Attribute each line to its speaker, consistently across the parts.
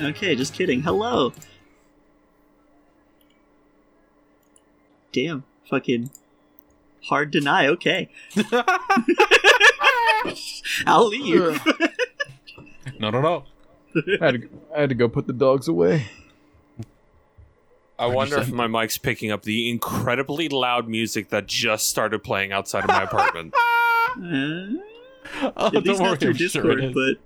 Speaker 1: Okay, just kidding. Hello. Damn, fucking hard deny. Okay, I'll leave.
Speaker 2: No, no, no.
Speaker 3: I had, to, I had to go put the dogs away.
Speaker 2: I wonder if my mic's picking up the incredibly loud music that just started playing outside of my apartment.
Speaker 1: Uh,
Speaker 4: Oh,
Speaker 1: at least not through Discord, but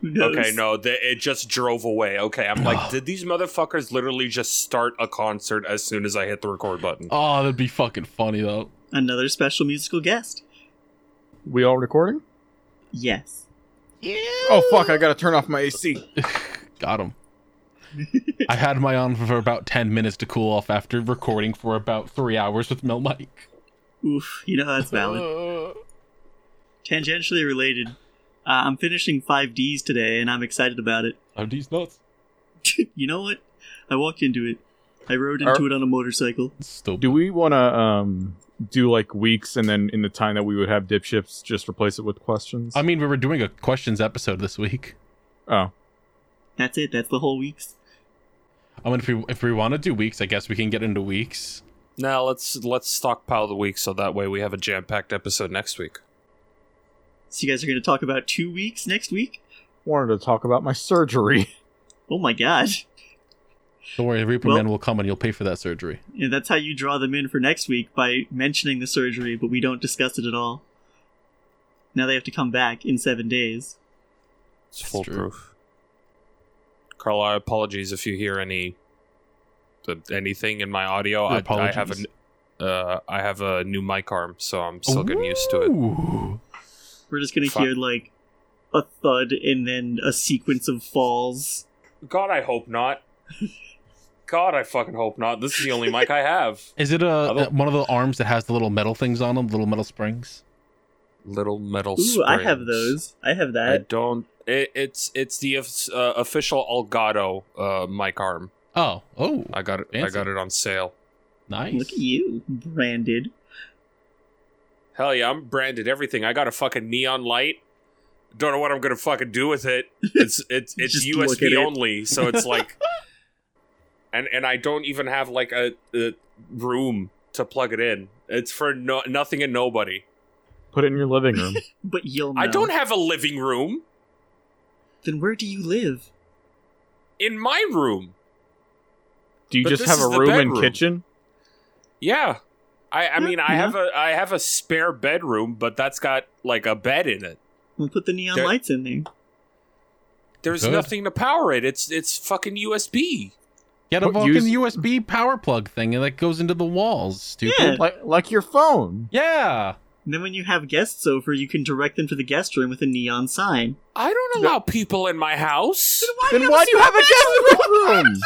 Speaker 1: who knows?
Speaker 2: Okay, no, th- it just drove away. Okay, I'm like, did these motherfuckers literally just start a concert as soon as I hit the record button?
Speaker 4: Oh, that'd be fucking funny though.
Speaker 1: Another special musical guest.
Speaker 3: We all recording?
Speaker 1: Yes.
Speaker 3: Oh fuck! I gotta turn off my AC.
Speaker 4: Got him. I had my on for about ten minutes to cool off after recording for about three hours with Uh, Mel Mike.
Speaker 1: Oof, you know that's valid. Tangentially related, uh, I'm finishing 5Ds today and I'm excited about it.
Speaker 4: Are these nuts?
Speaker 1: you know what? I walked into it. I rode into
Speaker 2: Er-
Speaker 3: Are-
Speaker 1: it on a motorcycle.
Speaker 4: Still,
Speaker 3: Do we want to um do like weeks and then in the time that we would have dip ships, just replace it with questions?
Speaker 4: I mean, we were doing a questions episode this week.
Speaker 3: oh,
Speaker 1: That's it. That's the whole week's.
Speaker 4: I mean, if we if we want to do weeks, I guess we can get into weeks.
Speaker 2: Now let's let's stockpile the week so that way we have a jam packed episode next week.
Speaker 1: So you guys are going to talk about two weeks next week?
Speaker 3: wanted to talk about my surgery.
Speaker 1: Oh my god.
Speaker 4: Don't worry, Reaper
Speaker 1: Well-
Speaker 4: Man will come and you'll pay for that surgery.
Speaker 1: Yeah, that's how you draw them in for next week by mentioning the surgery, but we don't discuss it at all. Now they have to come back in seven days.
Speaker 2: It's
Speaker 4: That's
Speaker 2: foolproof. Carl, I apologies if you hear any th- anything in my audio.
Speaker 4: No
Speaker 2: Oh, I, I have
Speaker 4: apologies.
Speaker 2: a uh, I have a new mic arm, so I'm still getting used to it.
Speaker 4: Ooh.
Speaker 1: We're just going to
Speaker 2: Fuck.
Speaker 1: hear like a thud and then a sequence of falls.
Speaker 2: God, I hope not. God, I fucking hope not. This is the only mic I have.
Speaker 4: Is it a
Speaker 2: don't-
Speaker 4: one of the arms that has the little metal things on them, little metal springs?
Speaker 2: Little metal.
Speaker 1: Ooh, I have
Speaker 2: springs.
Speaker 1: those. I have
Speaker 2: I
Speaker 1: that.
Speaker 2: don't. It, it's it's the of- uh, official Elgato uh, mic arm.
Speaker 4: Oh, oh,
Speaker 2: I got it. I
Speaker 4: Fancy.
Speaker 2: got it on sale.
Speaker 4: nice.
Speaker 1: Look at you, branded.
Speaker 2: Hell yeah, I'm branded everything. I got a fucking neon light. Don't know what I'm gonna fucking do with it. It's it's it's
Speaker 1: Just look at
Speaker 2: USB
Speaker 1: it.
Speaker 2: only, so it's like, and and I don't even have like a, a room to plug it in. It's for no, nothing and nobody.
Speaker 3: Put it in your living room.
Speaker 1: But you'll know.
Speaker 2: I don't have a living room
Speaker 1: Then where do you live?
Speaker 2: in my room.
Speaker 3: Do you
Speaker 2: But
Speaker 3: just
Speaker 2: this
Speaker 3: have
Speaker 2: is
Speaker 3: a
Speaker 2: the
Speaker 3: room and
Speaker 2: bedroom.
Speaker 3: kitchen?
Speaker 2: Yeah, I
Speaker 1: Yeah,
Speaker 2: I mean I
Speaker 1: yeah.
Speaker 2: have a I have a spare bedroom, but that's got like a bed in it.
Speaker 1: We'll put the neon
Speaker 2: There-
Speaker 1: lights in there.
Speaker 2: There's
Speaker 4: Good.
Speaker 2: nothing to power it. It's it's fucking USB.
Speaker 4: Get a
Speaker 3: What,
Speaker 4: fucking
Speaker 3: use-
Speaker 4: USB power plug thing and that goes into the walls, stupid.
Speaker 3: Like like your phone.
Speaker 4: Yeah.
Speaker 1: And then when you have guests over, you can direct them to the guest room with a neon sign.
Speaker 2: I don't
Speaker 3: No.
Speaker 2: allow people in my house.
Speaker 3: then why do you have a guest room?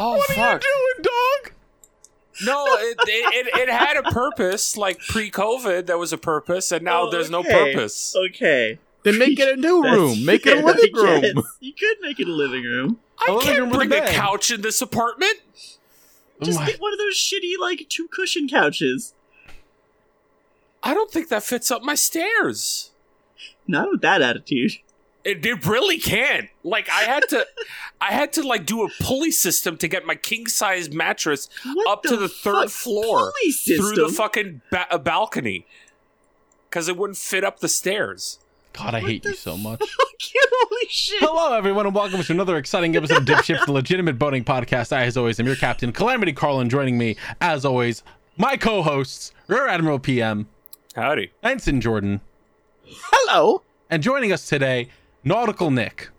Speaker 2: Oh fuck!
Speaker 4: doing, dog?
Speaker 2: No, it, it, it it had a purpose. Like pre-COVID, there was a purpose, and now
Speaker 1: Oh,
Speaker 2: there's no
Speaker 1: okay.
Speaker 2: purpose.
Speaker 1: Okay.
Speaker 3: Then make it a new
Speaker 1: That's-
Speaker 3: room. Make it a
Speaker 1: yeah,
Speaker 3: living
Speaker 1: I
Speaker 3: room.
Speaker 1: guess. You could make it a living room.
Speaker 2: I
Speaker 4: Oh, you're
Speaker 2: can't
Speaker 4: with
Speaker 2: bring
Speaker 4: the
Speaker 2: a
Speaker 4: bed.
Speaker 2: couch in this apartment.
Speaker 4: Oh
Speaker 3: Oh
Speaker 1: Just get one of those shitty, like, two cushion couches.
Speaker 2: I don't think that fits up my stairs.
Speaker 1: Not with that attitude.
Speaker 2: It, it really can't. Like I had to, I had to like do a pulley system to get my king size mattress
Speaker 1: What
Speaker 2: up to the
Speaker 1: fuck?
Speaker 2: third floor
Speaker 1: Pulley
Speaker 2: through the
Speaker 1: system?
Speaker 2: fucking ba- uh, balcony because it wouldn't fit up the stairs.
Speaker 4: God, I
Speaker 1: What
Speaker 4: hate
Speaker 1: the
Speaker 4: you so much.
Speaker 1: Holy shit.
Speaker 4: Hello, everyone, and welcome to another exciting episode of Dipship, the legitimate boating podcast. I, as always, am your captain, Calamity Carlin, joining me, as always, my co hosts, Rear Admiral PM,
Speaker 2: Howdy.
Speaker 4: Ensign Jordan,
Speaker 3: Hello.
Speaker 4: and joining us today, Nautical Nick.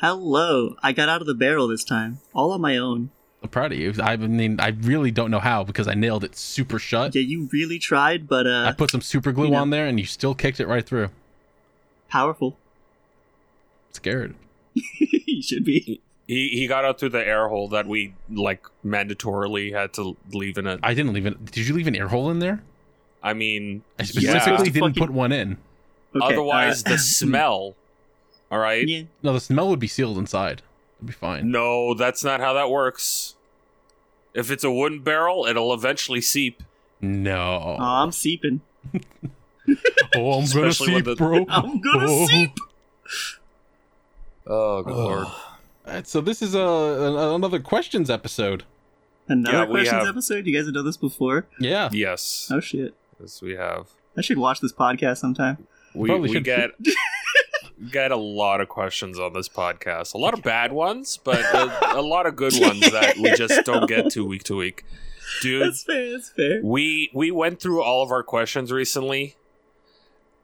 Speaker 1: Hello. I got out of the barrel this time. All on my own.
Speaker 4: I'm proud of you. I mean, I really don't know how because I nailed it super shut.
Speaker 1: Yeah, you really tried, but,
Speaker 4: I
Speaker 1: uh,
Speaker 4: put some super glue
Speaker 1: you know.
Speaker 4: on there, and you still kicked it right through.
Speaker 1: powerful.
Speaker 4: Scared.
Speaker 1: you should be.
Speaker 2: E, He he got out through the air hole that we like mandatorily had to leave in it.
Speaker 4: I didn't leave it. Did you leave an air hole in there?
Speaker 2: I mean,
Speaker 4: I
Speaker 2: yeah.
Speaker 4: specifically didn't
Speaker 1: Fucking-
Speaker 4: put one in.
Speaker 1: Okay,
Speaker 2: Otherwise,
Speaker 1: uh,
Speaker 2: the smell. All right.
Speaker 1: yeah.
Speaker 4: No, the smell would be sealed inside. It'd be fine.
Speaker 2: No, that's not how that works. If it's a wooden barrel, it'll eventually seep.
Speaker 4: No.
Speaker 1: Oh, I'm seeping.
Speaker 4: oh, I'm
Speaker 2: Especially when the-
Speaker 4: bro.
Speaker 1: I'm gonna
Speaker 4: Oh.
Speaker 1: seep.
Speaker 2: Oh, good lord.
Speaker 4: All right, so this is a, an- another questions episode.
Speaker 1: Another
Speaker 2: Yeah, we
Speaker 1: questions
Speaker 2: have-
Speaker 1: episode? You guys have done this before?
Speaker 4: Yeah.
Speaker 2: Yes.
Speaker 1: Oh shit.
Speaker 2: Yes, we have.
Speaker 1: I should watch this podcast sometime.
Speaker 2: We,
Speaker 4: Probably
Speaker 2: we
Speaker 4: should-
Speaker 2: get get a lot of questions on this podcast. A lot of bad ones, but a, a lot of good ones that we just don't get to week to week. Dude,
Speaker 1: That's fair, that's fair.
Speaker 2: we we went through all of our questions recently.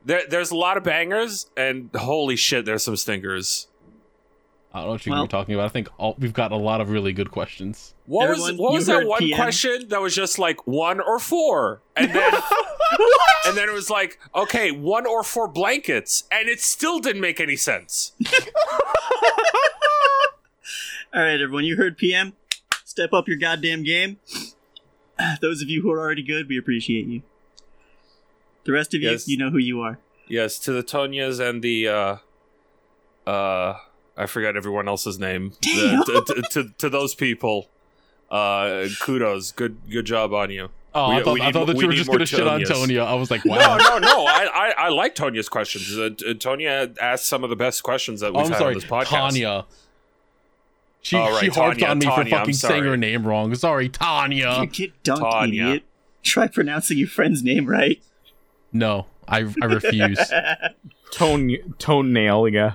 Speaker 2: There, there's a lot of bangers, and holy shit, there's some stinkers.
Speaker 4: I don't know what you're
Speaker 1: Well-
Speaker 4: gonna be talking about. I think all, we've got a lot of really good questions.
Speaker 2: What
Speaker 1: Everyone,
Speaker 2: was what
Speaker 1: you
Speaker 2: was that
Speaker 1: heard
Speaker 2: one
Speaker 1: PM?
Speaker 2: question that was just like one or four, and then and then it was like okay, one or four blankets, and it still didn't make any sense.
Speaker 1: Alright, everyone, you heard PM. Step up your goddamn game. Those of you who are already good, we appreciate you. The rest of
Speaker 2: Yes.
Speaker 1: you, you know who you are.
Speaker 2: Yes, to the Tonyas and the uh uh I forgot everyone else's name.
Speaker 1: Damn.
Speaker 2: The- to, to, to- to those people. Uh kudos. Good good job on you.
Speaker 4: Oh,
Speaker 2: We-
Speaker 4: I thought,
Speaker 2: we
Speaker 4: I
Speaker 2: need
Speaker 4: thought
Speaker 2: mo-
Speaker 4: that
Speaker 2: we
Speaker 4: you were
Speaker 2: need
Speaker 4: just
Speaker 2: more
Speaker 4: gonna shit on
Speaker 2: Tonyas.
Speaker 4: Tonya. I was like, wow.
Speaker 2: No, no, no. I, I, I like Tonya's questions. Uh, t- Tonya asked some of the best questions that
Speaker 4: Oh,
Speaker 2: we've
Speaker 4: I'm
Speaker 2: had
Speaker 4: sorry,
Speaker 2: on this podcast.
Speaker 4: Tanya. She,
Speaker 2: Oh,
Speaker 4: she
Speaker 2: right,
Speaker 4: harped
Speaker 2: Tanya,
Speaker 4: on me
Speaker 2: Tanya,
Speaker 4: for
Speaker 2: I'm
Speaker 4: fucking saying
Speaker 2: sorry.
Speaker 4: her name wrong. Sorry, Tanya.
Speaker 2: Uh,
Speaker 1: you get dunked,
Speaker 2: Tanya.
Speaker 1: idiot. Try pronouncing your friend's name right.
Speaker 4: No, I I refuse.
Speaker 3: Tone toenail, yeah.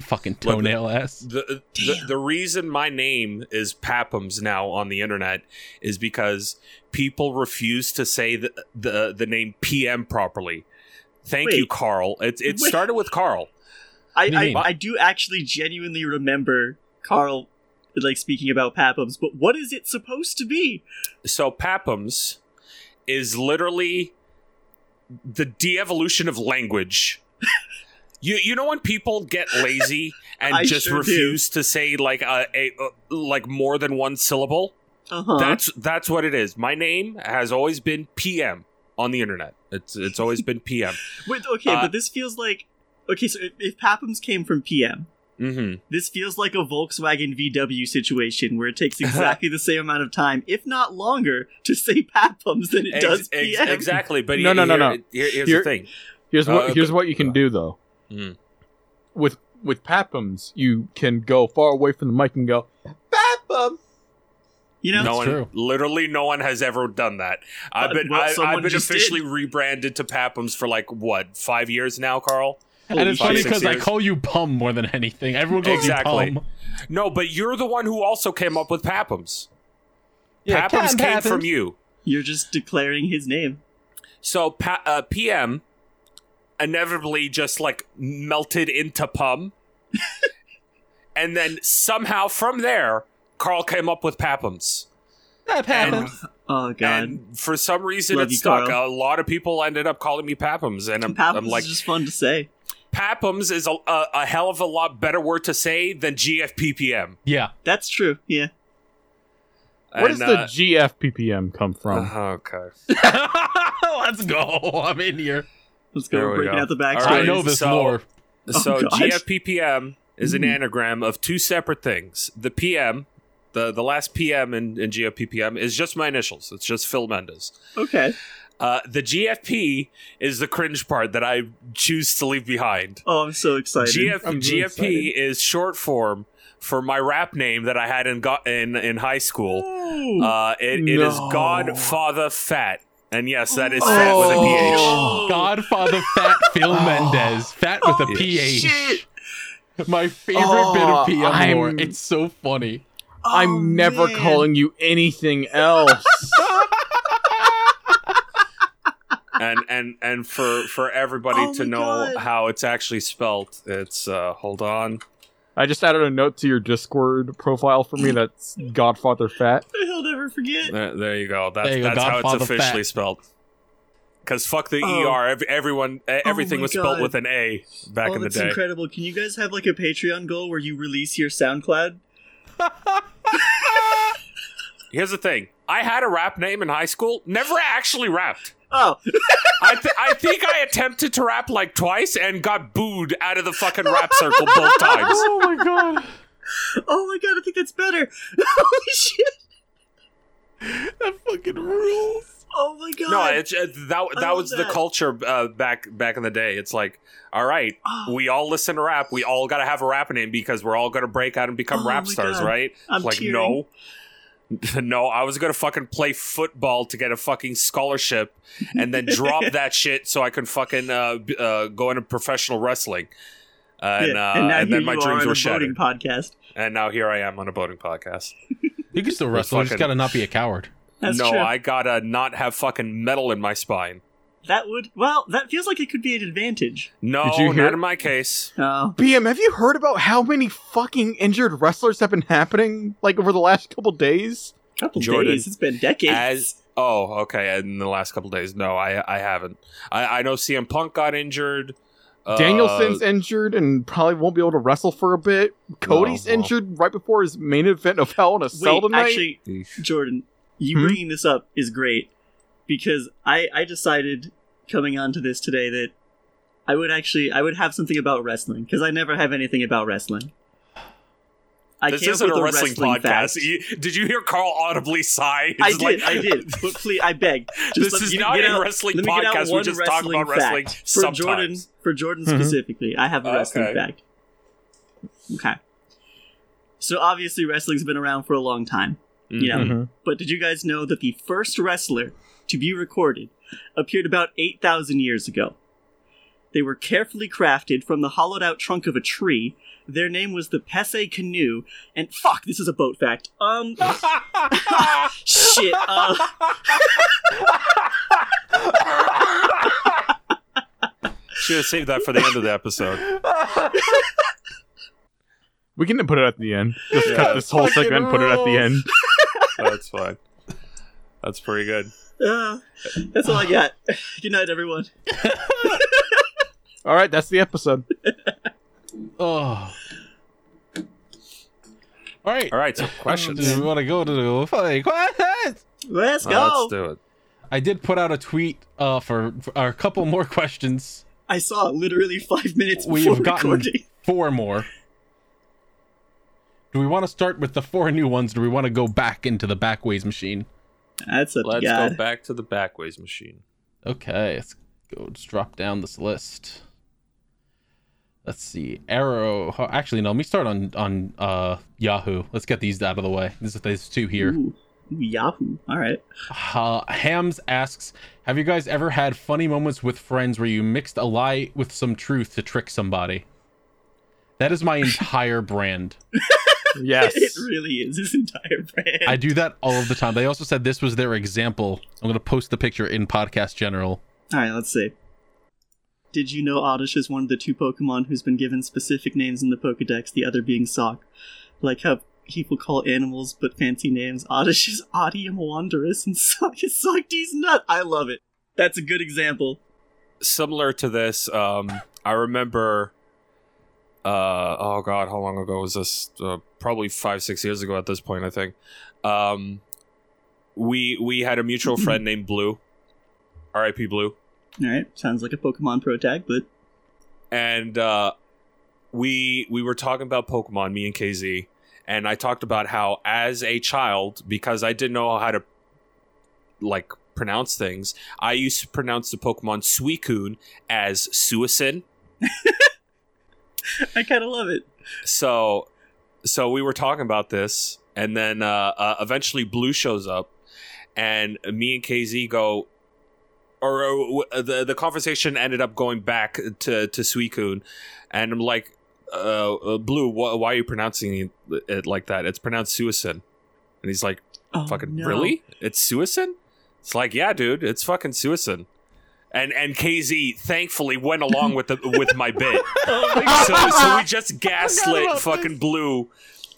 Speaker 4: fucking toenail ass.
Speaker 2: The, the the reason my name is Papums now on the internet is because people refuse to say the the, the name PM properly. Thank you,
Speaker 1: Wait.
Speaker 2: Carl. It
Speaker 1: Wait.
Speaker 2: it started with Carl.
Speaker 1: I,
Speaker 4: do you
Speaker 1: I,
Speaker 4: mean?
Speaker 1: I do actually genuinely remember Carl like speaking about Papums, but what is it supposed to be?
Speaker 2: So Papums is literally the de-evolution of language. you you know when people get lazy and
Speaker 1: I
Speaker 2: just
Speaker 1: sure do.
Speaker 2: refuse to say like a, a, uh like more than one syllable?
Speaker 1: Uh-huh.
Speaker 2: That's that's what it is. My name has always been PM on the internet. It's it's always been PM.
Speaker 1: Wait, okay,
Speaker 2: uh,
Speaker 1: but this feels like okay. So if, if Papums came from PM,
Speaker 2: hmm
Speaker 1: this feels like a Volkswagen VW situation where it takes exactly the same amount of time, if not longer, to say Papums than it does PM.
Speaker 2: exactly. But
Speaker 3: No,
Speaker 2: he-
Speaker 3: no, no, no.
Speaker 2: here- here- here's
Speaker 3: You're-
Speaker 2: the thing.
Speaker 3: Here's
Speaker 2: Uh,
Speaker 3: what here's
Speaker 2: okay.
Speaker 3: what you can do though.
Speaker 2: Mm.
Speaker 3: With with Papums, you can go far away from the mic and go Papum.
Speaker 1: You know,
Speaker 2: no one,
Speaker 4: That's true.
Speaker 2: literally, no one has ever done that. I've
Speaker 1: Uh,
Speaker 2: been,
Speaker 1: well,
Speaker 2: I,
Speaker 1: someone
Speaker 2: I've been
Speaker 1: just
Speaker 2: officially rebranded to Papums for like what five years now, Carl.
Speaker 4: And it's
Speaker 2: Holy
Speaker 4: funny
Speaker 2: shit.
Speaker 4: because I
Speaker 2: Six
Speaker 4: call you Pum more than anything. Everyone calls
Speaker 2: Exactly.
Speaker 4: you Pum.
Speaker 2: No, but you're the one who also came up with Papums. Papums came from you.
Speaker 1: you're just declaring his name.
Speaker 2: So pa- uh, PM inevitably just like melted into Pum, and then somehow from there, Carl came up with Papums. And,
Speaker 1: Oh god,
Speaker 2: and for some reason,
Speaker 1: Love
Speaker 2: it
Speaker 1: you,
Speaker 2: stuck.
Speaker 1: Carl.
Speaker 2: A lot of people ended up calling me Papums, and I'm,
Speaker 1: Papums
Speaker 2: I'm like,
Speaker 1: is just fun to say.
Speaker 2: Papums is a, a, a hell of a lot better word to say than GFPPM.
Speaker 4: Yeah.
Speaker 1: That's true. Yeah,
Speaker 3: Where does
Speaker 2: And,
Speaker 3: the
Speaker 2: uh,
Speaker 3: GFPPM come from?
Speaker 2: uh, okay.
Speaker 4: Let's go. I'm in here.
Speaker 1: let's go.
Speaker 2: There
Speaker 1: We're
Speaker 2: we
Speaker 1: breaking
Speaker 2: go.
Speaker 1: out the
Speaker 2: All
Speaker 1: backstory.
Speaker 2: right,
Speaker 4: I know this
Speaker 2: so-
Speaker 4: lore.
Speaker 1: Oh,
Speaker 2: so
Speaker 1: gosh.
Speaker 2: GFPPM is
Speaker 3: Hmm.
Speaker 2: an anagram of two separate things. The PM, the, the last PM in, in GFPPM, is just my initials. It's just Phil Mendes.
Speaker 1: Okay.
Speaker 2: Uh, the GFP is the cringe part that I choose to leave behind.
Speaker 1: Oh, I'm so excited.
Speaker 2: GF,
Speaker 3: I'm really
Speaker 2: GFP is short form for my rap name that I had in go- in, in high school.
Speaker 1: Ooh.
Speaker 2: Uh, it, it is
Speaker 3: No.
Speaker 2: Godfather Fat. And yes, that is fat with a PH.
Speaker 1: Oh.
Speaker 4: Godfather Fat Phil
Speaker 3: Oh.
Speaker 4: Mendez. Fat with
Speaker 2: Oh,
Speaker 4: a PH.
Speaker 1: Shit.
Speaker 4: My favorite bit
Speaker 3: Oh,
Speaker 4: of PM lore.
Speaker 3: I'm-
Speaker 4: It's so funny.
Speaker 1: Oh,
Speaker 3: I'm never
Speaker 1: man.
Speaker 3: calling you anything else.
Speaker 2: and and and for for everybody
Speaker 1: Oh
Speaker 2: to
Speaker 1: my
Speaker 2: know
Speaker 1: God.
Speaker 2: how it's actually spelt it's uh hold on
Speaker 3: I just added a note to your Discord profile for me that's Godfather Fat.
Speaker 1: He'll never forget.
Speaker 2: there, there you go that's
Speaker 4: There you go,
Speaker 2: that's how
Speaker 4: Godfather
Speaker 2: it's officially
Speaker 4: fat.
Speaker 2: spelled because fuck the
Speaker 1: Oh.
Speaker 2: er ev- everyone e- everything
Speaker 1: my
Speaker 2: was
Speaker 1: God.
Speaker 2: spelled with an a back
Speaker 1: oh,
Speaker 2: in the
Speaker 1: that's
Speaker 2: day
Speaker 1: incredible. Can you guys have like a Patreon goal where you release your SoundCloud?
Speaker 2: here's the thing i had a rap name in high school never actually rapped
Speaker 1: Oh,
Speaker 2: I, th- I think I attempted to rap like twice and got booed out of the fucking rap circle both times.
Speaker 3: Oh my god.
Speaker 1: oh my god, I think that's better. Holy shit.
Speaker 4: That fucking rules.
Speaker 1: Oh my god!
Speaker 2: No, it's uh, that that
Speaker 1: love
Speaker 2: was the
Speaker 1: that.
Speaker 2: culture uh, back back in the day. It's like, all right,
Speaker 1: Oh,
Speaker 2: we all listen to rap. We all got to have a rap name because we're all gonna break out and become
Speaker 1: Oh
Speaker 2: rap
Speaker 1: my
Speaker 2: stars,
Speaker 1: God.
Speaker 2: right?
Speaker 1: I'm
Speaker 2: like
Speaker 1: tearing.
Speaker 2: no, no, I was gonna fucking play football to get a fucking scholarship and then drop that shit so I could fucking uh, b- uh, go into professional wrestling. Uh, and,
Speaker 1: Yeah,
Speaker 2: uh,
Speaker 1: and
Speaker 2: and,
Speaker 1: now here
Speaker 2: then my
Speaker 1: you
Speaker 2: dreams
Speaker 1: are on
Speaker 2: were
Speaker 1: a voting
Speaker 2: shattered,
Speaker 1: podcast.
Speaker 2: and now here I am on a boating podcast.
Speaker 4: You can still
Speaker 2: We're
Speaker 4: wrestle. You just
Speaker 2: fucking-
Speaker 4: gotta not be a coward.
Speaker 1: That's
Speaker 2: no,
Speaker 1: true.
Speaker 2: I gotta not have fucking metal in my spine.
Speaker 1: That would well. That feels like it could be an advantage.
Speaker 2: No,
Speaker 3: Did you hear-
Speaker 2: not in my case.
Speaker 1: Oh,
Speaker 3: BM, have you heard about how many fucking injured wrestlers have been happening like over the last couple days?
Speaker 1: couple
Speaker 2: Jordan,
Speaker 1: days. It's been decades.
Speaker 2: As oh, okay. In the last couple days, no, I I haven't. I I know CM Punk got injured. Uh,
Speaker 3: Danielson's injured and probably won't be able to wrestle for a bit. Cody's
Speaker 2: well.
Speaker 3: injured right before his main event of Hell in a Cell
Speaker 1: Wait,
Speaker 3: tonight.
Speaker 1: actually, Jordan, you
Speaker 3: Hmm?
Speaker 1: bringing this up is great because I I decided coming onto this today that I would actually I would have something about wrestling because I never have anything about wrestling. I
Speaker 2: this
Speaker 1: came up
Speaker 2: isn't
Speaker 1: with
Speaker 2: a wrestling,
Speaker 1: fact.
Speaker 2: podcast. You- did you hear Carl audibly sigh?
Speaker 1: I
Speaker 2: It's
Speaker 1: did,
Speaker 2: like-
Speaker 1: I did. But please, I beg. Just
Speaker 2: This
Speaker 1: let-
Speaker 2: is
Speaker 1: you-
Speaker 2: not
Speaker 1: get
Speaker 2: a
Speaker 1: out-
Speaker 2: wrestling
Speaker 1: let me get out
Speaker 2: podcast. We
Speaker 1: one
Speaker 2: just talk
Speaker 1: wrestling
Speaker 2: about wrestling
Speaker 1: fact. For
Speaker 2: sometimes. Mm-hmm. Uh,
Speaker 1: Jordan, for Jordan
Speaker 3: Mhm.
Speaker 1: specifically, I have a wrestling
Speaker 2: Okay.
Speaker 1: fact. Okay. So obviously, wrestling's been around for a long time. You know,
Speaker 2: Mhm.
Speaker 1: but did you guys know that the first wrestler to be recorded appeared about 8,000 years ago? They were carefully crafted from the hollowed out trunk of a tree. Their name was the Pesse Canoe, and fuck, this is a boat fact. Um, shit. Uh,
Speaker 2: Should have saved that for the end of the episode.
Speaker 3: We can put it at the end. Just
Speaker 2: Yeah.
Speaker 3: cut this whole
Speaker 4: Fucking
Speaker 3: segment, put it at the end.
Speaker 4: rules.
Speaker 2: That's fine. That's pretty good.
Speaker 1: uh, that's all I got. Good night, everyone.
Speaker 3: All right, that's the episode.
Speaker 4: Oh. All right.
Speaker 2: All right, so questions.
Speaker 4: Do we want to go to the funny questions?
Speaker 1: Let's
Speaker 2: Uh,
Speaker 1: go.
Speaker 2: let's do it.
Speaker 4: I did put out a tweet uh, for, for a couple more questions.
Speaker 1: I saw it literally five minutes
Speaker 4: We've
Speaker 1: before
Speaker 4: gotten-
Speaker 1: recording.
Speaker 4: Four more. Do we want to start with the four new ones? Do we want to go back into the backways machine?
Speaker 1: That's a
Speaker 2: Let's
Speaker 1: god.
Speaker 2: go back to the backways machine.
Speaker 4: Okay, let's go. Let's drop down this list. Let's see. Arrow. oh, Actually, no. Let me start on on uh, Yahoo. Let's get these out of the way. This is these two here.
Speaker 1: Ooh. Ooh, Yahoo. All right.
Speaker 4: Uh, Hams asks, "Have you guys ever had funny moments with friends where you mixed a lie with some truth to trick somebody?" That is my entire brand.
Speaker 3: Yes.
Speaker 1: It really is his entire brand.
Speaker 4: I do that all of the time. They also said this was their example. I'm gonna post the picture in podcast general.
Speaker 1: All right, let's see. Did you know Oddish is one of the two Pokemon who's been given specific names in the Pokedex, the other being Sock? Like how people call animals but fancy names. Oddish is Oddium Wanderus and Sock is Sockdee's Nut. I love it. That's a good example.
Speaker 2: similar to this, um, I remember. Uh, oh God, how long ago was this? Uh, probably five, six years ago at this point, I think. Um, we we had a mutual friend named Blue, R.I.P. Blue,
Speaker 1: All right, sounds like a Pokemon pro tag, but
Speaker 2: and uh, we we were talking about Pokemon, me and KZ, and I talked about how as a child, because I didn't know how to like pronounce things, I used to pronounce the Pokemon Suicune as Suicin.
Speaker 1: I kind of love it.
Speaker 2: so so we were talking about this and then uh, uh eventually blue shows up and me and kz go or uh, w- uh, the the conversation ended up going back to to suicune and i'm like uh, uh blue wh- why are you pronouncing it- it like that it's pronounced suicin and he's like
Speaker 1: Oh,
Speaker 2: fucking
Speaker 1: no.
Speaker 2: really it's suicin it's like yeah dude it's fucking suicin and and kz thankfully went along with the with my bit
Speaker 1: Oh my
Speaker 2: so, so we just gaslit
Speaker 4: about
Speaker 2: fucking
Speaker 4: this.
Speaker 2: Blue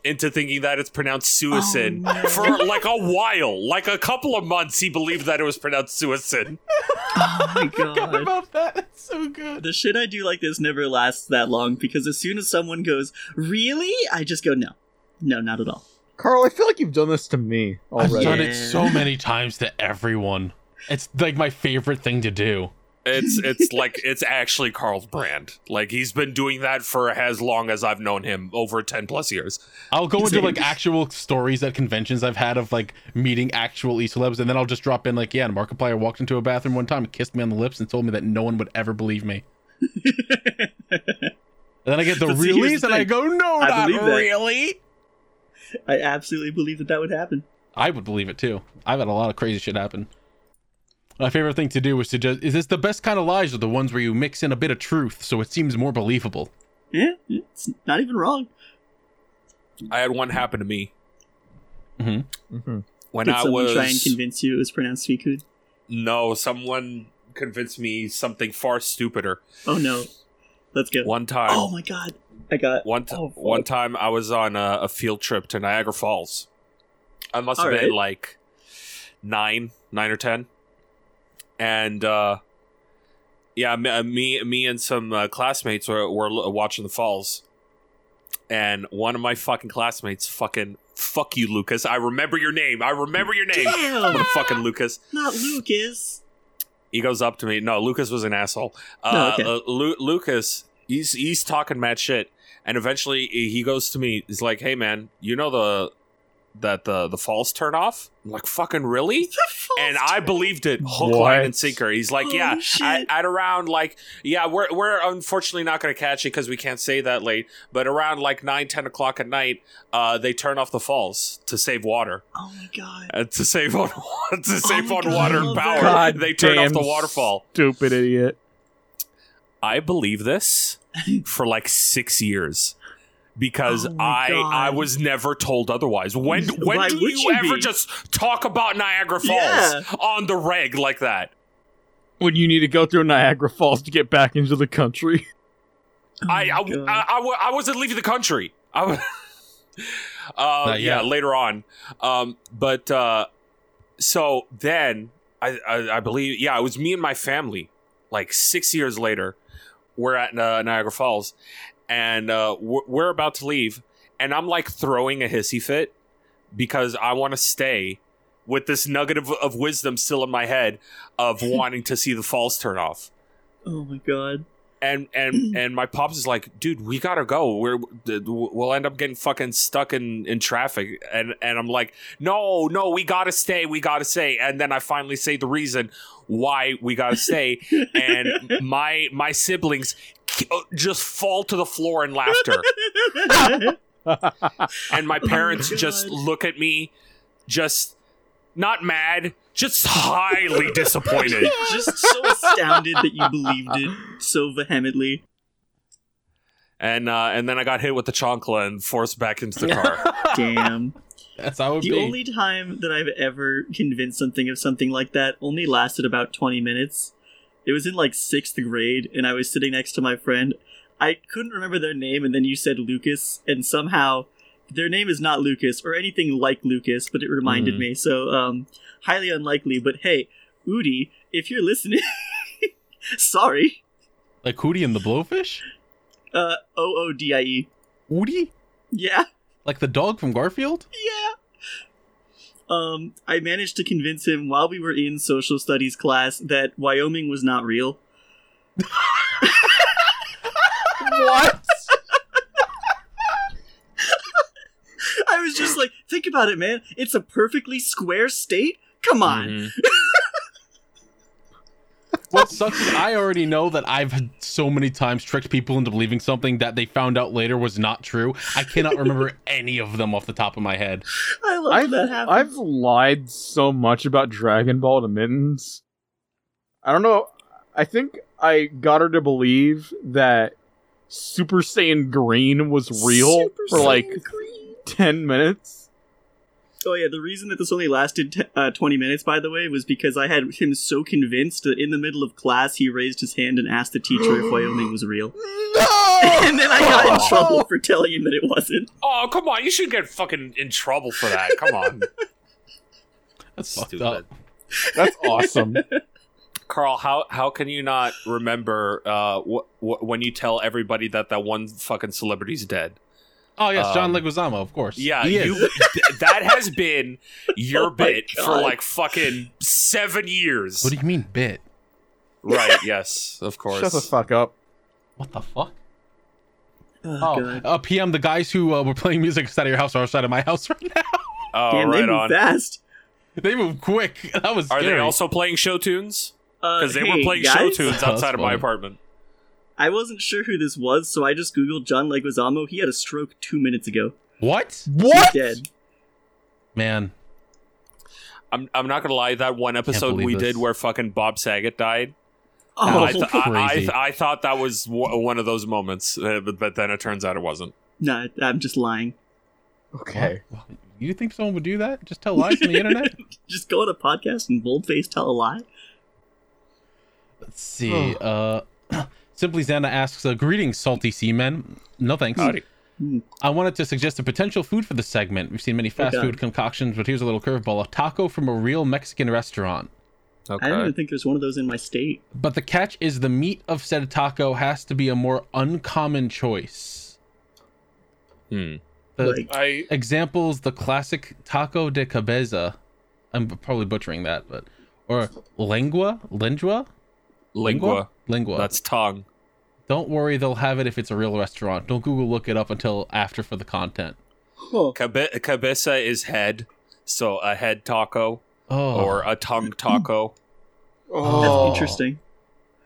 Speaker 2: into thinking that it's pronounced Suicin
Speaker 1: Oh, no.
Speaker 2: for like a while, like a couple of months. He believed that it was pronounced Suicin.
Speaker 1: oh my god.
Speaker 4: about that. That's so good.
Speaker 1: The shit I do like this never lasts that long because as soon as someone goes, really? I just go, no. No, not at all.
Speaker 3: Carl, I feel like you've done this to me
Speaker 4: I've
Speaker 3: already.
Speaker 4: done
Speaker 1: Yeah.
Speaker 4: it so many times to everyone. It's like my favorite thing to do.
Speaker 2: It's it's like it's actually Carl's brand. Like he's been doing that for as long as I've known him, over ten plus years.
Speaker 4: I'll go into like actual stories at conventions I've had of like meeting actual e celebs, and then I'll just drop in like, yeah, and Markiplier walked into a bathroom one time, kissed me on the lips, and told me that no one would ever believe me. And then I get the
Speaker 1: But see, here's the
Speaker 4: realies, and I
Speaker 1: thing.
Speaker 4: go, no,
Speaker 1: I
Speaker 4: not
Speaker 1: believe that.
Speaker 4: really.
Speaker 1: I absolutely believe that that would happen.
Speaker 4: I would believe it too. I've had a lot of crazy shit happen. My favorite thing to do was to just, is this the best kind of lies or the ones where you mix in a bit of truth so it seems more believable?
Speaker 1: Yeah, it's not even wrong.
Speaker 2: I had one happen to me
Speaker 3: Mhm.
Speaker 2: when
Speaker 1: Did
Speaker 2: I
Speaker 1: someone
Speaker 2: was
Speaker 1: try and convince you it was pronounced Suicune?
Speaker 2: no. Someone convinced me something far stupider.
Speaker 1: Oh no. Let's go.
Speaker 2: One time,
Speaker 1: Oh my god. I got
Speaker 2: One t-
Speaker 1: Oh, fuck.
Speaker 2: one time I was on a, a field trip to Niagara Falls. I must
Speaker 1: All
Speaker 2: have been
Speaker 1: right.
Speaker 2: like nine, nine or ten, and uh, yeah, me- uh, me, me, and some uh, classmates were were l- watching the falls, and one of my fucking classmates, fucking fuck you, Lucas. I remember your name. I remember your name.
Speaker 1: Damn!
Speaker 2: Fucking Lucas
Speaker 1: not Lucas.
Speaker 2: he goes up to me. No, Lucas was an asshole. Uh,
Speaker 1: No, Oh, okay.
Speaker 2: uh, Lu- Lucas, he's he's talking mad shit, and eventually he goes to me. He's like, "Hey, man, you know the that the the falls turn off." I'm like, "Fucking really?" and I believed it hook, line, and
Speaker 3: What?
Speaker 2: sinker. He's like,
Speaker 1: Holy
Speaker 2: yeah, at,
Speaker 1: shit.
Speaker 2: at around like, yeah, we're we're unfortunately not going to catch it because we can't say that late. But around like nine, ten o'clock at night, uh, they turn off the falls to save water,
Speaker 1: Oh my god.
Speaker 2: uh, to save on to save
Speaker 1: Oh my
Speaker 2: on
Speaker 1: God,
Speaker 2: water
Speaker 1: I
Speaker 2: and
Speaker 1: love
Speaker 2: power.
Speaker 1: that.
Speaker 2: they turn off
Speaker 3: damn
Speaker 2: the waterfall.
Speaker 3: Stupid idiot.
Speaker 2: I believe this for like six years because
Speaker 1: Oh my
Speaker 2: I I
Speaker 1: God.
Speaker 2: was never told otherwise. When when
Speaker 1: Why
Speaker 2: do
Speaker 1: would
Speaker 2: you,
Speaker 1: you
Speaker 2: ever
Speaker 1: be?
Speaker 2: just talk about Niagara Falls
Speaker 1: Yeah.
Speaker 2: on the reg like that?
Speaker 3: When you need to go through Niagara Falls to get back into the country.
Speaker 2: I I,
Speaker 1: Oh my God.
Speaker 2: I, I wa- I wasn't leaving the country. I was, uh,
Speaker 4: Not
Speaker 2: yeah,
Speaker 4: yet.
Speaker 2: later on. Um, but uh, so then I, I I believe yeah, it was me and my family. Like six years later, we're at uh, Niagara Falls, and uh, we're, we're about to leave, and I'm like throwing a hissy fit because I want to stay with this nugget of, of wisdom still in my head of wanting to see the falls turn off
Speaker 1: Oh my god.
Speaker 2: and and and my pops is like, dude, we gotta go. We're th- we'll end up getting fucking stuck in in traffic. And and I'm like, no, no, we gotta stay. We gotta stay. And then I finally say the reason why we gotta stay. and my my siblings k- uh, just fall to the floor in laughter. and my
Speaker 1: Oh my
Speaker 2: parents just
Speaker 1: God.
Speaker 2: look at me, just not mad, just highly disappointed.
Speaker 1: Just so astounded that you believed it so vehemently.
Speaker 2: And uh, and then I got hit with the chancla and forced back into the car.
Speaker 1: Damn.
Speaker 4: That's how it would
Speaker 1: The
Speaker 4: be.
Speaker 1: only time that I've ever convinced something of something like that only lasted about 20 minutes. It was in like sixth grade, and I was sitting next to my friend. I couldn't remember their name, and then you said Lucas, and somehow their name is not Lucas or anything like Lucas, but it reminded
Speaker 4: Mhm.
Speaker 1: me. So, um, highly unlikely, but hey, Udi, if you're listening, sorry.
Speaker 4: like Hootie and the Blowfish?
Speaker 1: Uh, O O D I E.
Speaker 4: Hootie?
Speaker 1: Yeah.
Speaker 4: Like the dog from Garfield?
Speaker 1: yeah. Um, I managed to convince him while we were in social studies class that Wyoming was not real.
Speaker 3: what?
Speaker 1: I was just like, think about it, man. It's a perfectly square state. Come on.
Speaker 2: Mhm.
Speaker 4: What sucks is I already know that I've had so many times tricked people into believing something that they found out later was not true. I cannot remember any of them off the top of my head.
Speaker 1: I love
Speaker 3: I've,
Speaker 1: that happened.
Speaker 3: I've lied so much about Dragon Ball to Mittens. I don't know. I think I got her to believe that Super Saiyan Green was real
Speaker 1: Super
Speaker 3: for like
Speaker 1: Saiyan green.
Speaker 3: 10 minutes.
Speaker 1: Oh yeah, the reason that this only lasted t- uh, twenty minutes, by the way, was because I had him so convinced that in the middle of class he raised his hand and asked the teacher if Wyoming was real,
Speaker 3: No!
Speaker 1: and then I
Speaker 3: Oh,
Speaker 1: got in trouble for telling him that it wasn't.
Speaker 2: Oh, come on. You should get fucking in trouble for that. Come on.
Speaker 4: That's
Speaker 2: Stupid.
Speaker 4: fucked up.
Speaker 3: That's awesome.
Speaker 2: Carl, how how can you not remember uh, wh- wh- when you tell everybody that that one fucking celebrity's dead?
Speaker 4: Oh yes, John
Speaker 2: Um,
Speaker 4: Leguizamo, of course.
Speaker 2: Yeah,
Speaker 4: He is.
Speaker 2: you th- that has been your
Speaker 1: Oh my
Speaker 2: bit for
Speaker 1: God.
Speaker 2: like fucking 7 years.
Speaker 4: What do you mean, bit?
Speaker 2: Right, yes, of course.
Speaker 3: Shut the fuck up.
Speaker 4: What the fuck?
Speaker 1: Oh,
Speaker 4: Oh,
Speaker 1: God.
Speaker 4: uh, PM, the guys who uh, were playing music outside of your house are outside of my house right now.
Speaker 2: oh,
Speaker 1: Damn,
Speaker 2: right
Speaker 1: they move
Speaker 2: on.
Speaker 1: fast.
Speaker 4: they moved quick. That was
Speaker 2: Are
Speaker 4: scary.
Speaker 2: they also playing show tunes?
Speaker 1: Because
Speaker 2: Because they were playing show tunes
Speaker 4: That's
Speaker 2: outside of my
Speaker 4: funny.
Speaker 2: apartment.
Speaker 1: I wasn't sure who this was, so I just googled John Leguizamo. He had a stroke two minutes ago.
Speaker 4: What?
Speaker 3: What?
Speaker 1: He's dead.
Speaker 4: Man.
Speaker 2: I'm, I'm not gonna lie. That one episode
Speaker 4: believe
Speaker 2: we
Speaker 4: this.
Speaker 2: did where fucking Bob Saget died.
Speaker 1: Oh,
Speaker 2: I, th- I, I,
Speaker 4: crazy.
Speaker 2: I thought that was w- one of those moments, uh, but, but then it turns out it wasn't.
Speaker 1: no, I'm just lying.
Speaker 3: Okay.
Speaker 4: What? You think someone would do that? Just tell lies on the internet?
Speaker 1: Just go on a podcast and boldface tell a lie.
Speaker 4: Let's see. uh, Simply Xana asks, uh, "Greetings, salty seamen. No thanks.
Speaker 2: Howdy.
Speaker 4: I wanted to suggest a potential food for this segment. We've seen many fast
Speaker 1: Okay.
Speaker 4: food concoctions, but here's a little curveball: a taco from a real Mexican restaurant.
Speaker 1: I don't even think there's one of those in my state.
Speaker 4: But the catch is the meat of said taco has to be a more uncommon choice.
Speaker 2: Hmm.
Speaker 4: The
Speaker 1: Like-
Speaker 5: I
Speaker 4: examples: the classic taco de cabeza. I'm probably butchering that, but or lengua, lengua,
Speaker 2: Lingua.
Speaker 4: lengua.
Speaker 2: That's tongue.
Speaker 4: Don't worry, they'll have it if it's a real restaurant. Don't Google look it up until after for the content.
Speaker 1: Huh.
Speaker 2: Cabe- cabeza is head, so a head taco
Speaker 4: Oh,
Speaker 2: or uh, a tongue taco.
Speaker 1: That's
Speaker 4: Oh.
Speaker 1: interesting.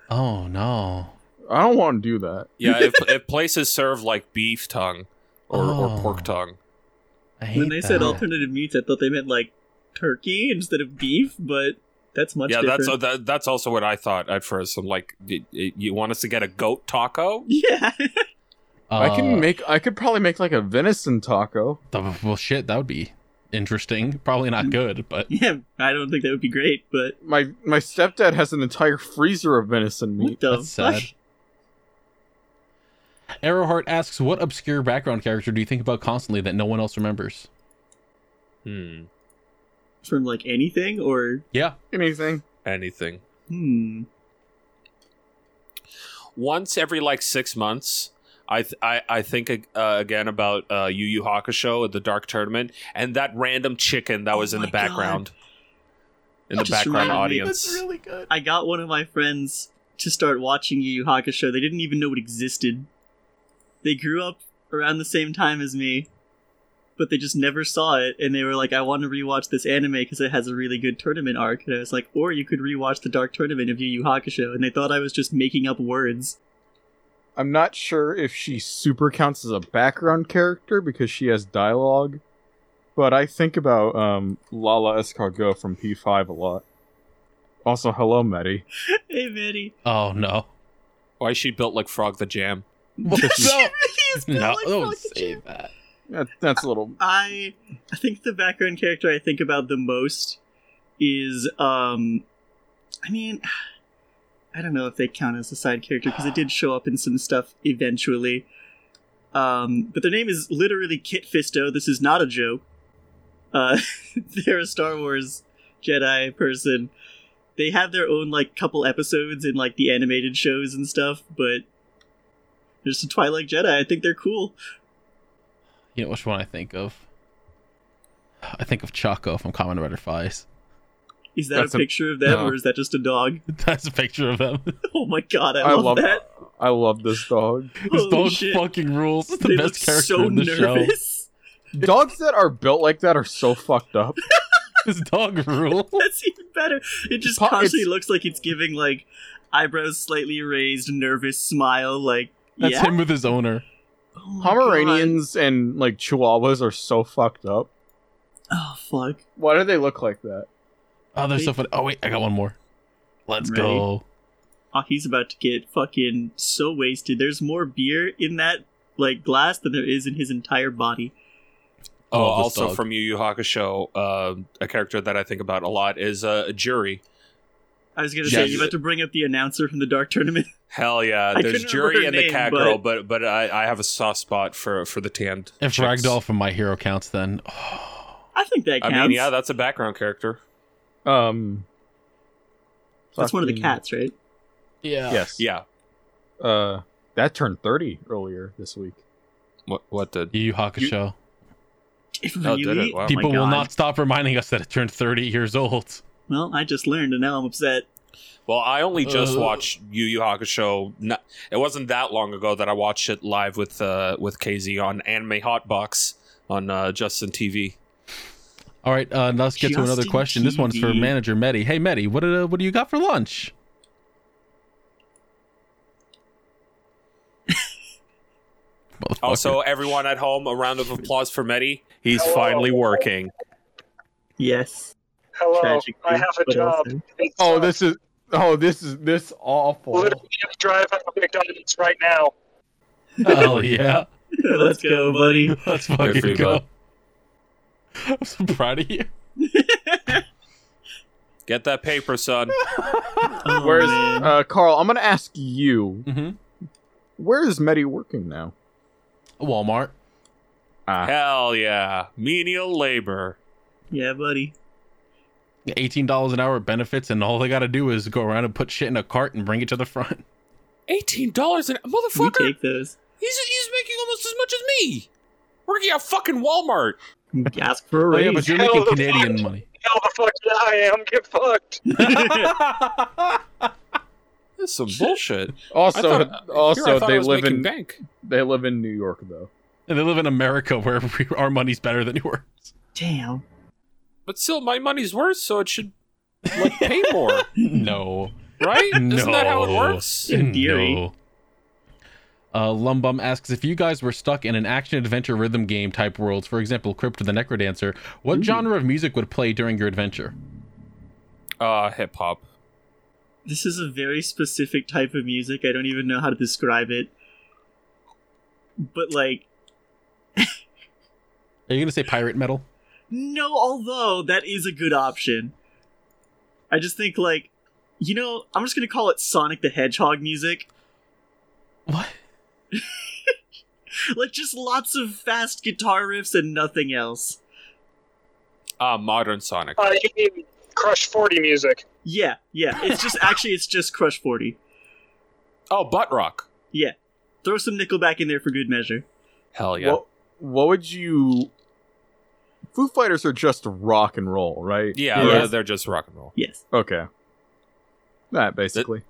Speaker 4: oh no.
Speaker 3: I don't want to do that.
Speaker 2: yeah, if, if places serve like beef tongue or, or
Speaker 4: Oh.
Speaker 2: pork tongue.
Speaker 4: I hate
Speaker 1: When they
Speaker 4: that.
Speaker 1: said alternative meats, I thought they meant like turkey instead of beef, but that's much
Speaker 2: yeah,
Speaker 1: different.
Speaker 2: that's that, that's also what I thought at first. I'm like, y- y- you want us to get a goat taco?
Speaker 1: yeah.
Speaker 4: Uh,
Speaker 3: I can make. I could probably make like a venison taco.
Speaker 4: the- well, shit, that would be interesting. Probably not good, but
Speaker 1: yeah, I don't think that would be great, but
Speaker 3: My my stepdad has an entire freezer of venison
Speaker 1: what
Speaker 3: meat.
Speaker 1: the
Speaker 4: That's
Speaker 1: fuck?
Speaker 4: sad. Arrowheart asks, "What obscure background character do you think about constantly that no one else remembers?"
Speaker 2: Hmm.
Speaker 1: From like anything or
Speaker 4: Yeah,
Speaker 3: Anything?
Speaker 2: Anything.
Speaker 1: hmm.
Speaker 2: Once every like six months, I th- I, I think uh, again about uh, Yu Yu Hakusho at the Dark Tournament and that random chicken that
Speaker 1: Oh
Speaker 2: was in
Speaker 1: my
Speaker 2: the background. In the
Speaker 1: Just
Speaker 2: background
Speaker 1: reminded me.
Speaker 2: audience.
Speaker 4: good.
Speaker 1: I got one of my friends to start watching Yu Yu Hakusho. They didn't even know it existed. They grew up around the same time as me, but they just never saw it, and they were like, "I want to rewatch this anime because it has a really good tournament arc." And I was like, "Or you could rewatch the Dark Tournament of Yu Yu Hakusho." And they thought I was just making up words.
Speaker 3: I'm not sure if she super counts as a background character because she has dialogue, but I think about um, Lala Escargot from P5 a lot. Also, hello, Medi.
Speaker 1: hey, Manny,
Speaker 4: Oh no!
Speaker 2: Why she Oh, built like Frog the Jam.
Speaker 4: no,
Speaker 1: is built
Speaker 4: no,
Speaker 1: like
Speaker 4: don't
Speaker 1: fucking
Speaker 4: say
Speaker 1: Jim.
Speaker 4: that.
Speaker 3: That, that's a little.
Speaker 1: I I think the background character I think about the most is um I mean I don't know if they count as a side character because it did show up in some stuff eventually. Um but their name is literally Kit Fisto. This is not a joke. Uh they're a Star Wars Jedi person. They have their own like couple episodes in like the animated shows and stuff, but there's the Twilight Jedi. I think they're cool.
Speaker 4: You know which one I think of? I think of Choco from Common Rider Fies.
Speaker 1: Is that
Speaker 3: That's
Speaker 1: a
Speaker 3: a-
Speaker 1: picture of them
Speaker 3: no.
Speaker 1: or is that just a dog?
Speaker 4: That's a picture of them.
Speaker 1: Oh my god, I,
Speaker 3: I
Speaker 1: love,
Speaker 3: love.
Speaker 1: that.
Speaker 3: I love this dog.
Speaker 4: This
Speaker 1: Holy
Speaker 4: dog
Speaker 1: shit.
Speaker 4: fucking rules. It's the
Speaker 1: they look
Speaker 4: best character
Speaker 1: so
Speaker 4: in the show.
Speaker 1: nervous.
Speaker 3: Dogs that are built like that are so fucked up.
Speaker 4: This dog rules.
Speaker 1: That's even better. It just
Speaker 3: Po-
Speaker 1: constantly
Speaker 3: it's-
Speaker 1: looks like it's giving like eyebrows slightly raised, nervous smile. Like
Speaker 4: That's
Speaker 1: yeah.
Speaker 4: him with his owner.
Speaker 1: Oh my
Speaker 3: Pomeranians and like Chihuahuas are so fucked up.
Speaker 1: God. Oh fuck.
Speaker 3: Why do they look like that?
Speaker 4: Oh, there's
Speaker 1: Wait.
Speaker 4: so funny. Oh wait, I got one more. Let's
Speaker 1: Ready?
Speaker 4: go.
Speaker 1: Oh, he's about to get fucking so wasted. There's more beer in that like glass than there is in his entire body.
Speaker 2: Oh,
Speaker 4: Oh, this
Speaker 2: also
Speaker 4: dog.
Speaker 2: from Yu Yu Hakusho, uh, a character that I think about a lot is uh, a jury.
Speaker 1: I was gonna say
Speaker 4: Yes.
Speaker 1: you about to bring up the announcer from the Dark Tournament.
Speaker 2: Hell yeah!
Speaker 1: I
Speaker 2: There's
Speaker 1: couldn't remember
Speaker 2: Jury
Speaker 1: her
Speaker 2: and
Speaker 1: name,
Speaker 2: the cat girl, but but I, I have a soft spot for for the tanned.
Speaker 4: If
Speaker 2: chicks.
Speaker 4: Ragdoll from My Hero counts, then
Speaker 1: I think that
Speaker 2: I
Speaker 1: counts.
Speaker 2: mean, yeah, that's a background character.
Speaker 3: Um,
Speaker 1: that's one of the
Speaker 3: fucking-
Speaker 1: cats, right?
Speaker 4: yeah,
Speaker 3: Yes.
Speaker 2: Yeah.
Speaker 3: Uh, that turned thirty earlier this week.
Speaker 2: What what did?
Speaker 4: Yu Yu Hakusho.
Speaker 2: Oh, did it?
Speaker 1: Really?
Speaker 2: Wow. Oh my
Speaker 4: People will
Speaker 1: God.
Speaker 4: not stop reminding us that it turned 30 years old.
Speaker 1: Well, I just learned and now I'm upset.
Speaker 2: Well, I only just
Speaker 4: Uh.
Speaker 2: watched Yu Yu Hakusho. No, it wasn't that long ago that I watched it live with uh, with KZ on Anime Hotbox on uh, Justin TV.
Speaker 4: All right, uh, now let's get to another
Speaker 1: Justin
Speaker 4: question. This one's for
Speaker 1: TV.
Speaker 4: manager Medi. Hey Medi, what did, uh, what do you got for lunch? Motherfucker.
Speaker 2: Also, everyone at home, a round of applause for Medi. He's finally working.
Speaker 1: Yes.
Speaker 5: Hello,
Speaker 1: Tragic
Speaker 5: I
Speaker 1: news,
Speaker 5: have a
Speaker 1: but
Speaker 5: job.
Speaker 1: also-
Speaker 5: It's,
Speaker 3: Oh,
Speaker 5: uh,
Speaker 3: this is oh, this is this awful.
Speaker 5: literally I'm driving to McDonald's right now.
Speaker 4: hell Oh, yeah,
Speaker 1: Let's go, buddy.
Speaker 4: let's
Speaker 2: Good for
Speaker 4: fucking
Speaker 2: you,
Speaker 4: go.
Speaker 2: bud.
Speaker 4: I'm so proud of you.
Speaker 2: Get that paper, son.
Speaker 1: Oh,
Speaker 3: Where's
Speaker 1: man.
Speaker 3: uh, Carl? I'm gonna ask you.
Speaker 4: Mm-hmm.
Speaker 3: Where is Medi working now? Ah.
Speaker 4: Walmart.
Speaker 2: Hell yeah, menial labor.
Speaker 1: yeah, buddy.
Speaker 4: Eighteen dollars an hour benefits, and all they got to do is go around and put shit in a cart and bring it to the front.
Speaker 2: Eighteen dollars an
Speaker 1: We
Speaker 2: motherfucker.
Speaker 1: take those.
Speaker 2: he's he's making almost as much as me. Working at fucking Walmart.
Speaker 1: Ask for a
Speaker 4: Oh, yeah,
Speaker 1: raise.
Speaker 4: but you're
Speaker 5: Hell
Speaker 4: making
Speaker 5: of a
Speaker 4: Canadian
Speaker 5: bunch.
Speaker 4: money.
Speaker 5: Hell the fuck yeah, I am. Get fucked.
Speaker 2: That's some bullshit.
Speaker 3: Also,
Speaker 2: I thought- Here, I
Speaker 3: also
Speaker 2: thought I
Speaker 3: they
Speaker 2: was
Speaker 3: live
Speaker 2: making
Speaker 3: in
Speaker 2: bank.
Speaker 3: they live in New York though.
Speaker 4: And they live in America where we, our money's better than yours.
Speaker 1: Damn.
Speaker 2: But still, my money's worth, so it should like pay more,
Speaker 4: No.
Speaker 2: right? Isn't that how it
Speaker 4: No.
Speaker 2: works?
Speaker 1: In theory.
Speaker 4: Hmm, No. Uh, Lumbum asks if you guys were stuck in an action adventure rhythm game type worlds, for example, Crypt of the Necrodancer, what
Speaker 1: Ooh.
Speaker 4: genre of music would play during your adventure?
Speaker 2: Uh, hip hop.
Speaker 1: This is a very specific type of music. I don't even know how to describe it. But like,
Speaker 4: Are you going to say pirate metal?
Speaker 1: no, although that is a good option. I just think like, you know, I'm just gonna call it Sonic the Hedgehog music.
Speaker 4: What?
Speaker 1: Like just lots of fast guitar riffs and nothing else.
Speaker 2: Uh, modern Sonic.
Speaker 5: Uh, you mean Crush 40 music.
Speaker 1: Yeah, yeah. It's just actually it's just Crush 40.
Speaker 2: Oh, butt rock.
Speaker 1: Yeah. Throw some Nickelback in there for good measure.
Speaker 2: Hell Oh, yeah.
Speaker 3: What what would you? Foo Fighters are just rock and roll, right?
Speaker 2: yeah,
Speaker 1: Yeah.
Speaker 2: They're, they're just rock and roll.
Speaker 1: Yes.
Speaker 3: Okay. That basically.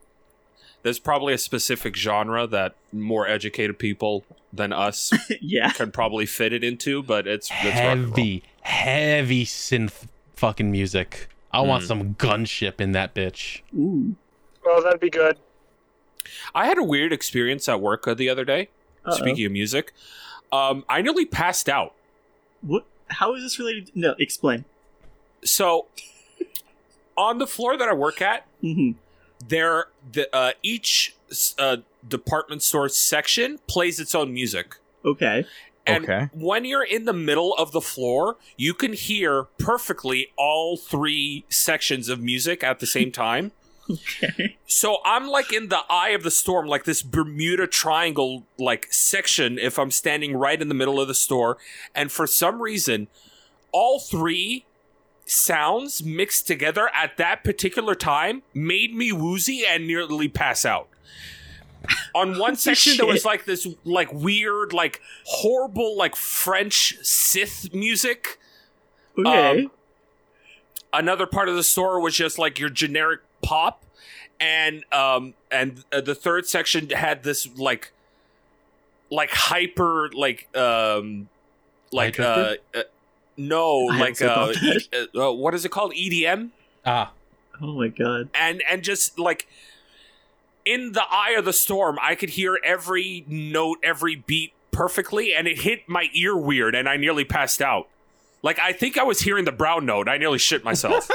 Speaker 2: There's probably a specific genre that more educated people than us
Speaker 1: yeah.
Speaker 2: can probably fit it into, but it's, it's rock and roll.
Speaker 4: heavy, heavy synth fucking music. I want
Speaker 2: Mm.
Speaker 4: some gunship in that bitch.
Speaker 1: Ooh.
Speaker 5: Well, that'd be good.
Speaker 2: I had a weird experience at work uh, the other day.
Speaker 1: Uh-oh.
Speaker 2: Speaking of music, um, I nearly passed out.
Speaker 1: What? How is this related? No, explain.
Speaker 2: So, on the floor that I work at,
Speaker 1: hmm
Speaker 2: there the uh, each uh, department store section plays its own music.
Speaker 1: Okay.
Speaker 2: And
Speaker 3: Okay.
Speaker 2: when you're in the middle of the floor, you can hear perfectly all three sections of music at the same time.
Speaker 1: Okay.
Speaker 2: So I'm like in the eye of the storm, like this Bermuda Triangle like section. If I'm standing right in the middle of the store, and for some reason, all three sounds mixed together at that particular time made me woozy and nearly pass out. On one section, there was
Speaker 1: Shit.
Speaker 2: like this like weird, like horrible, like French Sith music
Speaker 1: Okay.
Speaker 2: another part of the store was just like your generic pop and um and uh, the third section had this like like hyper like um like uh,
Speaker 4: High-drifter?
Speaker 2: uh no
Speaker 1: I
Speaker 2: like uh,
Speaker 1: also
Speaker 2: E- uh what is it called EDM
Speaker 4: Ah,
Speaker 1: oh my god.
Speaker 2: and and just like in the eye of the storm I could hear every note every beat perfectly and it hit my ear weird and I nearly passed out like I think I was hearing the brown note I nearly shit myself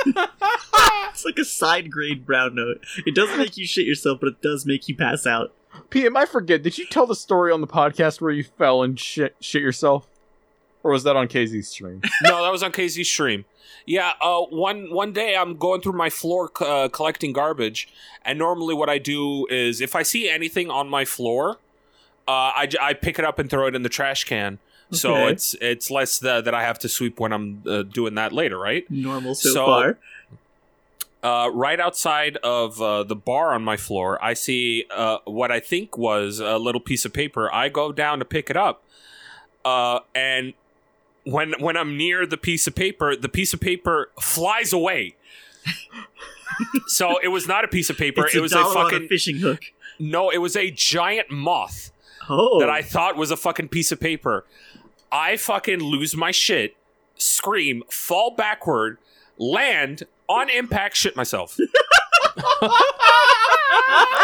Speaker 1: It's like a side grade brown note. It doesn't make you shit yourself, but it does make you pass out.
Speaker 3: PM, I forget. Did you tell the story on the podcast where you fell and shit, shit yourself, or was that on KZ's stream?
Speaker 2: no, that was on KZ stream. Yeah, uh, one one day I'm going through my floor c- uh, collecting garbage, and normally what I do is if I see anything on my floor, uh, I, j- I pick it up and throw it in the trash can. So
Speaker 1: Okay.
Speaker 2: it's it's less tha- that I have to sweep when I'm uh, doing that later, right?
Speaker 1: Normal so,
Speaker 2: So-
Speaker 1: far.
Speaker 2: Uh, right outside of uh, the bar on my floor, I see uh, what I think was a little piece of paper. I go down to pick it up, uh, and when when I'm near the piece of paper, the piece of paper flies away. So it was not a piece of paper.
Speaker 1: It's
Speaker 2: it was a
Speaker 1: dollar on
Speaker 2: fucking
Speaker 1: fishing hook.
Speaker 2: no. It was a giant moth
Speaker 1: Oh,
Speaker 2: that I thought was a fucking piece of paper. I fucking lose my shit, scream, fall backward, land on impact, shit myself.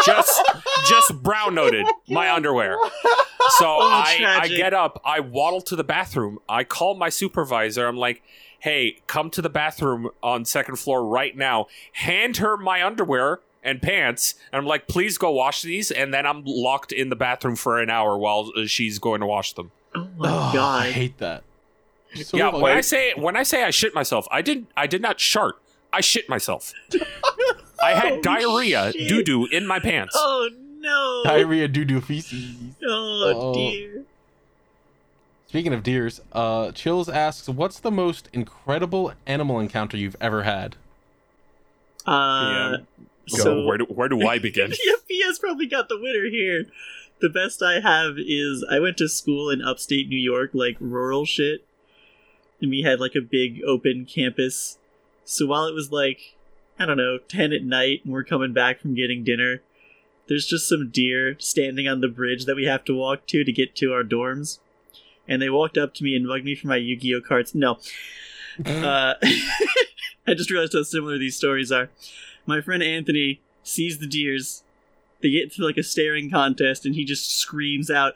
Speaker 2: just just brown noted my underwear. So I,
Speaker 1: Oh,
Speaker 2: I
Speaker 1: tragic.
Speaker 2: get up, I waddle to the bathroom, I call my supervisor, I'm like, hey, come to the bathroom on second floor right now, hand her my underwear and pants, and I'm like, please go wash these, and then I'm locked in the bathroom for an hour while uh, she's going to wash them.
Speaker 1: oh my
Speaker 4: Ugh, I
Speaker 1: god!
Speaker 4: hate that. So
Speaker 2: yeah,
Speaker 4: fucking-
Speaker 2: when I say when I say I shit myself, I didn't I did not shart. I shit myself. I had diarrhea
Speaker 1: shit.
Speaker 2: doo doo in my pants.
Speaker 1: Oh no!
Speaker 4: diarrhea doo doo feces.
Speaker 1: oh
Speaker 4: Oh.
Speaker 1: dear!
Speaker 4: Speaking of deers, uh, Chills asks, "What's the most incredible animal encounter you've ever had?"
Speaker 1: Uh,
Speaker 2: Go,
Speaker 1: so
Speaker 2: where do, where do I begin?
Speaker 1: yeah, Pia's probably got the winner here. The best I have is I went to school in upstate New York, like rural shit. And we had like a big open campus. So while it was like, I don't know, 10 at night and we're coming back from getting dinner, there's just some deer standing on the bridge that we have to walk to to get to our dorms. And they walked up to me and mugged me for my Yu Gi Oh cards. No. Uh, I just realized how similar these stories are. My friend Anthony sees the deers. They get into like a staring contest, and he just screams out,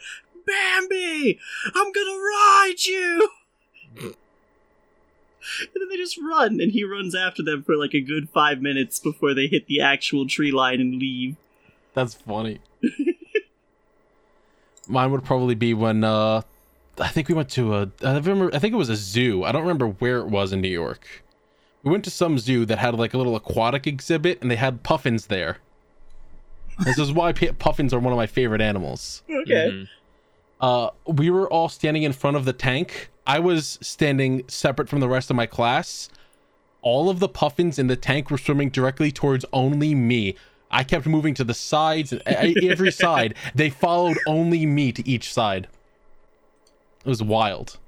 Speaker 1: "Bambi, I'm gonna ride you!" and then they just run, and he runs after them for like a good five minutes before they hit the actual tree line and leave.
Speaker 4: That's funny. Mine would probably be when uh, I think we went to a. I remember. I think it was a zoo. I don't remember where it was in New York. We went to some zoo that had like a little aquatic exhibit, and they had puffins there. this is why pu- puffins are one of my favorite animals.
Speaker 1: Okay,
Speaker 2: Mhm.
Speaker 4: Uh, we were all standing in front of the tank. I was standing separate from the rest of my class. All of the puffins in the tank were swimming directly towards only me. I kept moving to the sides, and e- e- every side. They followed only me to each side. It was wild.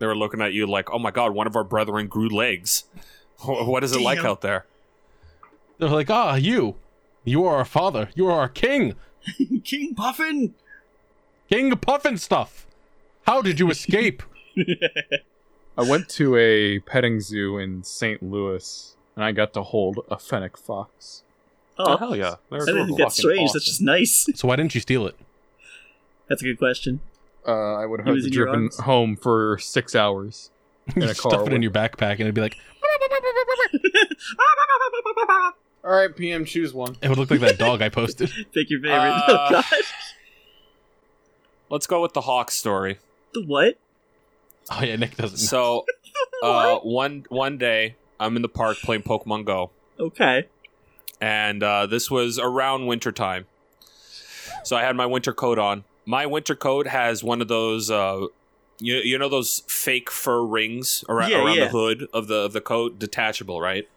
Speaker 2: They were looking at you like, oh my god, one of our brethren grew legs. Wh- What is it like
Speaker 1: Damn.
Speaker 2: out there?
Speaker 4: They were like, ah, you. You are our father. You are our king.
Speaker 2: Mm-hmm.
Speaker 1: King Puffin.
Speaker 4: King of Puffin stuff. How did you escape?
Speaker 2: Oh,
Speaker 3: I went to a petting zoo in St. Louis, and I got to hold a fennec fox.
Speaker 1: Oh,
Speaker 2: They're
Speaker 1: I didn't think
Speaker 2: adorable.
Speaker 1: that's
Speaker 3: fucking
Speaker 1: strange. That's
Speaker 3: awesome.
Speaker 1: just nice.
Speaker 4: so why didn't you steal it?
Speaker 1: That's a good question.
Speaker 3: Uh, I would
Speaker 1: It
Speaker 3: have
Speaker 1: was
Speaker 3: had
Speaker 1: in
Speaker 3: to
Speaker 1: your
Speaker 3: driven
Speaker 1: arms?
Speaker 3: home for six hours.
Speaker 4: You
Speaker 3: In a
Speaker 4: stuff
Speaker 3: car
Speaker 4: it in your backpack, and it'd be like,
Speaker 3: All right, PM, choose one.
Speaker 4: it would look like that dog I posted.
Speaker 1: Pick your favorite.
Speaker 2: Uh,
Speaker 1: oh God,
Speaker 2: Let's go with the hawk story.
Speaker 1: the what?
Speaker 4: Oh yeah, Nick doesn't. know.
Speaker 2: So, uh, one one day, I'm in the park playing Pokemon Go,
Speaker 1: Okay.
Speaker 2: and uh, this was around winter time. So I had my winter coat on. My winter coat has one of those, uh, you you know those fake fur rings around,
Speaker 1: Yeah,
Speaker 2: around
Speaker 1: yeah.
Speaker 2: the hood of the of the coat, detachable, right?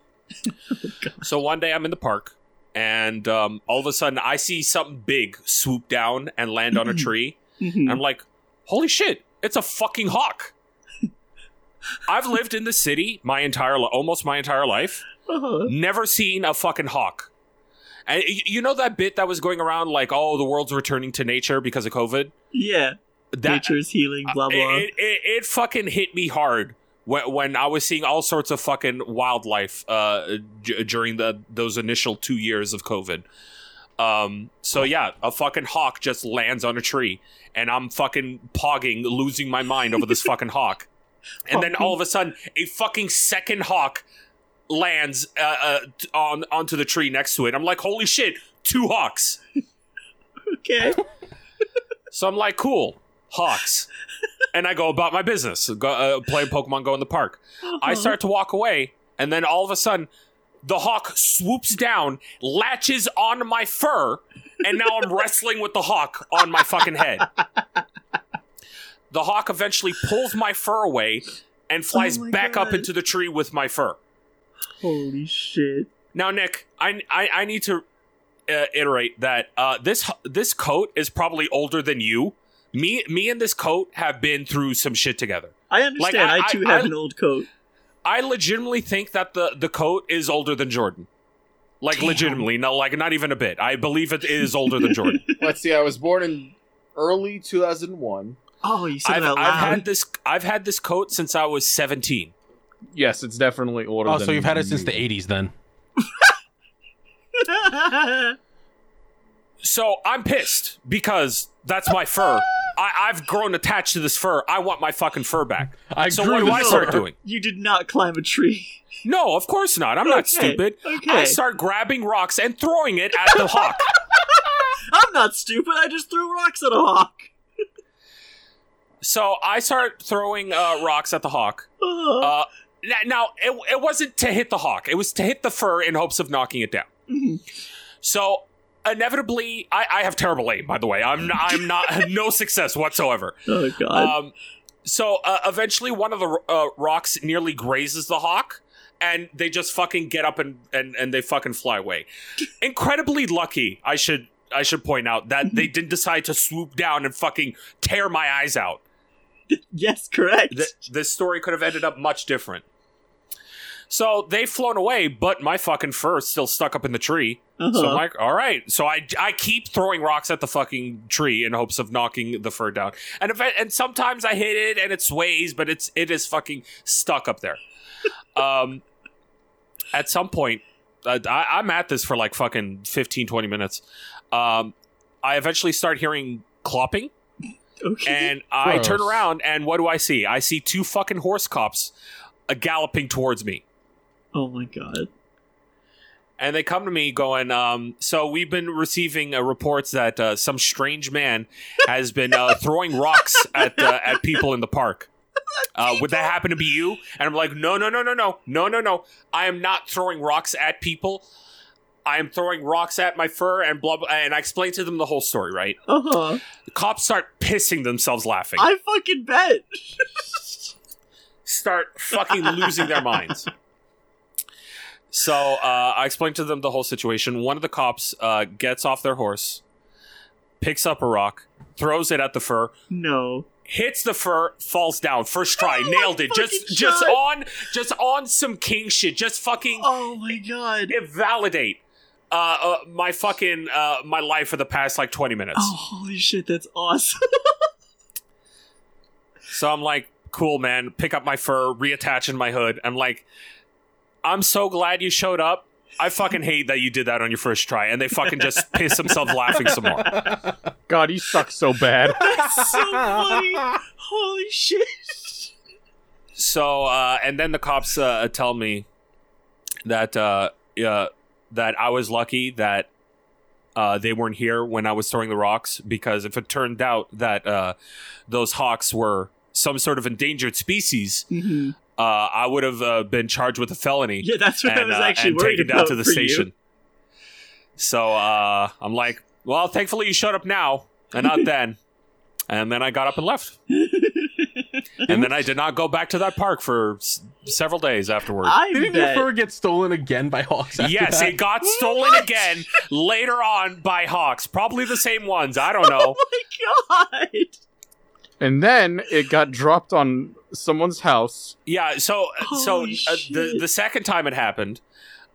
Speaker 2: so one day I'm in the park, and um, all of a sudden I see something big swoop down and land on a tree.
Speaker 1: Mhm.
Speaker 2: And I'm like, holy shit, it's a fucking hawk. I've lived in the city my entire li- almost my entire life,
Speaker 1: Uh-huh.
Speaker 2: never seen a fucking hawk. And y- you know that bit that was going around like, oh, the world's returning to nature because of COVID.
Speaker 1: Yeah.
Speaker 2: That
Speaker 1: Nature's healing. Blah
Speaker 2: Uh, it,
Speaker 1: blah.
Speaker 2: It, it, it fucking hit me hard when, when I was seeing all sorts of fucking wildlife uh, d- during the those initial two years of COVID. Um, so yeah, a fucking hawk just lands on a tree, and I'm fucking pogging, losing my mind over this fucking hawk. And then all of a sudden, a fucking second hawk lands uh, uh, t- on onto the tree next to it. I'm like, holy shit, two hawks.
Speaker 1: okay.
Speaker 2: So I'm like, cool, Hawks. and I go about my business, go, uh, playing Pokemon Go in the park. I
Speaker 1: Uh-huh.
Speaker 2: start to walk away, and then all of a sudden, the hawk swoops down, latches on my fur, and now I'm wrestling with the hawk on my fucking head. The hawk eventually pulls my fur away and flies
Speaker 1: Oh my
Speaker 2: back up
Speaker 1: God.
Speaker 2: into the tree with my fur.
Speaker 1: Holy shit.
Speaker 2: Now, Nick, I I, I need to uh, iterate that uh, this this coat is probably older than you. Me me and this coat have been through some shit together.
Speaker 1: I understand.
Speaker 2: I-
Speaker 1: I,
Speaker 2: I-
Speaker 1: too have
Speaker 2: I-
Speaker 1: an old coat.
Speaker 2: I legitimately think that the the coat is older than Jordan. Like
Speaker 1: Damn.
Speaker 2: legitimately, no, like not even a bit. I believe it is older than Jordan.
Speaker 6: Let's see. I was born in early 2001.
Speaker 1: Oh, you said
Speaker 2: I've,
Speaker 1: it out
Speaker 2: I've
Speaker 1: loud.
Speaker 2: had this I've had this coat since I was seventeen.
Speaker 3: Yes, it's definitely older.
Speaker 4: Oh,
Speaker 3: than
Speaker 4: so you've had it since
Speaker 3: you.
Speaker 4: the 80s then.
Speaker 2: So I'm pissed because that's my fur. I, I've grown attached to this fur. I want my fucking fur back.
Speaker 4: I
Speaker 2: so
Speaker 4: grew
Speaker 2: what do
Speaker 4: the
Speaker 2: I
Speaker 1: fur.
Speaker 2: start doing?
Speaker 1: you did not climb a tree.
Speaker 2: No, of course not. I'm not
Speaker 1: Okay,
Speaker 2: stupid.
Speaker 1: okay.
Speaker 2: I start grabbing rocks and throwing it at the hawk.
Speaker 1: I'm not stupid. I just threw rocks at a hawk.
Speaker 2: So I start throwing uh, rocks at the hawk.
Speaker 1: Oh,
Speaker 2: Uh, n- now, it, it wasn't to hit the hawk, it was to hit the fur in hopes of knocking it down.
Speaker 1: mhm.
Speaker 2: So inevitably, I, I have terrible aim, by the way. I'm not, I'm not no success whatsoever.
Speaker 1: oh god.
Speaker 2: Um, so uh, eventually, one of the uh, rocks nearly grazes the hawk, and they just fucking get up and, and, and they fucking fly away. Incredibly lucky, I should I should point out that they didn't decide to swoop down and fucking tear my eyes out.
Speaker 1: yes, correct.
Speaker 2: Th- this story could have ended up much different. So they've flown away, but my fucking fur is still stuck up in the tree. So
Speaker 1: Uh-huh.
Speaker 2: Mike, all right. So I, I keep throwing rocks at the fucking tree in hopes of knocking the fur down. And if I- and sometimes I hit it and it sways, but it's it is fucking stuck up there. Um, at some point, I, I- I'm at this for like fucking 15, 20 minutes. Um, I eventually start hearing clopping,
Speaker 1: okay.
Speaker 2: and I
Speaker 4: Gross.
Speaker 2: turn around, and what do I see? I see two fucking horse cops uh, galloping towards me.
Speaker 1: oh my god.
Speaker 2: and they come to me going, um, "So we've been receiving uh, reports that uh, some strange man has been uh, throwing rocks at uh, at people in the park. Uh, would that happen to be you?" And I'm like, "No, no, no, no, no, no, no, no. I am not throwing rocks at people. I am throwing rocks at my fur and blah." blah and I explained to them the whole story. Right?
Speaker 1: Uh huh.
Speaker 2: The cops start pissing themselves laughing.
Speaker 1: I fucking bet.
Speaker 2: start fucking losing their minds. So uh, I explained to them the whole situation. One of the cops uh, gets off their horse, picks up a rock, throws it at the fur,
Speaker 1: No.
Speaker 2: hits the fur, falls down. First try,
Speaker 1: Oh,
Speaker 2: nailed it.
Speaker 1: fucking
Speaker 2: Just, just
Speaker 1: shot.
Speaker 2: on, just on some king shit. Just fucking
Speaker 1: Oh my god.
Speaker 2: validate uh, uh, my fucking uh, my life for the past like twenty minutes.
Speaker 1: Oh holy shit, that's awesome.
Speaker 2: So I'm like, cool, man. Pick up my fur, reattach in my hood. I'm like, I'm so glad you showed up. I fucking hate that you did that on your first try. And they fucking just piss themselves laughing some more.
Speaker 3: God, he sucks so bad.
Speaker 1: That's so funny. Holy shit.
Speaker 2: So, uh, and then the cops uh, tell me that uh, uh, that I was lucky that uh, they weren't here when I was throwing the rocks because if it turned out that uh, those hawks were some sort of endangered species,
Speaker 4: Mm-hmm.
Speaker 1: Mhm.
Speaker 2: uh, I would have uh, been charged with a felony.
Speaker 1: Yeah, that's what I was
Speaker 2: uh,
Speaker 1: actually
Speaker 2: and
Speaker 1: worried
Speaker 2: take it
Speaker 1: about
Speaker 2: down to the
Speaker 1: for you.
Speaker 2: station. So uh, I'm like, well, thankfully you showed up now and not then. And then I got up and left. and then I did not go back to that park for s- several days afterward.
Speaker 1: I
Speaker 4: Didn't your
Speaker 1: bet.
Speaker 4: fur get stolen again by hawks? after
Speaker 2: yes,
Speaker 4: that?
Speaker 2: it got stolen again later on by hawks. Probably the same ones. I don't know.
Speaker 1: Oh my god.
Speaker 3: and then it got dropped on someone's house.
Speaker 2: Yeah, so so
Speaker 1: Holy
Speaker 2: uh, the
Speaker 1: shit.
Speaker 2: the second time it happened,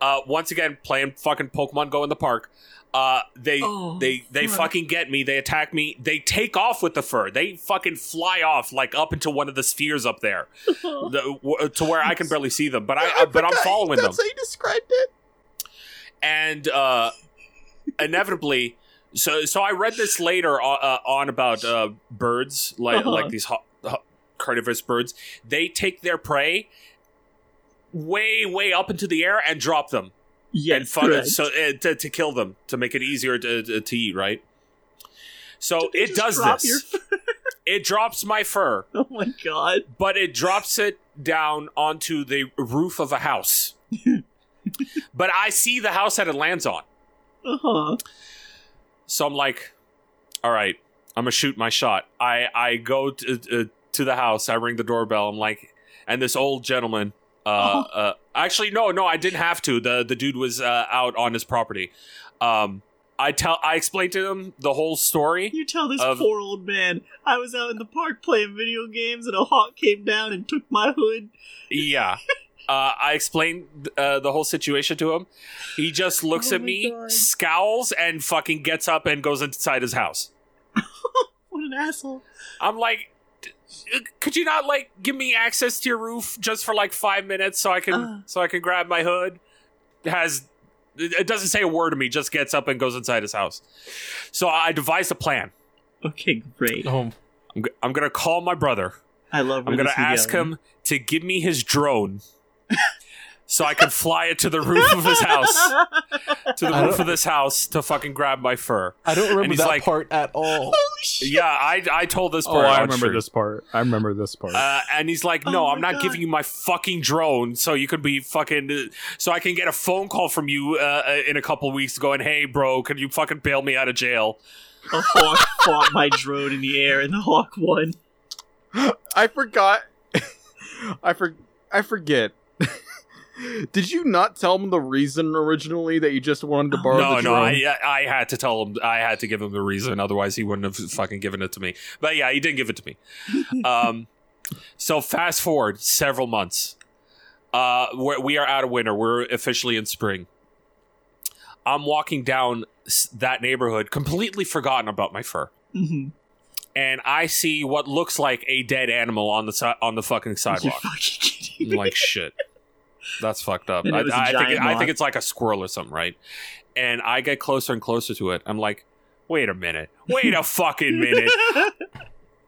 Speaker 2: uh, once again playing fucking Pokemon Go in the park, uh, they
Speaker 1: Oh,
Speaker 2: they they
Speaker 1: fuck.
Speaker 2: fucking get me. They attack me. They take off with the fur. They fucking fly off like up into one of the spheres up there, the, w- uh, to where I can barely see them. But I, uh, but I'm following them,
Speaker 6: That's how you described it.
Speaker 2: and uh, inevitably. So, so I read this later on, uh, on about uh, birds, like
Speaker 1: Uh-huh.
Speaker 2: like these ho- ho- carnivorous birds. They take their prey way, way up into the air and drop them
Speaker 1: Yes,
Speaker 2: and fun
Speaker 1: correct.
Speaker 2: so uh, to, to kill them to make it easier to, to, to eat right so
Speaker 1: Did they
Speaker 2: oh, it
Speaker 1: just
Speaker 2: does
Speaker 1: drop
Speaker 2: this
Speaker 1: your fur?
Speaker 2: it drops my fur
Speaker 1: Oh my god.
Speaker 2: but it drops it down onto the roof of a house but i see the house that it lands on
Speaker 1: Uh huh.
Speaker 2: so i'm like all right i'm gonna shoot my shot i i go to, uh, to the house i ring the doorbell i'm like and this old gentleman uh,
Speaker 1: Oh.
Speaker 2: uh actually no no i didn't have to the the dude was uh, out on his property um i tell i explained to him the whole story
Speaker 1: You tell this
Speaker 2: Of-
Speaker 1: poor old man. I was out in the park playing video games, and a hawk came down and took my hood.
Speaker 2: yeah Uh, I explained uh, the whole situation to him. He just looks
Speaker 1: Oh
Speaker 2: at
Speaker 1: my
Speaker 2: me,
Speaker 1: God.
Speaker 2: scowls, and fucking gets up and goes inside his house.
Speaker 1: What an asshole.
Speaker 2: I'm like, "D- could you not like give me access to your roof just for like five minutes so I can
Speaker 1: Uh.
Speaker 2: so I can grab my hood? Has it it doesn't say a word to me. Just gets up and goes inside his house. So I devised a plan.
Speaker 1: Okay, great.
Speaker 4: Oh,
Speaker 2: I'm, g- I'm gonna call my brother.
Speaker 1: I love. where
Speaker 2: I'm gonna
Speaker 1: this is
Speaker 2: ask
Speaker 1: going.
Speaker 2: him to give me his drone. So I can fly it to the roof of his house, to the
Speaker 4: I
Speaker 2: roof
Speaker 4: don't-
Speaker 2: of this house, to fucking grab my fur.
Speaker 4: I don't remember
Speaker 2: he's
Speaker 4: that
Speaker 2: like-
Speaker 4: part at all.
Speaker 1: Holy shit.
Speaker 2: Yeah, I I told this
Speaker 3: Oh,
Speaker 2: part.
Speaker 3: I
Speaker 2: on
Speaker 3: remember
Speaker 2: stream.
Speaker 3: this part. I remember this part.
Speaker 2: Uh, and he's like,
Speaker 1: Oh
Speaker 2: "No,
Speaker 1: my
Speaker 2: I'm not
Speaker 1: God.
Speaker 2: giving you my fucking drone, so you could be fucking, so I can get a phone call from you uh, uh, in a couple weeks, going, hey, bro, could you fucking bail me out of jail?"
Speaker 1: A hawk fought my drone in the air, and the hawk won.
Speaker 3: I forgot. I for I forget. Did you not tell him the reason originally that you just wanted to borrow
Speaker 2: no,
Speaker 3: the
Speaker 2: no,
Speaker 3: drone?
Speaker 2: I, I I had to tell him, I had to give him the reason, otherwise he wouldn't have fucking given it to me. But yeah, he didn't give it to me. um, so fast forward several months, uh, we're, we are out of winter. We're officially in spring. I'm walking down s- that neighborhood, completely forgotten about my fur.
Speaker 1: Mhm.
Speaker 2: and I see what looks like a dead animal on the si- on the fucking
Speaker 1: You're
Speaker 2: sidewalk.
Speaker 1: fucking kidding
Speaker 2: I'm
Speaker 1: me.
Speaker 2: like shit, that's fucked up.
Speaker 1: And it
Speaker 2: I,
Speaker 1: was a
Speaker 2: I think
Speaker 1: giant
Speaker 2: I
Speaker 1: moth.
Speaker 2: think it's like a squirrel or something, right? And I get closer and closer to it. I'm like, wait a minute, wait a fucking minute,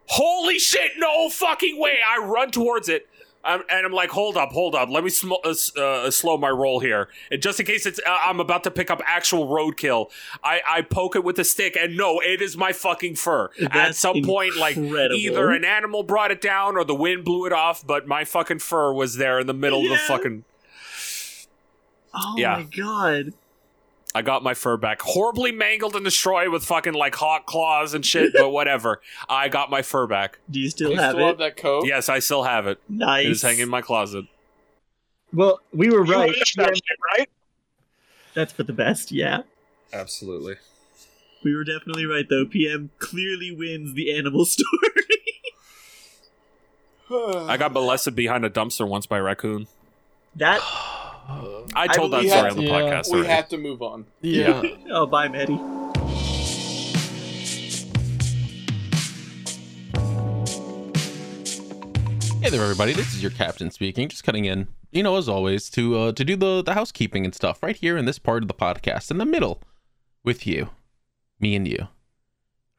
Speaker 2: holy shit, no fucking way! I run towards it. I'm, and I'm like, hold up, hold up. Let me sm- uh, s- uh, slow my roll here. And just in case it's, uh, I'm about to pick up actual roadkill, I, I poke it with a stick, and no, it is my fucking fur. At
Speaker 1: That's
Speaker 2: some point, like
Speaker 1: incredible.
Speaker 2: either an animal brought it down or the wind blew it off, but my fucking fur was there in the middle of the
Speaker 1: Yeah.
Speaker 2: fucking.
Speaker 1: oh
Speaker 2: yeah.
Speaker 1: my god.
Speaker 2: I got my fur back. Horribly mangled and destroyed with fucking like hawk claws and shit, but whatever. I got my fur back.
Speaker 1: Do you
Speaker 6: You
Speaker 1: still have
Speaker 6: still
Speaker 1: it?
Speaker 6: have that
Speaker 3: Oh.
Speaker 6: coat?
Speaker 2: Yes, I still have it.
Speaker 1: nice.
Speaker 2: It is hanging in my closet.
Speaker 7: Well, we were
Speaker 5: You
Speaker 7: right.
Speaker 5: washed
Speaker 7: Yeah.
Speaker 5: that shit, right?
Speaker 1: That's for the best. Yeah.
Speaker 2: Absolutely.
Speaker 1: We were definitely right though. PM clearly wins the animal story.
Speaker 2: I got molested behind a dumpster once by a raccoon.
Speaker 1: that.
Speaker 2: I
Speaker 1: I
Speaker 2: told that
Speaker 6: believe-
Speaker 2: story
Speaker 6: yeah,
Speaker 2: on the
Speaker 3: uh,
Speaker 4: yeah.
Speaker 2: podcast.
Speaker 6: We
Speaker 2: already.
Speaker 6: have to move on.
Speaker 4: yeah.
Speaker 1: Oh, bye, Maddie.
Speaker 4: Hey there, everybody. This is your captain speaking. Just cutting in, you know, as always, to uh, to do the the housekeeping and stuff right here in this part of the podcast, in the middle, with you, me and you,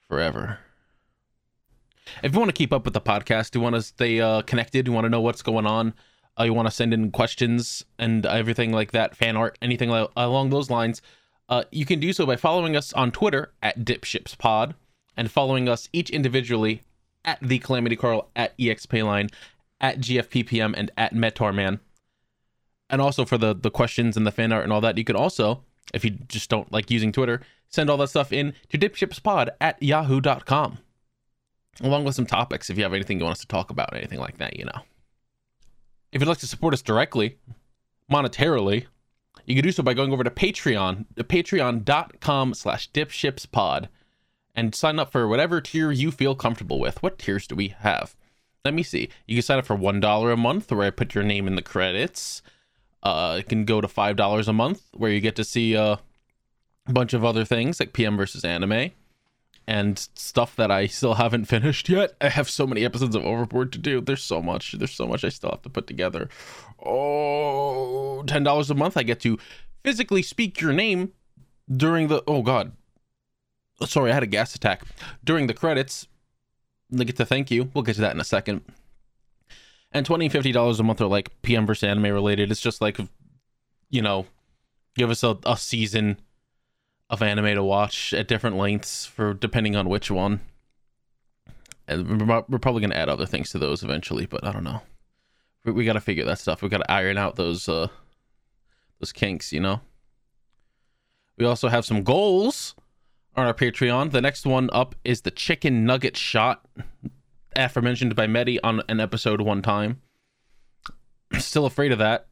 Speaker 4: forever. If you want to keep up with the podcast, you want to stay uh, connected, you want to know what's going on, uh, you want to send in questions and everything like that, fan art, anything li- along those lines, uh, you can do so by following us on Twitter at DipshipsPod and following us each individually at the Calamity Carl, at E EXPayline, at GFPPM, and at Metarman. And also for the the questions and the fan art and all that, you could also, if you just don't like using Twitter, send all that stuff in to dipshipspod at yahoo.com. Along with some topics if you have anything you want us to talk about, anything like that, you know. If you'd like to support us directly, monetarily, you can do so by going over to Patreon, patreon.com slash dipshipspod and sign up for whatever tier you feel comfortable with. What tiers do we have? Let me see. You can sign up for one dollar a month, where I put your name in the credits. Uh, it can go to five dollars a month, where you get to see uh, a bunch of other things like PM versus anime and stuff that I still haven't finished yet. I have so many episodes of Overboard to do. There's so much. There's so much I still have to put together. Oh, ten dollars a month. I get to physically speak your name during the. Oh God, sorry, I had a gas attack during the credits. They get to thank you. We'll get to that in a second. And twenty and fifty dollars a month are like PM versus anime related. It's just like, you know, give us a, a season of anime to watch at different lengths for depending on which one. And we're we're probably gonna add other things to those eventually, but I don't know. We, we got to figure that stuff. We got to iron out those uh those kinks, you know. We also have some goals on our Patreon. The next one up is the chicken nugget shot, aforementioned by Medi on an episode one time. Still afraid of that.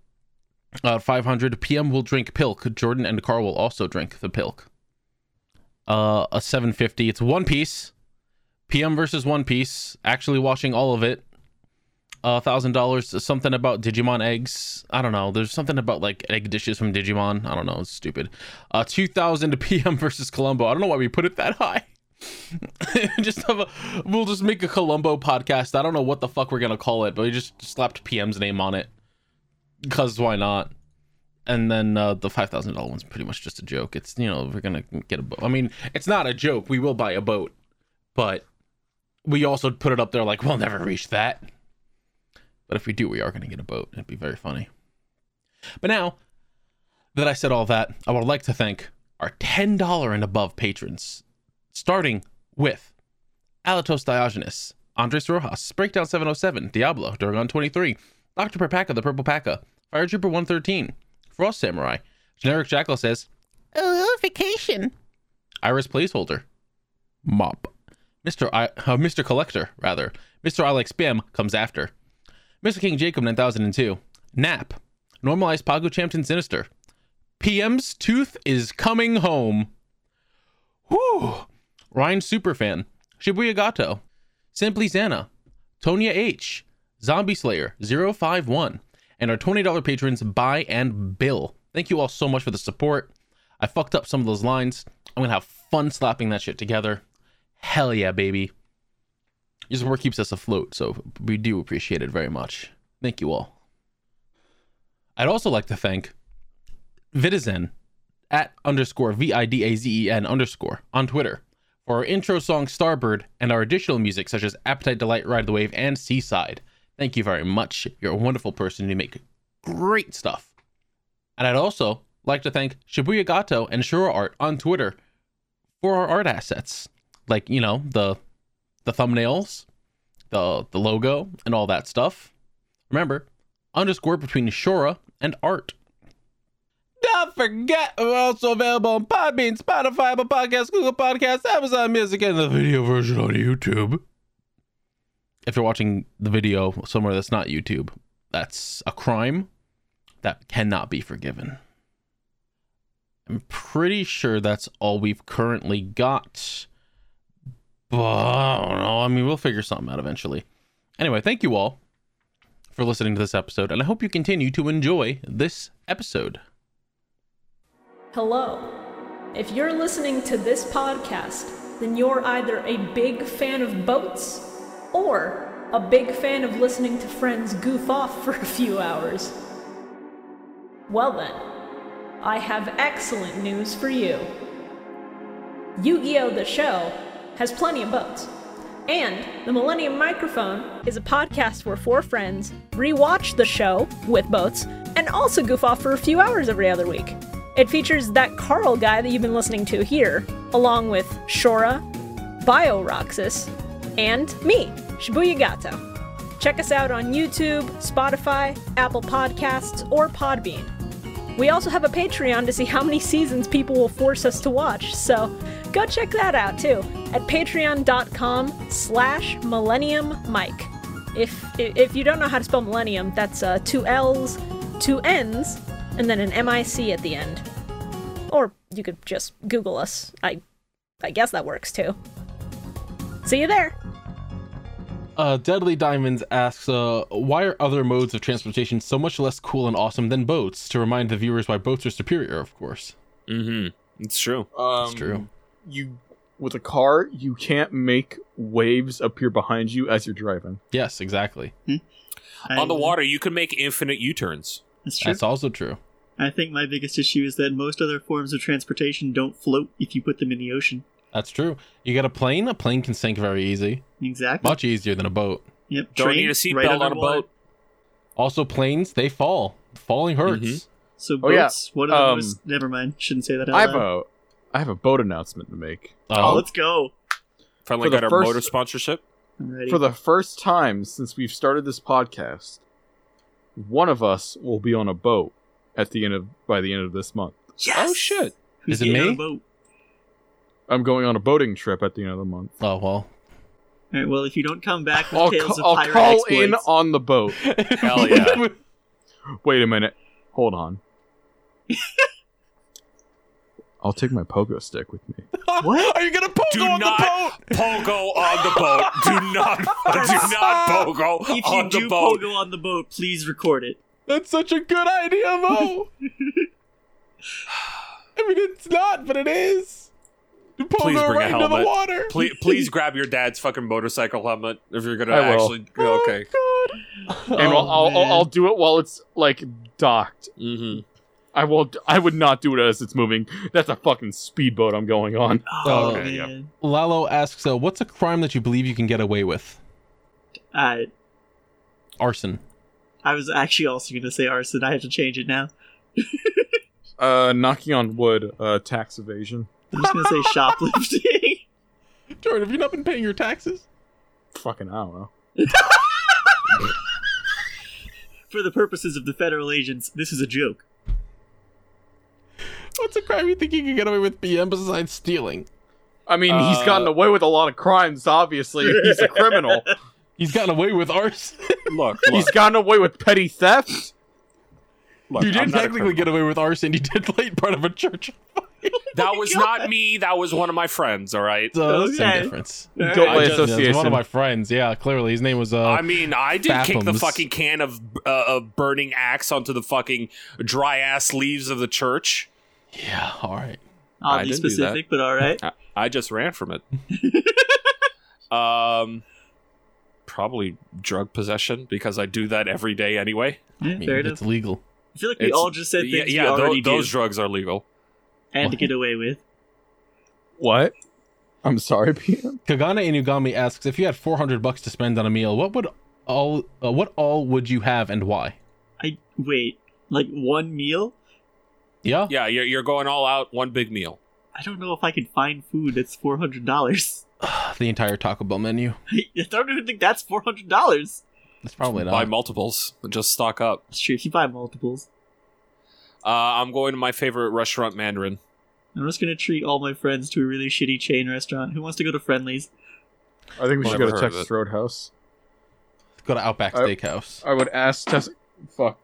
Speaker 4: Uh, 500 PM will drink pilk. Jordan and Carl will also drink the pilk. Uh, a 750. It's One Piece. PM versus One Piece. Actually watching all of it. a thousand dollars. Something about Digimon eggs. I don't know. There's something about like egg dishes from Digimon. I don't know. It's stupid. Uh, two thousand PM versus Colombo. I don't know why we put it that high. just have a, we'll just make a Colombo podcast. I don't know what the fuck we're gonna call it, but we just slapped PM's name on it. Cause why not? And then uh, the five thousand dollar one's pretty much just a joke. It's you know we're gonna get a boat. I mean, it's not a joke. We will buy a boat, but we also put it up there like we'll never reach that. But if we do, we are gonna get a boat. It'd be very funny. But now that I said all that, I would like to thank our ten dollar and above patrons starting with Alatos Diogenes, Andres Rojas, Breakdown 707, Diablo, Durgon 23, Dr. Perpaka, the Purple Paka, Fire Trooper 113, Frost Samurai, Generic Jackal says, Oh, vacation. Iris Placeholder, Mop. Mr. I, uh, Mr. Collector, rather. Mr. I Like Spam comes after. Mr. King Jacob 9002, Nap, Normalized Pago Champton Sinister, PM's Tooth is coming home. Whew. Ryan Superfan, Shibuya Gato, Simply Xana, Tonya H, Zombie Slayer 051, and our $20 patrons Buy and Bill. Thank you all so much for the support. I fucked up some of those lines. I'm gonna have fun slapping that shit together. Hell yeah, baby. Your support keeps us afloat, so we do appreciate it very much. Thank you all. I'd also like to thank Vidizen at underscore V I D A Z E N underscore on Twitter for our intro song Starbird and our additional music such as Appetite Delight, Ride the Wave, and Seaside. Thank you very much. You're a wonderful person. You make great stuff. And I'd also like to thank Shibuya Gato and Shura Art on Twitter for our art assets, like you know the the thumbnails, the the logo, and all that stuff. Remember, underscore between Shura and art. Don't forget, we're also available on Podbean, Spotify, Apple Podcasts, Google Podcasts, Amazon Music, and the video version on YouTube. If you're watching the video somewhere that's not YouTube, that's a crime that cannot be forgiven. I'm pretty sure that's all we've currently got. But I don't know. I mean, we'll figure something out eventually. Anyway, thank you all for listening to this episode, and I hope you continue to enjoy this episode.
Speaker 8: Hello. If you're listening to this podcast, then you're either a big fan of boats or a big fan of listening to friends goof off for a few hours. Well, then, I have excellent news for you Yu Gi Oh! The Show has plenty of boats. And the Millennium Microphone is a podcast where four friends rewatch the show with boats and also goof off for a few hours every other week. It features that Carl guy that you've been listening to here, along with Shora, BioRoxus, and me, Shibuya Gato. Check us out on YouTube, Spotify, Apple Podcasts, or Podbean. We also have a Patreon to see how many seasons people will force us to watch, so go check that out too at patreon.com slash millennium mike. If, if you don't know how to spell millennium, that's uh, two L's, two N's, and then an MIC at the end. Or you could just Google us. I I guess that works too. See you there.
Speaker 4: Uh, Deadly Diamonds asks, uh, why are other modes of transportation so much less cool and awesome than boats? To remind the viewers why boats are superior, of course.
Speaker 2: Mm-hmm. It's true.
Speaker 3: Um,
Speaker 4: true.
Speaker 3: You with a car, you can't make waves appear behind you as you're driving.
Speaker 4: Yes, exactly.
Speaker 2: On the
Speaker 1: I-
Speaker 2: water, you can make infinite U-turns.
Speaker 1: That's true.
Speaker 4: That's also true.
Speaker 1: I think my biggest issue is that most other forms of transportation don't float if you put them in the ocean.
Speaker 4: That's true. You got a plane. A plane can sink very easy,
Speaker 1: Exactly.
Speaker 4: much easier than a boat.
Speaker 1: yep.
Speaker 2: Don't
Speaker 1: Train,
Speaker 2: need a
Speaker 1: right
Speaker 2: seatbelt on a
Speaker 1: underwater.
Speaker 2: boat.
Speaker 4: Also, planes they fall. Falling hurts.
Speaker 2: Mhm.
Speaker 1: So
Speaker 3: Oh, yeah.
Speaker 1: boats. What are the
Speaker 3: Um,
Speaker 1: most? Never mind. Shouldn't say that. Out
Speaker 3: I have
Speaker 1: loud.
Speaker 3: a I have a boat announcement to make.
Speaker 1: Oh,
Speaker 4: Oh,
Speaker 1: let's go.
Speaker 2: Finally
Speaker 3: For the
Speaker 2: got our
Speaker 3: first-
Speaker 2: motor sponsorship.
Speaker 1: I'm ready.
Speaker 3: For the first time since we've started this podcast, one of us will be on a boat at the end of by the end of this month.
Speaker 1: yes!
Speaker 2: Oh, shit.
Speaker 1: Who's
Speaker 4: Is it
Speaker 1: getting on
Speaker 4: me?
Speaker 1: a boat?
Speaker 3: I'm going on a boating trip at the end of the month.
Speaker 4: oh well.
Speaker 1: All right. Well, if you don't come back with
Speaker 3: I'll,
Speaker 1: tales
Speaker 3: ca-
Speaker 1: of
Speaker 3: I'll
Speaker 1: pirate
Speaker 3: call
Speaker 1: exploits,
Speaker 3: in on the boat.
Speaker 2: Hell Oh, yeah.
Speaker 3: Wait a minute. Hold on. I'll take my pogo stick with me.
Speaker 1: What?
Speaker 4: Are you gonna pogo
Speaker 2: Do
Speaker 4: on
Speaker 2: not
Speaker 4: the boat?
Speaker 2: pogo on the boat. Do not, do not pogo
Speaker 1: If you
Speaker 2: on the
Speaker 1: do
Speaker 2: boat.
Speaker 1: pogo on the boat, please record it.
Speaker 4: That's such a good idea, Mo. I mean, it's not, but it is. You pogo
Speaker 2: Please bring a
Speaker 4: right into the
Speaker 2: helmet.
Speaker 4: water.
Speaker 2: please, please grab your dad's fucking motorcycle helmet if you're gonna
Speaker 3: I will.
Speaker 2: actually.
Speaker 4: Oh,
Speaker 2: Okay.
Speaker 4: God.
Speaker 1: Oh,
Speaker 3: and I'll, I'll, I'll,
Speaker 2: Oh,
Speaker 3: I'll do it while it's like docked.
Speaker 2: Mm-hmm.
Speaker 3: I will. I would not do it as it's moving. That's a fucking speedboat I'm going on.
Speaker 1: Oh,
Speaker 2: okay, yeah.
Speaker 1: man.
Speaker 4: Lalo asks, uh, "What's a crime that you believe you can get away with?"
Speaker 1: I
Speaker 4: Arson.
Speaker 1: I was actually also going to say arson. I have to change it now.
Speaker 3: Uh, knocking on wood. Uh, tax evasion.
Speaker 1: I'm just going to say shoplifting.
Speaker 4: Jordan, have you not been paying your taxes?
Speaker 3: Fucking I don't know.
Speaker 1: For the purposes of the federal agents, this is a joke.
Speaker 4: What's a crime you think you can get away with BM besides stealing?
Speaker 3: I mean, he's
Speaker 2: Uh,
Speaker 3: gotten away with a lot of crimes. Obviously, he's a criminal.
Speaker 4: He's gotten away with arson.
Speaker 2: Look,
Speaker 3: he's
Speaker 2: look,
Speaker 3: gotten away with petty theft.
Speaker 2: look,
Speaker 4: you
Speaker 2: I'm
Speaker 4: did
Speaker 2: not a
Speaker 4: technically
Speaker 2: criminal.
Speaker 4: get away with arson. You did light part of a church.
Speaker 2: That was not me. That was one of my friends. All right.
Speaker 4: So
Speaker 1: Okay.
Speaker 4: same difference.
Speaker 1: All
Speaker 3: Don't
Speaker 1: right.
Speaker 3: by
Speaker 4: Yeah,
Speaker 2: I just-
Speaker 4: it's one
Speaker 3: association.
Speaker 4: of my friends. Yeah, clearly his name was. Uh,
Speaker 2: I mean, I did kick the
Speaker 4: Fathoms.
Speaker 2: fucking can of uh, of burning axe onto the fucking dry ass leaves of the church.
Speaker 4: yeah, all right.
Speaker 2: I
Speaker 1: Oddly
Speaker 2: didn't do that. Ah,
Speaker 1: specific, but all right.
Speaker 2: I just ran from it. um, probably drug possession because I do that every day anyway.
Speaker 1: Yeah,
Speaker 4: I mean,
Speaker 1: fair
Speaker 4: it's
Speaker 1: enough.
Speaker 4: legal.
Speaker 1: I feel like we
Speaker 2: it's-
Speaker 1: all just said things
Speaker 2: yeah, yeah,
Speaker 1: we
Speaker 2: tho-
Speaker 1: already
Speaker 2: those
Speaker 1: do
Speaker 2: drugs are legal.
Speaker 1: and to get away with.
Speaker 3: What? I'm sorry, PM.
Speaker 4: Kagana Inugami asks if you had 400 bucks to spend on a meal, what would all uh, what all would you have and why?
Speaker 1: I wait, like one meal?
Speaker 4: Yeah.
Speaker 2: Yeah, you're, you're going all out, one big meal.
Speaker 1: I don't know if I can find food that's four hundred dollars.
Speaker 4: The entire Taco Bell menu.
Speaker 1: I don't even think that's four hundred dollars.
Speaker 4: That's probably
Speaker 2: Buy
Speaker 4: not.
Speaker 2: multiples and just stock up.
Speaker 1: It's true. If you buy multiples,
Speaker 2: Uh, I'm going to my favorite restaurant, Mandarin.
Speaker 1: I'm just gonna treat all my friends to a really shitty chain restaurant. Who wants to go to Friendlies?
Speaker 3: I think we should go
Speaker 2: Never heard
Speaker 3: to
Speaker 2: of
Speaker 3: Texas
Speaker 2: it.
Speaker 3: Roadhouse.
Speaker 4: Go to Outback
Speaker 3: I-
Speaker 4: Steakhouse.
Speaker 3: I would ask Tess. Fuck.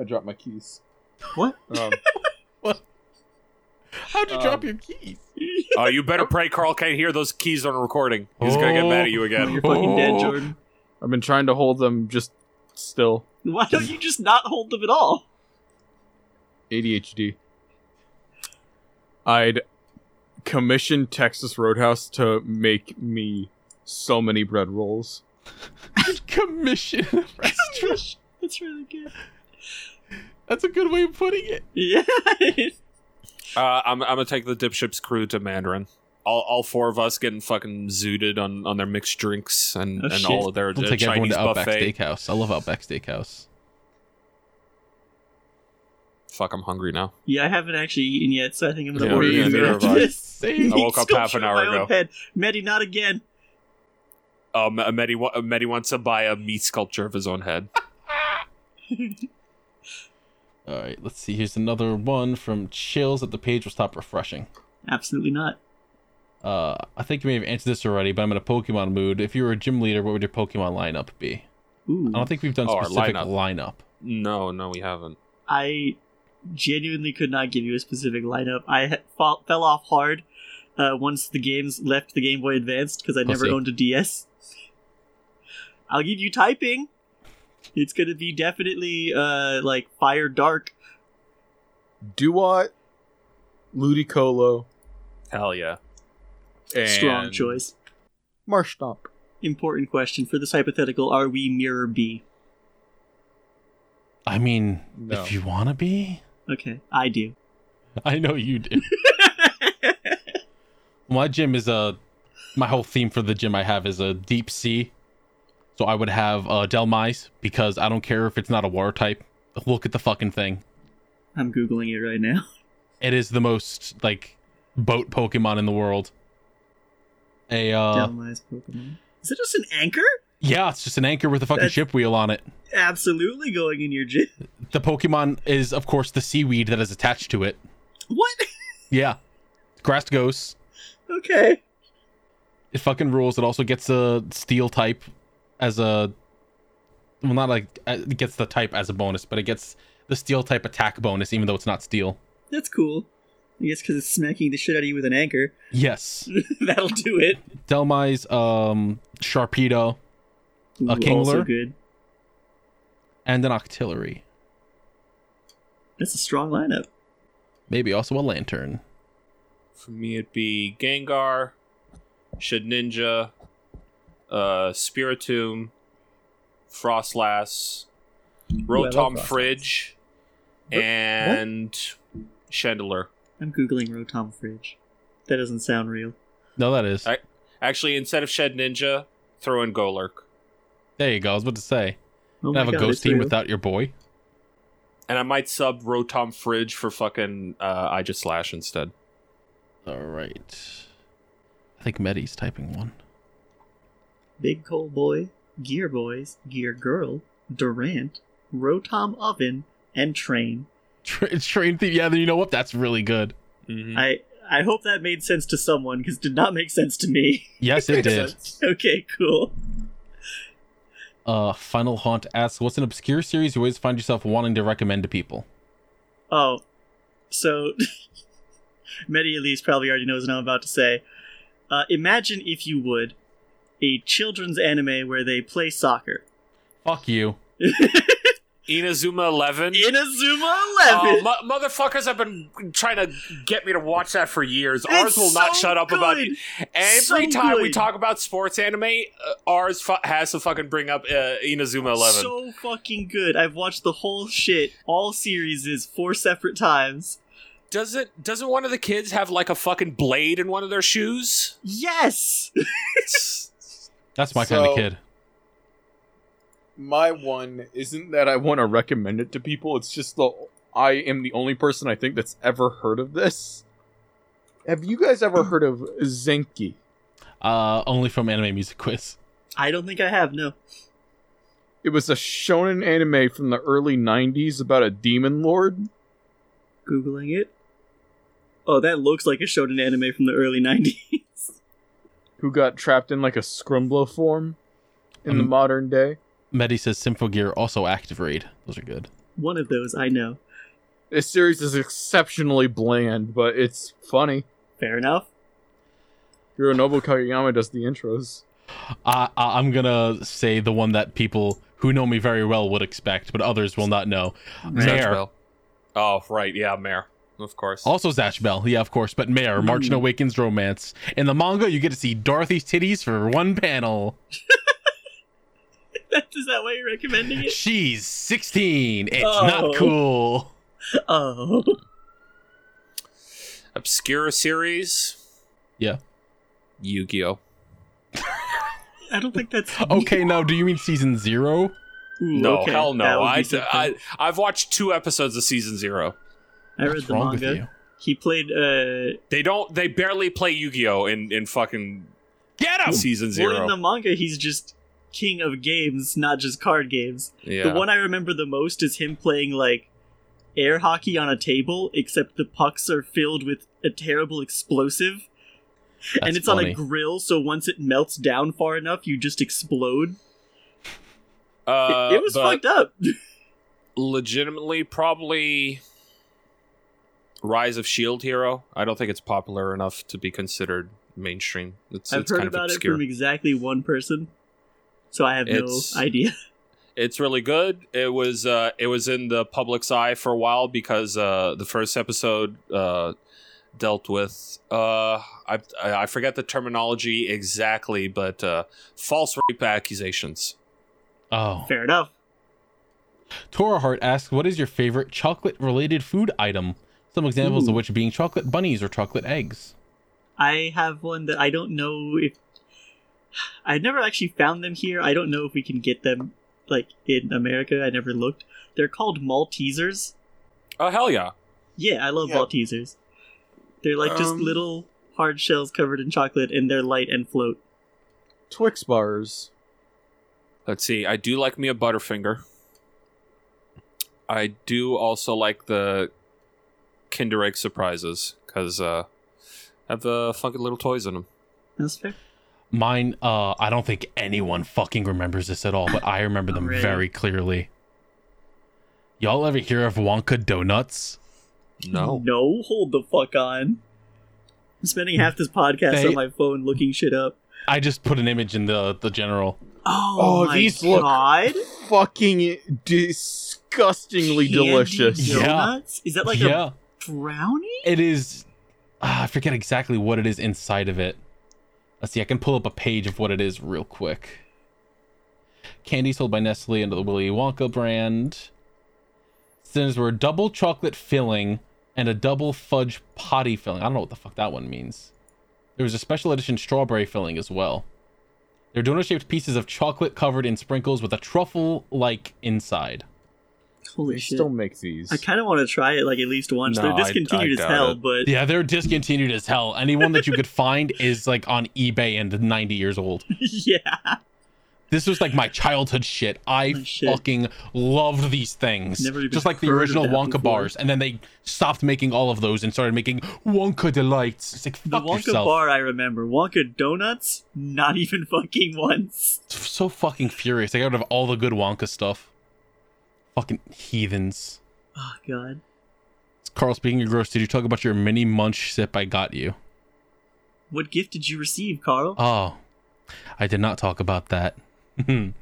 Speaker 3: I dropped my keys.
Speaker 1: What?
Speaker 3: Um,
Speaker 4: How'd you
Speaker 3: um,
Speaker 4: drop your keys?
Speaker 1: Oh,
Speaker 2: Uh, you better pray Carl can't hear those keys on a recording. He's going to get mad at you
Speaker 1: Oh,
Speaker 2: again.
Speaker 1: you're fucking dead,
Speaker 4: Oh.
Speaker 1: Jordan.
Speaker 3: I've been trying to hold them just still.
Speaker 1: Why don't you just not hold them at all?
Speaker 3: ADHD. I'd commission Texas Roadhouse to make me so many bread rolls.
Speaker 4: Commission. a restaurant.
Speaker 1: That's really good.
Speaker 4: That's a good way of putting it.
Speaker 1: Yeah.
Speaker 2: Uh, I'm, I'm gonna take the dipships crew to Mandarin. All, all four of us getting fucking zooted on, on their mixed drinks and,
Speaker 1: Oh,
Speaker 2: and
Speaker 1: shit.
Speaker 2: all of their
Speaker 4: We'll
Speaker 2: uh,
Speaker 4: take everyone
Speaker 2: Chinese
Speaker 4: to Outback
Speaker 2: buffet.
Speaker 4: Steakhouse. I love Outback Steakhouse.
Speaker 2: Fuck, I'm hungry now.
Speaker 1: yeah, I haven't actually eaten yet, so I think I'm gonna
Speaker 2: Yeah,
Speaker 1: order
Speaker 3: me
Speaker 1: dinner
Speaker 3: neither
Speaker 1: after
Speaker 2: have I.
Speaker 1: this.
Speaker 4: Same.
Speaker 2: I woke up half an
Speaker 1: Sculpture in
Speaker 2: hour
Speaker 1: my own
Speaker 2: ago.
Speaker 1: Head. Medi, not again.
Speaker 2: Um, uh, Mehdi, wa- uh, Mehdi wants to buy a meat sculpture of his own head.
Speaker 4: All right, let's see. Here's another one from Chills that the page will stop refreshing.
Speaker 1: Absolutely not.
Speaker 4: Uh, I think you may have answered this already, but I'm in a Pokemon mood. If you were a gym leader, what would your Pokemon lineup be?
Speaker 1: Ooh.
Speaker 4: I don't think we've done
Speaker 2: Oh, our
Speaker 4: specific
Speaker 2: lineup.
Speaker 4: lineup.
Speaker 2: No, no, we haven't.
Speaker 1: I genuinely could not give you a specific lineup. I ha- fall- fell off hard uh, once the games left the Game Boy Advance because I never
Speaker 4: Pussy.
Speaker 1: owned a DS. I'll give you typing. It's gonna be definitely uh, like fire dark.
Speaker 3: Duat, Ludicolo,
Speaker 2: Hell yeah.
Speaker 3: and
Speaker 1: Strong choice.
Speaker 3: Marshtomp.
Speaker 1: Important question for this hypothetical: Are we mirror B?
Speaker 4: I mean,
Speaker 3: No.
Speaker 4: if you want to be,
Speaker 1: Okay, I do.
Speaker 4: I know you do. my gym is a, my whole theme for the gym I have is a deep sea, so I would have uh, Delmise because I don't care if it's not a water type. Look at the fucking thing.
Speaker 1: I'm googling it right now.
Speaker 4: It is the most like boat Pokemon in the world. A uh,
Speaker 1: Delmize Pokemon. Is it just an anchor?
Speaker 4: yeah, it's just an anchor with a fucking
Speaker 1: That's-
Speaker 4: ship wheel on it.
Speaker 1: Absolutely going in your gym.
Speaker 4: The Pokemon is, of course, the seaweed that is attached to it.
Speaker 1: What?
Speaker 4: Yeah, grass ghosts.
Speaker 1: okay.
Speaker 4: It fucking rules. It also gets a steel type as a well, not like uh, it gets the type as a bonus, but it gets the steel type attack bonus, even though it's not steel.
Speaker 1: That's cool. I guess because it's smacking the shit out of you with an anchor.
Speaker 4: Yes.
Speaker 1: That'll do it.
Speaker 4: Delmai's um Sharpedo
Speaker 1: Ooh, Also
Speaker 4: Kingler?
Speaker 1: good.
Speaker 4: and an Octillery.
Speaker 1: That's a strong lineup.
Speaker 4: Maybe also a lantern.
Speaker 2: For me, it'd be Gengar, Shed Ninja, uh, Spiritomb, Frostlass, Rotom
Speaker 6: Frostlass.
Speaker 2: Fridge, and Chandelier.
Speaker 1: I'm googling Rotom fridge. That doesn't sound real.
Speaker 4: No, that is.
Speaker 2: I- Actually, instead of Shed Ninja, throw in Golurk.
Speaker 4: There you go. I was about to say.
Speaker 1: Oh my
Speaker 4: have a
Speaker 1: God,
Speaker 4: ghost
Speaker 1: it's
Speaker 4: team
Speaker 1: real.
Speaker 4: without your boy.
Speaker 2: And I might sub Rotom Fridge for fucking uh, I Just Slash instead.
Speaker 4: All right. I think Medi's typing one.
Speaker 1: Big Coal Boy, Gear Boys, Gear Girl, Durant, Rotom Oven, and Train.
Speaker 4: Tra- train theme. Yeah, then you know what? That's really good.
Speaker 1: I I hope that made sense to someone because it did not make sense to me.
Speaker 4: Yes, it did.
Speaker 1: okay, cool.
Speaker 4: Uh, Final Haunt asks, "What's an obscure series you always find yourself wanting to recommend to people?"
Speaker 1: Oh, so Medi at least probably already knows what I'm about to say. Uh, imagine if you would a children's anime where they play soccer.
Speaker 4: Fuck you.
Speaker 2: Inazuma 11?
Speaker 1: Inazuma
Speaker 2: Oh,
Speaker 1: Eleven.
Speaker 2: mu- motherfuckers have been trying to get me to watch that for years. ours
Speaker 1: It's
Speaker 2: will not
Speaker 1: so
Speaker 2: shut up about
Speaker 1: good.
Speaker 2: it. Every
Speaker 1: So
Speaker 2: time we
Speaker 1: good.
Speaker 2: talk about sports anime, uh, ours fu- has to fucking bring up uh, Inazuma 11.
Speaker 1: So fucking good. I've watched the whole shit, all series is four separate times.
Speaker 2: doesn't doesn't one of the kids have like a fucking blade in one of their shoes?
Speaker 1: Yes.
Speaker 4: That's my kind of
Speaker 6: So-
Speaker 4: kid.
Speaker 3: My one isn't that I want to recommend it to people. It's just the I am the only person I think that's ever heard of this. Mm. Have you guys ever heard of Zenki?
Speaker 4: Uh, only from Anime Music Quiz.
Speaker 1: I don't think I have. No.
Speaker 3: It was a shonen anime from the early 90s about a demon lord.
Speaker 1: Googling it. Oh, that looks like a shonen anime from the early '90s.
Speaker 3: who got trapped in like a scrumblo form in the
Speaker 4: Um,
Speaker 3: modern day.
Speaker 4: Medi says Symphogear also active raid. Those are good.
Speaker 1: One of those I know.
Speaker 3: This series is exceptionally bland, but it's funny.
Speaker 1: Fair enough.
Speaker 3: Hironobu Kageyama does the intros.
Speaker 4: I, I Uh, I'm gonna say the one that people who know me very well would expect, but others will not know. Mare. Oh.
Speaker 2: Zatch Bell. Oh right, yeah, Mare, of course.
Speaker 4: Also Zatch Bell, yeah, of course, but Mare,
Speaker 1: Mm.
Speaker 4: Marching Awakens Romance. In the manga, you get to see Dorothy's titties for one panel.
Speaker 1: Is that why you're recommending it?
Speaker 4: She's 16. It's
Speaker 1: Oh.
Speaker 4: not cool.
Speaker 1: Oh,
Speaker 2: Obscure series.
Speaker 4: Yeah.
Speaker 2: Yu-Gi-Oh.
Speaker 1: I don't think that's
Speaker 4: Okay, now do you mean season zero?
Speaker 1: Ooh,
Speaker 2: No,
Speaker 1: okay.
Speaker 2: hell
Speaker 1: That
Speaker 2: no.
Speaker 1: would be
Speaker 2: I,
Speaker 1: something.
Speaker 2: I I've watched two episodes of season zero.
Speaker 1: I read
Speaker 4: What's
Speaker 1: the
Speaker 4: wrong with
Speaker 1: manga.
Speaker 4: you?
Speaker 1: He played uh
Speaker 2: They don't. They barely play Yu-Gi-Oh in in fucking
Speaker 4: Get him!
Speaker 2: season
Speaker 1: well
Speaker 2: zero.
Speaker 1: in the manga he's just king of games, not just card games.
Speaker 2: yeah.
Speaker 1: The one I remember the most is him playing like air hockey on a table, except the pucks are filled with a terrible explosive. and
Speaker 4: That's
Speaker 1: it's on
Speaker 4: funny.
Speaker 1: a grill, so once it melts down far enough, you just explode. It-
Speaker 2: uh,
Speaker 1: it, was
Speaker 2: but
Speaker 1: fucked up.
Speaker 2: legitimately probably Rise of Shield Hero. I don't think it's popular enough to be considered mainstream. It's,
Speaker 1: I've
Speaker 2: it's
Speaker 1: heard
Speaker 2: kind
Speaker 1: about
Speaker 2: of
Speaker 1: it
Speaker 2: obscure.
Speaker 1: from exactly one person, so I have
Speaker 2: It's-
Speaker 1: no idea.
Speaker 2: It's really good. It was uh, it was in the public's eye for a while because uh, the first episode uh, dealt with uh, I I forget the terminology exactly, but uh, false rape accusations.
Speaker 4: Oh.
Speaker 1: Fair enough.
Speaker 4: Tora Heart asks, "What is your favorite chocolate-related food item? Some examples of
Speaker 1: Ooh.
Speaker 4: which being chocolate bunnies or chocolate eggs."
Speaker 1: I have one that I don't know if I've never actually found them here. I don't know if we can get them like in America. I never looked. They're called Maltesers.
Speaker 2: Oh hell yeah!
Speaker 1: Yeah, I love
Speaker 6: Yeah.
Speaker 1: Maltesers. They're like just
Speaker 3: Um,
Speaker 1: little hard shells covered in chocolate, and they're light and float.
Speaker 3: Twix bars.
Speaker 2: Let's see. I do like me a Butterfinger. I do also like the Kinder Egg surprises because uh, have the funky little toys in them.
Speaker 1: That's fair.
Speaker 4: Mine, uh, I don't think anyone fucking remembers this at all, but I remember them
Speaker 1: Alright.
Speaker 4: very clearly. Y'all ever hear of Wonka donuts?
Speaker 2: No.
Speaker 1: No, hold the fuck on. I'm spending half this podcast
Speaker 4: They-
Speaker 1: on my phone looking shit up.
Speaker 4: I just put an image in the the general.
Speaker 1: Oh,
Speaker 3: Oh,
Speaker 1: my
Speaker 3: these look
Speaker 1: god.
Speaker 3: Fucking disgustingly
Speaker 1: Candy
Speaker 3: delicious.
Speaker 4: Yeah.
Speaker 1: Donuts? Is that like
Speaker 4: yeah,
Speaker 1: a brownie?
Speaker 4: it is. ah, I forget exactly what it is inside of it. Let's see. I can pull up a page of what it is real quick. Candy sold by Nestle under the Willy Wonka brand. Things were a double chocolate filling and a double fudge potty filling. I don't know what the fuck that one means. There was a special edition strawberry filling as well. They're donut shaped pieces of chocolate covered in sprinkles with a truffle like inside.
Speaker 1: Holy
Speaker 3: They
Speaker 1: shit.
Speaker 3: still make these.
Speaker 1: I kind of want to try it like at least once.
Speaker 2: No,
Speaker 1: They're
Speaker 2: I-
Speaker 1: discontinued
Speaker 2: I
Speaker 1: as
Speaker 2: doubt
Speaker 1: hell,
Speaker 2: it.
Speaker 1: but
Speaker 4: Yeah, they're discontinued as hell. Anyone that you could find is like on eBay and 90 years old.
Speaker 1: yeah.
Speaker 4: This was like my childhood shit. I
Speaker 1: Oh, shit.
Speaker 4: fucking loved these things.
Speaker 1: Never even
Speaker 4: Just like the
Speaker 1: heard of
Speaker 4: original
Speaker 1: that
Speaker 4: Wonka
Speaker 1: before.
Speaker 4: bars. And then they stopped making all of those and started making Wonka Delights. It's like,
Speaker 1: The
Speaker 4: fuck
Speaker 1: Wonka
Speaker 4: yourself.
Speaker 1: bar I remember. Wonka donuts? Not even fucking once.
Speaker 4: It's so fucking furious. They got rid of all the good Wonka stuff. Fucking heathens.
Speaker 1: Oh god.
Speaker 4: Carl, speaking of gross, did you talk about your mini munch sip I got you?
Speaker 1: What gift did you receive, Carl?
Speaker 2: Uh,
Speaker 4: Oh, I did not talk about that. Do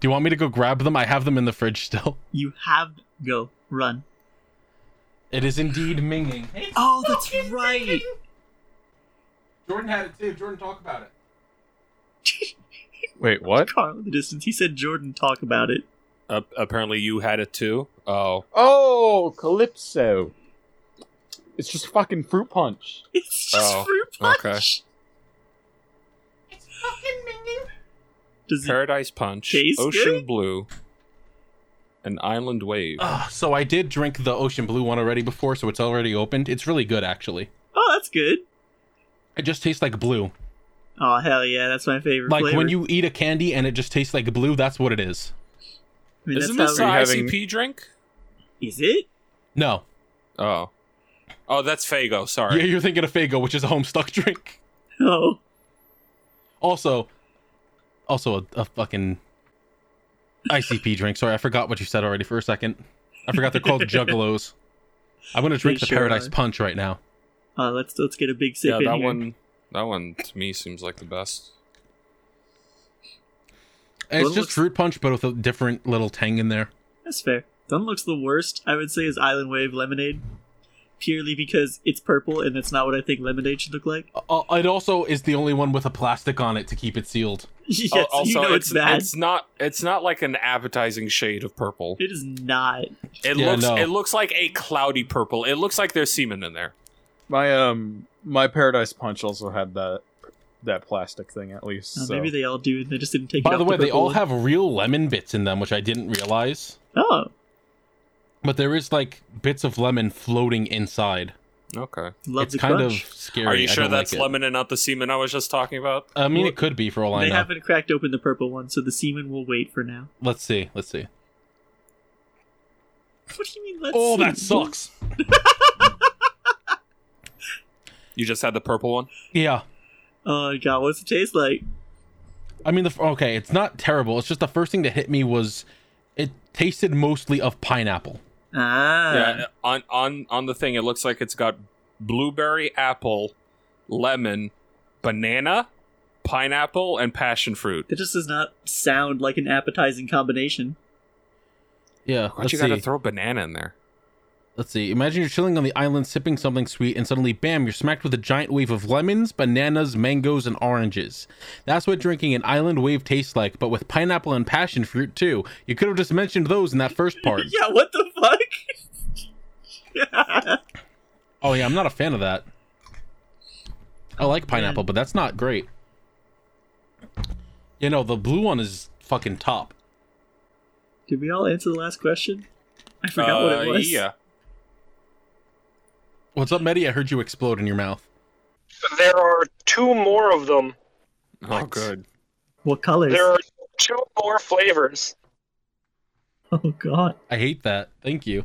Speaker 4: you want me to go grab them? I have them in the fridge still.
Speaker 1: you have go run.
Speaker 4: It is indeed minging.
Speaker 1: Oh, that's right.
Speaker 4: Jordan had it too. Jordan, talk about it.
Speaker 3: Wait, what?
Speaker 1: Carl in the distance. He said Jordan talk about it.
Speaker 2: Uh, apparently, you had it too. Oh,
Speaker 3: Oh, Calypso. It's just fucking fruit punch.
Speaker 1: It's just
Speaker 2: Oh,
Speaker 1: fruit punch.
Speaker 2: okay.
Speaker 1: Does it,
Speaker 2: Paradise Punch,
Speaker 1: Tastes
Speaker 2: Ocean
Speaker 1: good?
Speaker 2: Blue, and Island
Speaker 1: Oh,
Speaker 2: Wave.
Speaker 4: Ah, so I did drink the ocean blue one already before, so it's already opened. It's really good, actually.
Speaker 1: oh, that's good.
Speaker 4: It just tastes like blue.
Speaker 1: Oh hell yeah, that's my favorite.
Speaker 4: Like
Speaker 1: flavor.
Speaker 4: when you eat a candy and it just tastes like blue, that's what it is.
Speaker 1: I mean,
Speaker 2: Isn't
Speaker 1: that's
Speaker 2: this an
Speaker 1: how it-
Speaker 3: how we-
Speaker 2: ICP drink?
Speaker 1: is it?
Speaker 4: No.
Speaker 2: Oh. Oh, that's Fago. Sorry.
Speaker 4: Yeah, you're thinking of Fago, which is a homestuck drink.
Speaker 1: Oh,
Speaker 4: Also, also a, a fucking ICP drink. Sorry, I forgot what you said already for a second. I forgot they're called Juggalos. I'm gonna drink
Speaker 1: They
Speaker 4: the
Speaker 1: sure
Speaker 4: Paradise
Speaker 1: are.
Speaker 4: Punch right now.
Speaker 1: uh, let's let's get a big sip.
Speaker 2: Yeah,
Speaker 1: in
Speaker 2: that
Speaker 1: here.
Speaker 2: one. That one to me seems like the best.
Speaker 1: Well,
Speaker 4: It's
Speaker 1: it
Speaker 4: just
Speaker 1: looks-
Speaker 4: fruit punch, but with a different little tang in there.
Speaker 1: That's fair. Dun looks the worst. I would say is Island Wave lemonade, purely because it's purple and that's not what I think lemonade should look like.
Speaker 4: Uh, it also is the only one with a plastic on it to keep it sealed.
Speaker 1: yes,
Speaker 2: Al-
Speaker 4: oh,
Speaker 2: also,
Speaker 1: you know it's, bad.
Speaker 2: it's not. It's not like an appetizing shade of purple.
Speaker 1: It is not. Uh,
Speaker 2: It
Speaker 4: Yeah,
Speaker 2: looks.
Speaker 4: no.
Speaker 2: It looks like a cloudy purple. It looks like there's semen in there.
Speaker 3: My um my paradise punch also had that that plastic thing at least.
Speaker 1: Uh,
Speaker 3: so.
Speaker 1: Maybe they all do, and they just didn't take. it
Speaker 4: By
Speaker 1: out
Speaker 4: the way, they
Speaker 1: purple
Speaker 4: all
Speaker 1: one.
Speaker 4: have real lemon bits in them, which I didn't realize.
Speaker 1: Oh,
Speaker 4: But there is like bits of lemon floating inside.
Speaker 2: Okay.
Speaker 1: love
Speaker 4: it's
Speaker 1: the
Speaker 4: kind
Speaker 1: crunch.
Speaker 4: of scary.
Speaker 2: Are
Speaker 4: I
Speaker 2: you sure
Speaker 4: don't
Speaker 2: that's
Speaker 4: like it.
Speaker 2: lemon and not the semen I was just talking about?
Speaker 4: I mean, it could be for all I
Speaker 1: They
Speaker 4: know.
Speaker 1: haven't cracked open the purple one, so the semen will wait for now.
Speaker 4: Let's see. Let's see.
Speaker 1: What do you mean? Let's
Speaker 4: Oh,
Speaker 1: see?
Speaker 4: that sucks.
Speaker 2: You just had the purple one.
Speaker 4: Yeah.
Speaker 1: Oh god, what's it taste like?
Speaker 4: I mean, the f- okay, it's not terrible. It's just the first thing that hit me was it tasted mostly of pineapple.
Speaker 1: Ah,
Speaker 2: Yeah. On on on the thing, it looks like it's got blueberry, apple, lemon, banana, pineapple, and passion fruit.
Speaker 1: that just does not sound like an appetizing combination.
Speaker 4: Yeah.
Speaker 2: Why'd
Speaker 4: Let's
Speaker 2: you gotta
Speaker 4: see.
Speaker 2: throw banana in there?
Speaker 4: Let's see. Imagine you're chilling on the island, sipping something sweet, and suddenly, bam! You're smacked with a giant wave of lemons, bananas, mangoes, and oranges. That's what drinking an island wave tastes like, but with pineapple and passion fruit too. You could have just mentioned those in that first part.
Speaker 1: Yeah, what the fuck?
Speaker 4: Oh yeah, I'm not a fan of that. I like pineapple, but that's not great. You know, the blue one is fucking top.
Speaker 1: Did we all answer the last question? I forgot what it
Speaker 2: Uh,
Speaker 1: was.
Speaker 2: Yeah.
Speaker 4: What's up, Medi? I heard you explode in your mouth.
Speaker 5: There are two more of them.
Speaker 2: Oh, good.
Speaker 1: What colors?
Speaker 5: There are two more flavors.
Speaker 1: Oh god.
Speaker 4: I hate that. Thank you.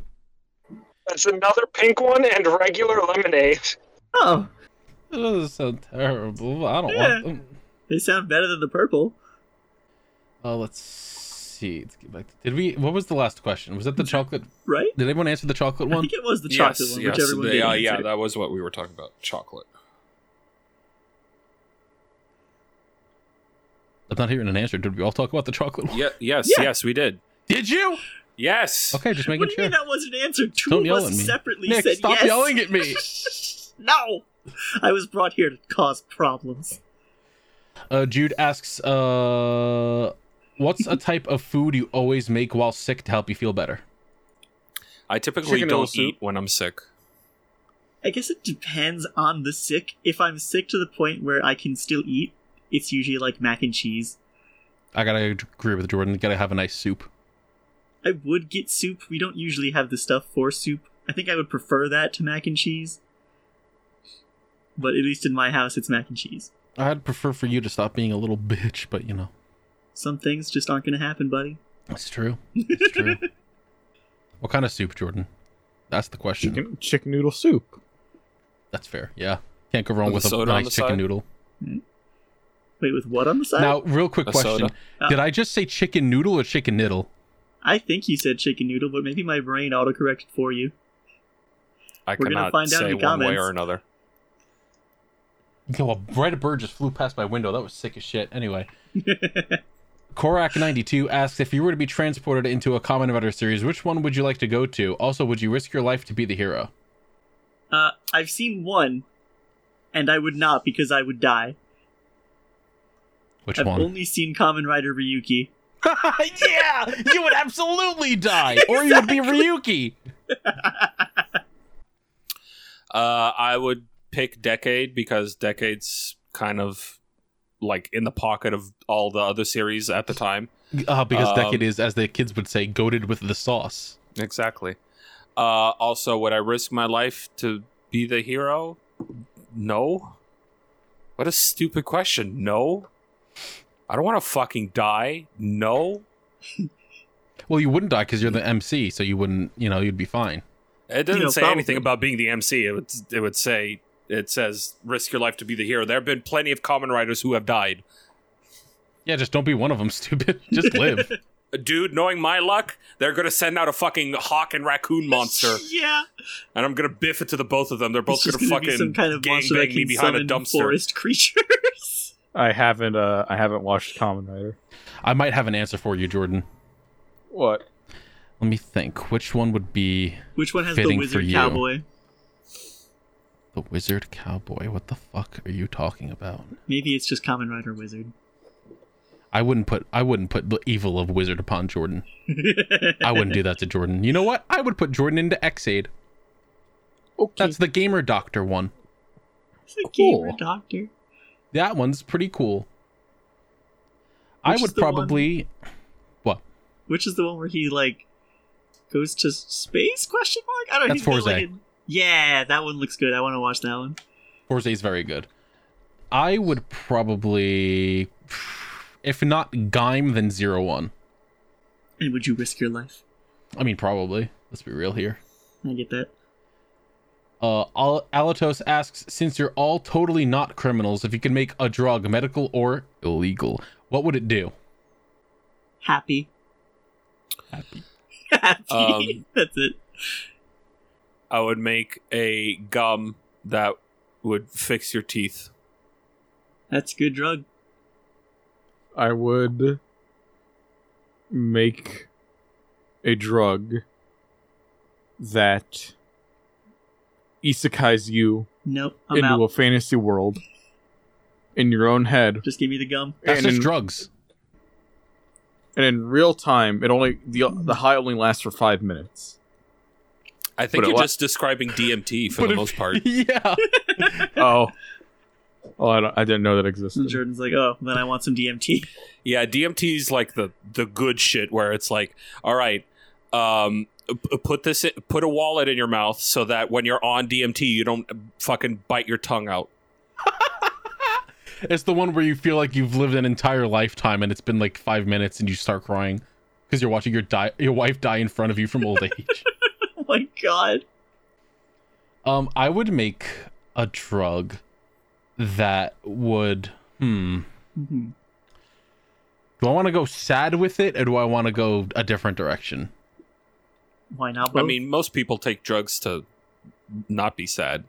Speaker 5: That's another pink one and regular lemonade.
Speaker 1: Oh,
Speaker 4: That doesn't sound terrible. I don't
Speaker 1: Yeah.
Speaker 4: want them.
Speaker 1: they sound better than the purple.
Speaker 4: Oh, let's see. Let's get back to- did we? What was the last question? Was that the chocolate?
Speaker 1: right?
Speaker 4: Did anyone answer the chocolate
Speaker 1: I
Speaker 4: one?
Speaker 1: think it was the chocolate one, which everyone
Speaker 2: the-
Speaker 1: did
Speaker 2: uh,
Speaker 1: answer.
Speaker 2: yeah, that was what we were talking about. Chocolate.
Speaker 4: I'm not hearing an answer. Did we all talk about the chocolate one?
Speaker 2: Yeah, yes,
Speaker 1: Yeah.
Speaker 2: yes, we did.
Speaker 4: Did you?
Speaker 2: Yes.
Speaker 4: Okay, just making
Speaker 1: What do you
Speaker 4: sure.
Speaker 1: mean that wasn't answered? 2
Speaker 4: Don't
Speaker 1: of
Speaker 4: yell
Speaker 1: us
Speaker 4: at me.
Speaker 1: separately
Speaker 4: Nick,
Speaker 1: said
Speaker 4: stop
Speaker 1: yes.
Speaker 4: yelling at me.
Speaker 1: no, I was brought here to cause problems.
Speaker 4: Uh, Jude asks, uh, "What's a type of food you always make while sick to help you feel better?"
Speaker 2: I typically
Speaker 3: Chicken noodle
Speaker 2: don't
Speaker 3: soup.
Speaker 2: eat when I'm sick.
Speaker 1: I guess it depends on the sick. If I'm sick to the point where I can still eat, it's usually like mac and cheese.
Speaker 4: I gotta agree with Jordan. Gotta have a nice soup.
Speaker 1: I would get soup. We don't usually have the stuff for soup. I think I would prefer that to mac and cheese. But at least in my house, it's mac and cheese.
Speaker 4: I'd prefer for you to stop being a little bitch, but you know,
Speaker 1: Some things just aren't going to happen, buddy.
Speaker 4: it's true. It's true. what kind of soup, Jordan? That's the question.
Speaker 3: Chicken, chicken noodle soup.
Speaker 4: That's fair. Yeah, can't go wrong with,
Speaker 2: With
Speaker 4: a
Speaker 2: the soda
Speaker 4: nice
Speaker 2: on the
Speaker 4: chicken
Speaker 2: side?
Speaker 4: noodle.
Speaker 1: Wait, with what on the side?
Speaker 4: Now, real quick
Speaker 2: A
Speaker 4: question:
Speaker 2: soda.
Speaker 1: Uh,
Speaker 4: Did I just say chicken noodle or chicken niddle?
Speaker 1: I think you said chicken noodle, but maybe my brain autocorrected for you.
Speaker 2: I
Speaker 1: We're gonna
Speaker 2: cannot
Speaker 1: find out
Speaker 2: say
Speaker 1: in the
Speaker 2: one way
Speaker 1: comments.
Speaker 2: or another.
Speaker 4: Yo, a bright bird just flew past my window. That was sick as shit. Anyway. Korak92 asks if you were to be transported into a Common Rider series, which one would you like to go to? Also, would you risk your life to be the hero?
Speaker 1: Uh, I've seen one, and I would not because I would die.
Speaker 4: Which
Speaker 1: I've
Speaker 4: one?
Speaker 1: only seen Kamen Rider Ryuki.
Speaker 4: yeah! You would absolutely die! Or you would be Ryuki!
Speaker 2: Uh, I would pick Decade because Decade's kind of like in the pocket of all the other series at the time.
Speaker 4: Uh, because
Speaker 2: Um,
Speaker 4: Decade is, as the kids would say, goaded with the sauce.
Speaker 2: Exactly. Uh, also, would I risk my life to be the hero? No. What a stupid question. No. I don't want to fucking die. No.
Speaker 4: Well, you wouldn't die because you're the MC, so you wouldn't, you know, you'd be fine.
Speaker 2: It doesn't
Speaker 1: know,
Speaker 2: say
Speaker 1: probably.
Speaker 2: anything about being the MC. It would, it would say it says risk your life to be the hero. There have been plenty of common writers who have died.
Speaker 4: Yeah, just don't be one of them, stupid. Just live.
Speaker 2: Dude, knowing my luck, they're gonna send out a fucking hawk and raccoon monster,
Speaker 1: Yeah,
Speaker 2: and I'm gonna biff it to the both of them. They're both
Speaker 1: it's just
Speaker 2: gonna
Speaker 1: gonna
Speaker 2: fucking
Speaker 1: be some kind of monster that
Speaker 2: gangbang
Speaker 1: can
Speaker 2: me behind a
Speaker 1: summon
Speaker 2: dumpster.
Speaker 1: forest creatures.
Speaker 3: I haven't. Uh, I haven't watched Common Rider.
Speaker 4: I might have an answer for you, Jordan.
Speaker 3: What?
Speaker 4: Let me think. Which one would be
Speaker 1: Which one has
Speaker 4: Fitting
Speaker 1: the
Speaker 4: for
Speaker 1: wizard
Speaker 4: you.
Speaker 1: cowboy?
Speaker 4: The wizard cowboy? What the fuck are you talking about?
Speaker 1: Maybe it's just Kamen Rider Wizard.
Speaker 4: I wouldn't put I wouldn't put the evil of wizard upon Jordan. I wouldn't do that to Jordan. You know what? I would put Jordan into Xaid.
Speaker 3: Okay.
Speaker 4: That's the gamer doctor one.
Speaker 1: It's a
Speaker 4: Cool.
Speaker 1: gamer doctor.
Speaker 4: That one's pretty cool.
Speaker 1: Which
Speaker 4: I
Speaker 1: is
Speaker 4: would
Speaker 1: the one-
Speaker 4: probably
Speaker 1: Which is the one where he like goes to space? Question mark. I don't.
Speaker 4: That's
Speaker 1: he's got, like,
Speaker 4: Forze.
Speaker 1: a- yeah, that one looks good. I want to watch that one.
Speaker 4: Forza is very good. I would probably if not Gaim then Zero One.
Speaker 1: And would you risk your life?
Speaker 4: I mean probably. Let's be real here.
Speaker 1: I get that.
Speaker 4: Uh, Al- Alatos asks, since you're all totally not criminals, if you could make a drug medical or illegal, what would it do?
Speaker 1: Happy. Happy.
Speaker 2: Um,
Speaker 1: That's it.
Speaker 2: I would make a gum that would fix your teeth.
Speaker 1: That's a good drug.
Speaker 3: I would make a drug that isekais you
Speaker 1: Nope, I'm
Speaker 3: into
Speaker 1: out.
Speaker 3: a fantasy world in your own head,
Speaker 1: Just give me the gum.
Speaker 4: That's
Speaker 3: and
Speaker 4: just
Speaker 3: in,
Speaker 4: drugs.
Speaker 3: and in real time, it only the the high only lasts for five minutes.
Speaker 2: I think
Speaker 3: But it
Speaker 2: you're
Speaker 3: wa-
Speaker 2: just describing DMT for
Speaker 4: But
Speaker 2: the
Speaker 4: if-
Speaker 2: most part.
Speaker 4: yeah.
Speaker 3: Oh, oh, I, don't, I didn't know that existed.
Speaker 1: And Jordan's like, oh, then I want some DMT.
Speaker 2: Yeah, DMT's like the the good shit where it's like, all right, um, p- put this in, put a wallet in your mouth so that when you're on DMT, you don't fucking bite your tongue out.
Speaker 4: It's the one where you feel like you've lived an entire lifetime and it's been like five minutes and you start crying because you're watching your di- your wife die in front of you from old age.
Speaker 1: oh my god.
Speaker 4: Um, I would make a
Speaker 1: Mm-hmm.
Speaker 4: drug that would hmm.
Speaker 1: Mhm.
Speaker 4: Do I want to go sad with it, or do I want to go a different direction?
Speaker 1: Why not?
Speaker 2: I
Speaker 1: both?
Speaker 2: mean, most people take drugs to not be sad.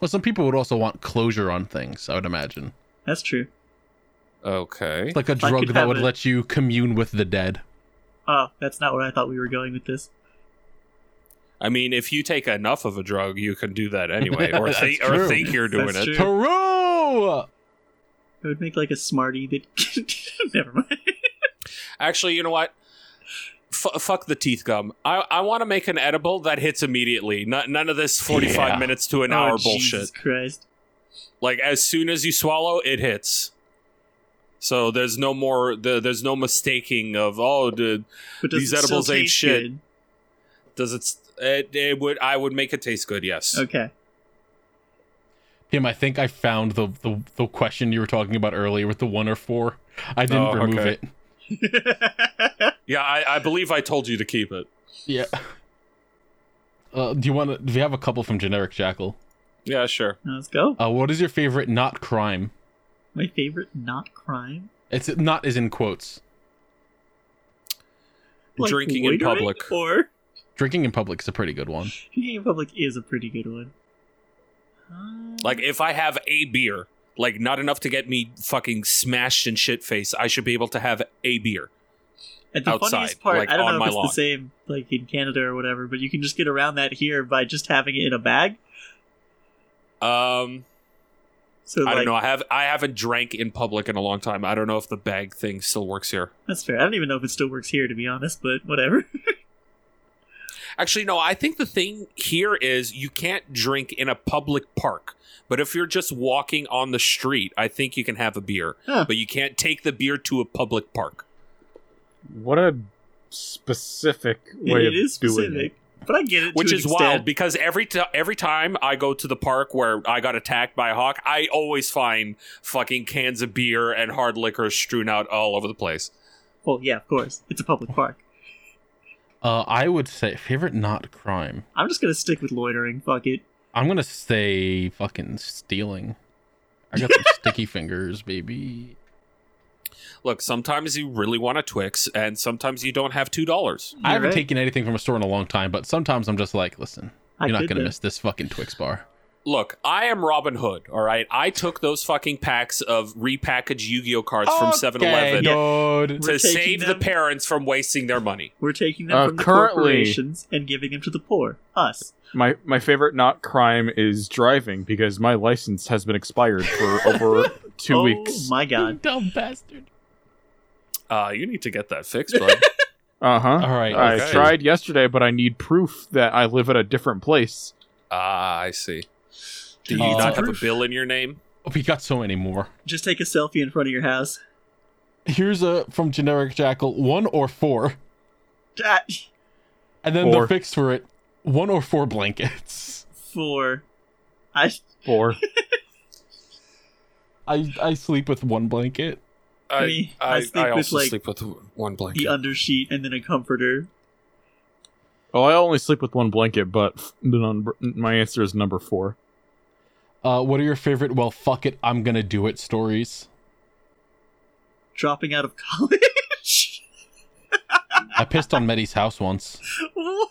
Speaker 4: Well, some people would also want closure on things. I would imagine,
Speaker 1: that's true.
Speaker 2: Okay.
Speaker 4: like a
Speaker 1: I
Speaker 4: drug
Speaker 1: could
Speaker 4: that
Speaker 1: have
Speaker 4: would
Speaker 1: it.
Speaker 4: let you commune with the dead.
Speaker 1: Oh, that's not where I thought we were going with this.
Speaker 2: I mean, if you take enough of a drug, you can do that anyway, or,
Speaker 4: That's
Speaker 2: thi- or
Speaker 4: true.
Speaker 2: think you're doing
Speaker 1: That's true.
Speaker 2: it.
Speaker 4: Peru.
Speaker 1: It would make like a smarty that. Never mind.
Speaker 2: Actually, you know what? F- fuck the teeth gum. I, I want to make an edible that hits immediately. Not- none of this 45
Speaker 4: Yeah.
Speaker 2: minutes to an
Speaker 1: Oh,
Speaker 2: hour
Speaker 1: Jesus
Speaker 2: bullshit.
Speaker 1: Christ.
Speaker 2: Like, as soon as you swallow, it hits. So there's no more, the, there's no mistaking of, oh, dude,
Speaker 1: But does
Speaker 2: These
Speaker 1: it still
Speaker 2: edibles ain't
Speaker 1: taste
Speaker 2: shit.
Speaker 1: good?
Speaker 2: does it, s- it, it would, I would make it taste good, yes.
Speaker 1: Okay.
Speaker 4: Tim, I think I found the, the the question you were talking about earlier with the one or four. I didn't
Speaker 2: Oh,
Speaker 4: remove
Speaker 2: okay.
Speaker 4: it.
Speaker 2: Yeah, I, I believe I told you to keep it.
Speaker 4: Yeah. Uh, do you want to? We have a couple from Generic Jackal.
Speaker 2: Yeah, sure.
Speaker 1: Let's go.
Speaker 4: Uh, what is your favorite not crime?
Speaker 1: My favorite not crime.
Speaker 4: It's not is in quotes.
Speaker 1: Like
Speaker 2: Drinking in
Speaker 1: loitering
Speaker 2: public.
Speaker 1: Or
Speaker 4: Drinking in public is a pretty good one.
Speaker 1: drinking in public is a pretty good one. Um,
Speaker 2: Like, if I have a beer, like, not enough to get me fucking smashed and shit face, I should be able to have a beer.
Speaker 1: And the
Speaker 2: outside,
Speaker 1: funniest part,
Speaker 2: like,
Speaker 1: I don't
Speaker 2: on
Speaker 1: know
Speaker 2: my
Speaker 1: if it's
Speaker 2: lawn.
Speaker 1: the same like in Canada or whatever, but you can just get around that here by just having it in a bag.
Speaker 2: Um,
Speaker 1: So
Speaker 2: I
Speaker 1: like,
Speaker 2: don't know. I have I haven't drank in public in a long time. I don't know if the bag thing still works here.
Speaker 1: that's fair. I don't even know if it still works here to be honest, but whatever.
Speaker 2: Actually, no. I think the thing here is you can't drink in a public park. But if you're just walking on the street, I think you can have a beer.
Speaker 1: Huh.
Speaker 2: But you can't take the beer to a public park.
Speaker 3: What a specific
Speaker 1: it
Speaker 3: way of
Speaker 1: is
Speaker 3: doing
Speaker 1: specific,
Speaker 3: it.
Speaker 1: but I get it.
Speaker 2: Which
Speaker 1: to an
Speaker 2: is
Speaker 1: extent.
Speaker 2: wild because every t- every time I go to the park where I got attacked by a hawk, I always find fucking cans of beer and hard liquor strewn out all over the place.
Speaker 1: Well, yeah, of course, it's a public park.
Speaker 4: Uh, I would say favorite not crime.
Speaker 1: I'm just gonna stick with loitering. Fuck it.
Speaker 4: I'm gonna say fucking stealing. I got some sticky fingers, baby.
Speaker 2: Look, sometimes you really want a Twix, and sometimes you don't have two dollars.
Speaker 4: I
Speaker 1: You're
Speaker 4: haven't
Speaker 1: right.
Speaker 4: taken anything from a store in a long time, but sometimes I'm just like, listen,
Speaker 1: I
Speaker 4: you're not
Speaker 1: could
Speaker 4: gonna
Speaker 1: though.
Speaker 4: miss this fucking Twix bar.
Speaker 2: Look, I am Robin Hood, all right? I took those fucking packs of repackaged Yu Gi Oh cards from 7 Eleven
Speaker 4: dude.
Speaker 1: We're taking
Speaker 2: to save the
Speaker 1: them-
Speaker 2: parents from wasting their money.
Speaker 1: We're taking them
Speaker 3: Uh,
Speaker 1: from the
Speaker 3: currently-
Speaker 1: corporations and giving them to the poor. Us.
Speaker 3: My my favorite not crime is driving because my license has been expired for over two
Speaker 1: oh,
Speaker 3: weeks.
Speaker 1: my god.
Speaker 4: Dumb bastard.
Speaker 2: Uh, you need to get that fixed, bud.
Speaker 3: Uh huh.
Speaker 4: All right,
Speaker 2: okay.
Speaker 3: I tried yesterday, but I need proof that I live at a different place.
Speaker 2: Ah, I see. Do you
Speaker 4: Uh,
Speaker 2: not have a bill in your name?
Speaker 4: We got so many more.
Speaker 1: Just take a selfie in front of your house.
Speaker 4: Here's a from generic jackal one or four,
Speaker 1: That
Speaker 4: and then
Speaker 3: Four.
Speaker 4: the fix for it one or four blankets.
Speaker 1: for I
Speaker 3: Four.
Speaker 4: I I sleep with one blanket.
Speaker 1: I mean, I sleep with, like,
Speaker 2: with one
Speaker 1: the
Speaker 2: blanket.
Speaker 1: undersheet and then a comforter.
Speaker 3: Oh, I only sleep with one blanket, but f- the number, my answer is number four.
Speaker 4: Uh, what are your favorite? Well, fuck it, I'm gonna do it. Stories.
Speaker 1: Dropping out of college.
Speaker 4: I pissed on Medi's house once.
Speaker 1: What?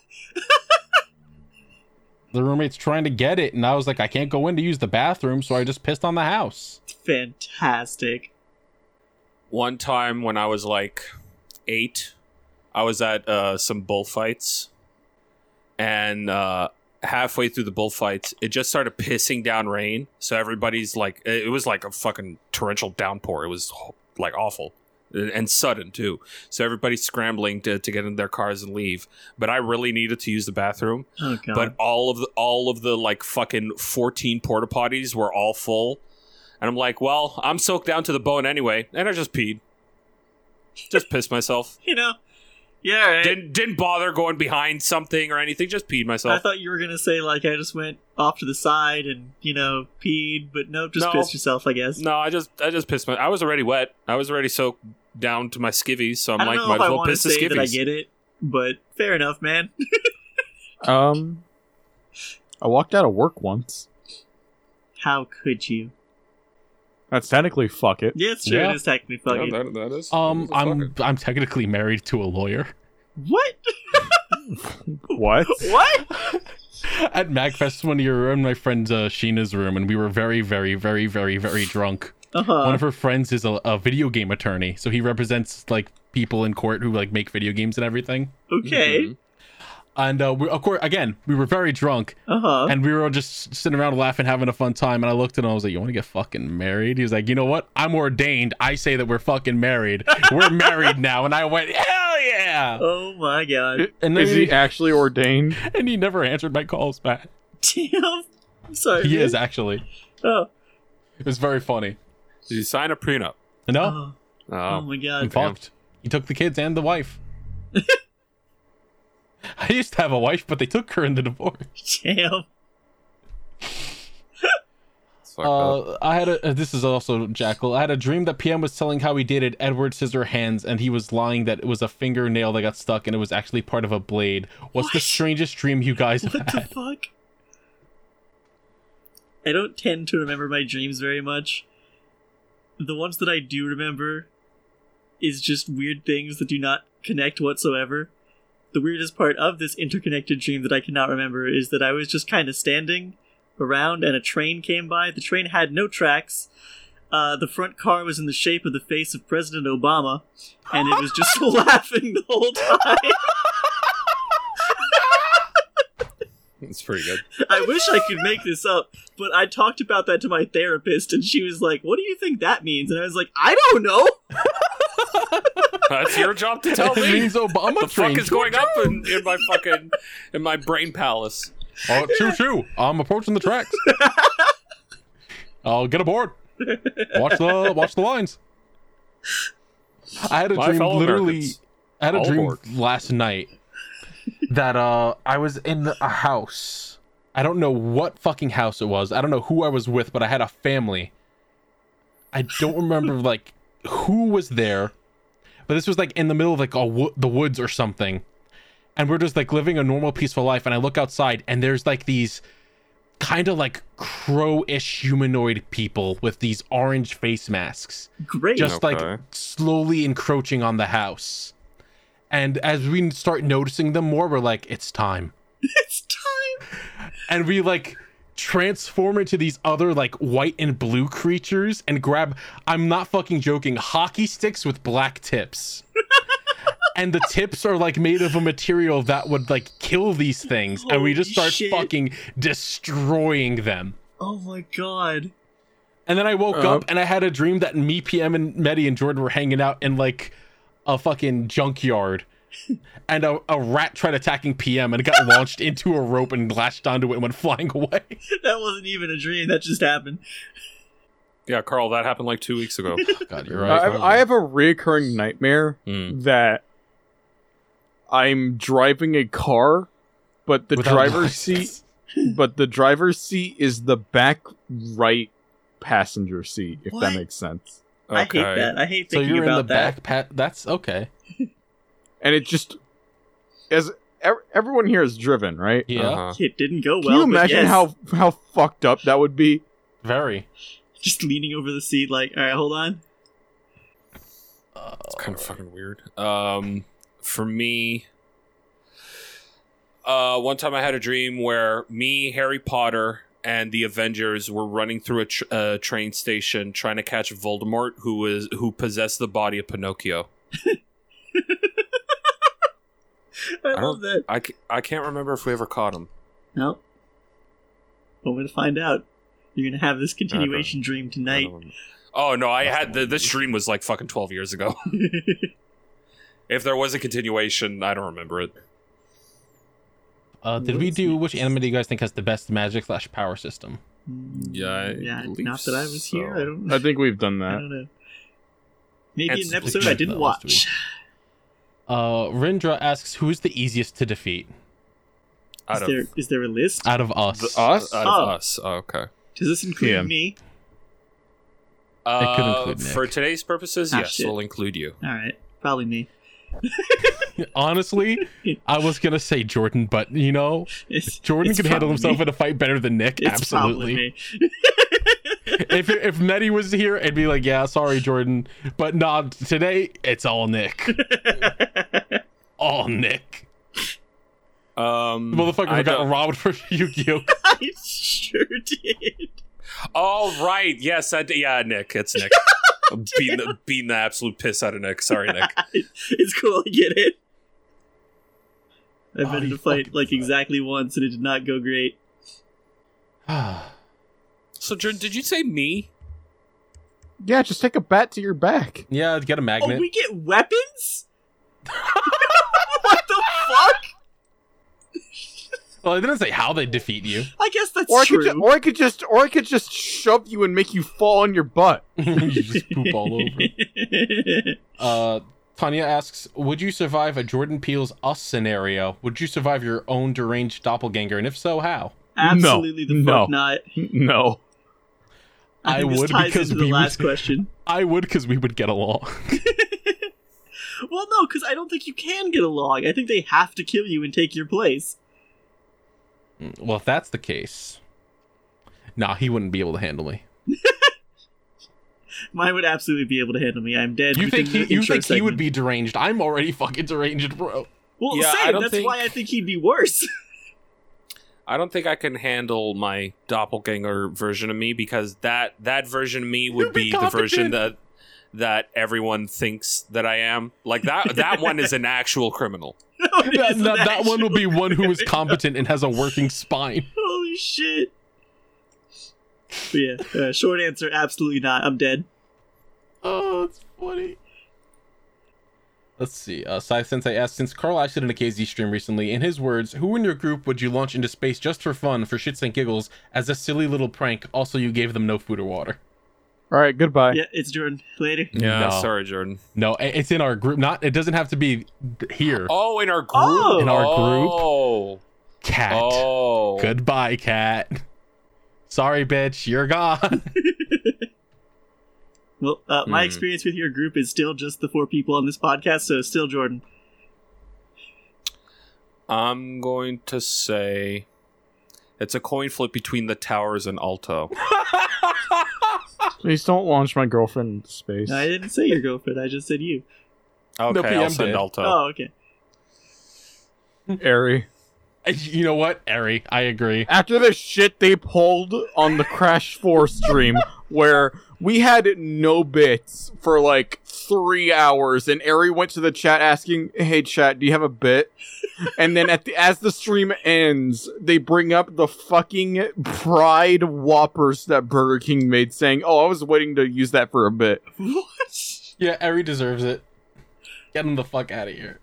Speaker 4: The roommate's trying to get it, and I was like, I can't go in to use the bathroom, so I just pissed on the house.
Speaker 1: Fantastic.
Speaker 2: one time when I was like eight, I was at uh, some bullfights, and uh, halfway through the bullfights, it just started pissing down rain. So everybody's like, it it was like a fucking torrential downpour. It was ho- like awful and and sudden too. So everybody's scrambling to, to get in their cars and leave. But I really needed to use the bathroom.
Speaker 1: Oh god.
Speaker 2: But all of the all of the like fucking fourteen porta potties were all full, and I'm like, well, I'm soaked down to the bone anyway, and I just peed, just pissed myself.
Speaker 1: you know. Yeah, all right.
Speaker 2: Didn't didn't bother going behind something or anything. Just peed
Speaker 1: I
Speaker 2: myself.
Speaker 1: thought you were gonna say like I just went off to the side and, you know, peed, but no, just
Speaker 2: No.
Speaker 1: pissed yourself, I guess.
Speaker 2: no, I just I just pissed my. I was already wet. I was already soaked down to my skivvies, so I'm
Speaker 1: I don't know
Speaker 2: like, might
Speaker 1: if
Speaker 2: as
Speaker 1: I
Speaker 2: well
Speaker 1: want to
Speaker 2: piss the
Speaker 1: say that I
Speaker 2: skivvies.
Speaker 1: get it, but fair enough, man.
Speaker 3: Um, I walked out of work once.
Speaker 1: How could you?
Speaker 3: That's technically fuck it.
Speaker 1: Yeah, it's true.
Speaker 4: Yeah.
Speaker 1: It is technically fucking.
Speaker 2: Yeah, that- that is-
Speaker 4: Um,
Speaker 2: that is a
Speaker 4: I'm
Speaker 2: fucking-
Speaker 4: I'm technically married to a lawyer.
Speaker 1: What?
Speaker 3: What?
Speaker 1: What?
Speaker 4: At Magfest one year, we were in my friend uh, Sheena's room, and we were very, very, very, very, very drunk.
Speaker 1: Uh
Speaker 4: One
Speaker 1: huh.
Speaker 4: of her friends is a, a video game attorney, so he represents like people in court who like make video games and everything.
Speaker 1: Okay.
Speaker 4: Mm-hmm. And uh, we, of course, again, we were very drunk,
Speaker 1: Uh huh.
Speaker 4: and we were all just sitting around laughing, having a fun time. And I looked at him, I was like, "You want to get fucking married?" He was like, "You know what? I'm ordained. I say that we're fucking married. We're married now." And I went, "Hell yeah!"
Speaker 1: Oh my god.
Speaker 4: And then
Speaker 3: Is he actually ordained?
Speaker 4: and he never answered my calls back.
Speaker 1: Damn. I'm sorry.
Speaker 4: He
Speaker 1: man.
Speaker 4: is actually.
Speaker 1: Oh.
Speaker 4: It was very funny.
Speaker 2: Did you sign a prenup?
Speaker 4: No,
Speaker 1: Oh, oh my
Speaker 4: I'm
Speaker 1: god.
Speaker 4: fucked. He took the kids and the wife. I used to have a wife, but they took her in the divorce.
Speaker 1: Damn.
Speaker 2: It's fucked up.
Speaker 4: Uh, I had a. uh, This is also Jackal. I had a dream that PM was telling how he dated Edward Scissorhands, and he was lying that it was a fingernail that got stuck, and it was actually part of a blade. What's the
Speaker 1: What?
Speaker 4: strangest dream you guys have
Speaker 1: What
Speaker 4: had?
Speaker 1: the fuck? I don't tend to remember my dreams very much. The ones that I do remember is just weird things that do not connect whatsoever. The weirdest part of this interconnected dream that I cannot remember is that I was just kind of standing around and a train came by. The train had no tracks. Uh, the front car was in the shape of the face of President Obama, and it was just laughing the whole time. Hmm.
Speaker 2: It's pretty good.
Speaker 1: I wish I could make this up, but I talked about that to my therapist, and she was like, "What do you think that means?" And I was like, "I don't know."
Speaker 2: That's your job to tell
Speaker 4: it
Speaker 2: me.
Speaker 4: means Obama
Speaker 2: the fuck is going up in, in my fucking in my brain palace?
Speaker 4: Oh, choo choo! I'm approaching the tracks. I'll get aboard. Watch the watch the lines. I had a
Speaker 2: My
Speaker 4: dream
Speaker 2: fellow
Speaker 4: literally.
Speaker 2: Americans.
Speaker 4: I had a
Speaker 2: All
Speaker 4: dream
Speaker 2: aboard.
Speaker 4: last night that uh I was in a house. I don't know what fucking house it was. I don't know who I was with, but I had a family. I don't remember like who was there, but this was like in the middle of like a wo- the woods or something, and we're just like living a normal peaceful life. And I look outside, and there's like these kind of like crow-ish humanoid people with these orange face masks
Speaker 1: Great.
Speaker 4: just like
Speaker 2: Okay.
Speaker 4: slowly encroaching on the house. And as we start noticing them more, we're like, it's time.
Speaker 1: it's time.
Speaker 4: And we like transform into these other like white and blue creatures and grab, I'm not fucking joking, hockey sticks with black tips. and the tips are like made of a material that would like kill these things. and we
Speaker 1: Holy
Speaker 4: just start
Speaker 1: shit.
Speaker 4: fucking destroying them.
Speaker 1: Oh my god.
Speaker 4: And then I woke
Speaker 3: Uh,
Speaker 4: up and I had a dream that me, PM, and Medi and Jordan were hanging out in like a fucking junkyard. and a, a rat tried attacking PM and it got launched into a rope and lashed onto it and went flying away.
Speaker 1: That wasn't even a dream. That just happened.
Speaker 2: Yeah, Carl, that happened like two weeks ago.
Speaker 4: God,
Speaker 2: you're
Speaker 3: I have, I have a reoccurring nightmare
Speaker 2: Mm.
Speaker 3: that I'm driving a car, but the
Speaker 4: Without
Speaker 3: driver's seat,
Speaker 4: license.
Speaker 3: but the driver's seat is the back right passenger seat. If
Speaker 1: What?
Speaker 3: that makes sense.
Speaker 1: I hate that. I hate
Speaker 4: So
Speaker 1: thinking
Speaker 4: you're in
Speaker 1: about
Speaker 4: the
Speaker 1: that.
Speaker 4: back pat. That's okay.
Speaker 3: And it just as ev- everyone here is driven, right?
Speaker 4: Yeah.
Speaker 2: Uh-huh.
Speaker 1: It didn't go well.
Speaker 3: Can you
Speaker 1: but
Speaker 3: imagine
Speaker 1: yes.
Speaker 3: how how fucked up that would be?
Speaker 4: Very.
Speaker 1: just leaning over the seat, like, all right, hold on.
Speaker 2: It's kind of fucking weird. Um, for me, uh, one time I had a dream where me, Harry Potter, and the Avengers were running through a tr- uh, train station trying to catch Voldemort, who was who possessed the body of Pinocchio.
Speaker 1: I,
Speaker 2: don't-
Speaker 1: love that.
Speaker 2: I, ca- I can't remember if we ever caught him.
Speaker 1: No. Well, we're gonna find out. You're gonna have this continuation dream
Speaker 2: I
Speaker 1: tonight.
Speaker 2: don't remember. Oh no, I
Speaker 4: That's
Speaker 2: had
Speaker 4: the
Speaker 2: the,
Speaker 4: one.
Speaker 2: this dream was like fucking twelve years ago. if there was a continuation, I don't remember it.
Speaker 4: Uh, did we do which anime do you guys think has the best magic slash power system?
Speaker 2: Yeah, I
Speaker 1: Mm, yeah.
Speaker 2: believe
Speaker 1: Not that I was here.
Speaker 2: so.
Speaker 1: I don't.
Speaker 3: I think we've done
Speaker 1: I
Speaker 3: that.
Speaker 1: don't know. Maybe
Speaker 2: That's
Speaker 1: an episode I
Speaker 4: Bleach
Speaker 1: didn't
Speaker 4: Metal last
Speaker 1: watch.
Speaker 4: Uh, Rindra asks, who is the easiest to defeat
Speaker 2: Out
Speaker 1: Is
Speaker 2: of,
Speaker 1: there is there a list?
Speaker 4: out of us?
Speaker 2: the-
Speaker 3: us?
Speaker 2: out of
Speaker 1: Oh.
Speaker 2: us. Oh, okay.
Speaker 1: Does this include
Speaker 3: Yeah.
Speaker 1: me?
Speaker 2: Uh,
Speaker 4: could include Nick.
Speaker 2: For today's purposes,
Speaker 1: Ah,
Speaker 2: yes,
Speaker 1: shit.
Speaker 2: we'll include you.
Speaker 1: All right, probably me.
Speaker 4: Honestly, I was gonna say Jordan, but you know,
Speaker 1: It's,
Speaker 4: Jordan
Speaker 1: it's
Speaker 4: can handle
Speaker 1: probably
Speaker 4: himself
Speaker 1: me.
Speaker 4: in a fight better than Nick.
Speaker 1: It's probably
Speaker 4: absolutely.
Speaker 1: me.
Speaker 4: if if Nettie was here, it'd be like, yeah, sorry, Jordan, but nah, today it's all Nick, all Nick.
Speaker 2: Um,
Speaker 4: Motherfucker
Speaker 2: I
Speaker 4: got
Speaker 2: don't-
Speaker 4: robbed for Yu-Gi-Oh.
Speaker 1: I sure did.
Speaker 2: All right. Yes. I d- yeah, Nick. It's Nick. I'm beating the, beating the absolute piss out of Nick. Sorry, Nick.
Speaker 1: it's cool. I get it. I've
Speaker 4: Oh,
Speaker 1: been in
Speaker 4: you
Speaker 1: a fight
Speaker 4: fucking
Speaker 1: like
Speaker 4: fuck.
Speaker 1: exactly once, and it did not go great.
Speaker 2: So, Jordan, did you say me?
Speaker 3: Yeah, just take a bat to your back.
Speaker 4: yeah, get a
Speaker 1: Oh,
Speaker 4: magnet.
Speaker 1: we get weapons. what the fuck?
Speaker 4: well, it didn't say how they defeat you.
Speaker 1: I guess that's
Speaker 3: Or I
Speaker 1: true.
Speaker 3: could, ju- or I could just, or I could just shove you and make you fall on your butt.
Speaker 4: you just poop all over. Uh, Tanya asks, "Would you survive a Jordan Peele's Us scenario? Would you survive your own deranged doppelganger, and if so, how?"
Speaker 1: Absolutely the
Speaker 3: No.
Speaker 1: fuck not.
Speaker 3: No.
Speaker 1: I,
Speaker 4: I
Speaker 1: think this
Speaker 4: would
Speaker 1: ties
Speaker 4: because
Speaker 1: into the
Speaker 4: we would-
Speaker 1: last question.
Speaker 4: I would, because we would get along.
Speaker 1: Well, no, because I don't think you can get along. I think they have to kill you and take your place.
Speaker 4: well, if that's the case, nah, he wouldn't be able to handle me.
Speaker 1: Mine would absolutely be able to handle me. I'm dead.
Speaker 4: You
Speaker 1: within
Speaker 4: think he,
Speaker 1: the
Speaker 4: you
Speaker 1: intro
Speaker 4: think he would
Speaker 1: segment.
Speaker 4: be deranged? I'm already fucking deranged, bro.
Speaker 1: Well,
Speaker 2: Yeah, I
Speaker 1: same.
Speaker 2: don't
Speaker 1: That's
Speaker 2: think-
Speaker 1: why I think he'd be worse.
Speaker 2: I don't think I can handle my doppelganger version of me because that that version of me
Speaker 4: You'd
Speaker 2: would
Speaker 4: be
Speaker 2: be, the version
Speaker 4: competent.
Speaker 2: that that everyone thinks that I am. Like that that one is an actual criminal.
Speaker 1: That-
Speaker 4: That, that, that one will be one who is competent and has a working spine.
Speaker 1: Holy shit. But yeah, uh, short answer absolutely not. I'm dead.
Speaker 4: Oh, it's funny. Let's see. Uh, Sai Sensei asked Since Carl acted in a KZ stream recently, in his words, who in your group would you launch into space just for fun, for shits and giggles, as a silly little prank? Also, you gave them no food or water.
Speaker 3: All right, goodbye.
Speaker 1: Yeah, it's Jordan. Later.
Speaker 2: Yeah,
Speaker 4: No.
Speaker 2: sorry, Jordan.
Speaker 4: No, i- it's in our group. Not. It doesn't have to be th- here.
Speaker 2: Oh, in our group.
Speaker 1: Oh! In
Speaker 4: our group?
Speaker 2: Oh.
Speaker 4: cat.
Speaker 2: Oh.
Speaker 4: Goodbye, cat. Sorry, bitch. You're gone.
Speaker 1: Well, uh, my
Speaker 2: Hmm.
Speaker 1: experience with your group is still just the four people on this podcast, so still Jordan.
Speaker 2: I'm going to say it's a coin flip between the towers and Alto.
Speaker 3: Please don't launch my girlfriend into space.
Speaker 1: No, I didn't say your girlfriend. I just said you.
Speaker 2: Okay,
Speaker 4: PM
Speaker 2: I'll send
Speaker 4: did.
Speaker 2: Alto.
Speaker 1: Oh, okay.
Speaker 3: Airy.
Speaker 4: you know what, Eri? I agree.
Speaker 3: After the shit they pulled on the Crash 4 stream, where we had no bits for like three hours, and Ari went to the chat asking, Hey, chat, do you have a bit? And then at the, as the stream ends, they bring up the fucking pride whoppers that Burger King made, saying, Oh, I was waiting to use that for a bit.
Speaker 1: What?
Speaker 4: Yeah, Eri deserves it. Get him the fuck out of here.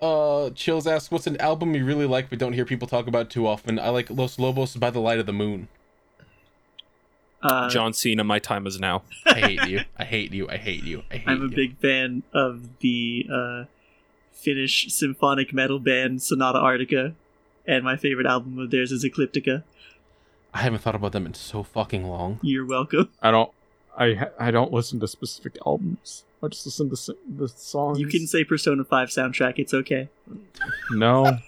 Speaker 4: Uh, Chills asks, "What's an album you really like but don't hear people talk about too often?" I like Los Lobos by the Light of the Moon.
Speaker 1: Uh,
Speaker 2: John Cena, my time is now.
Speaker 4: I hate you. I hate you. I hate you. I hate
Speaker 1: I'm a
Speaker 4: you.
Speaker 1: big fan of the uh, Finnish symphonic metal band Sonata Arctica, and my favorite album of theirs is Ecliptica.
Speaker 4: I haven't thought about them in so fucking long.
Speaker 1: You're welcome.
Speaker 3: I don't. I ha- I don't listen to specific albums. I just listen to si- the songs.
Speaker 1: You can say Persona 5 soundtrack, it's okay.
Speaker 3: no.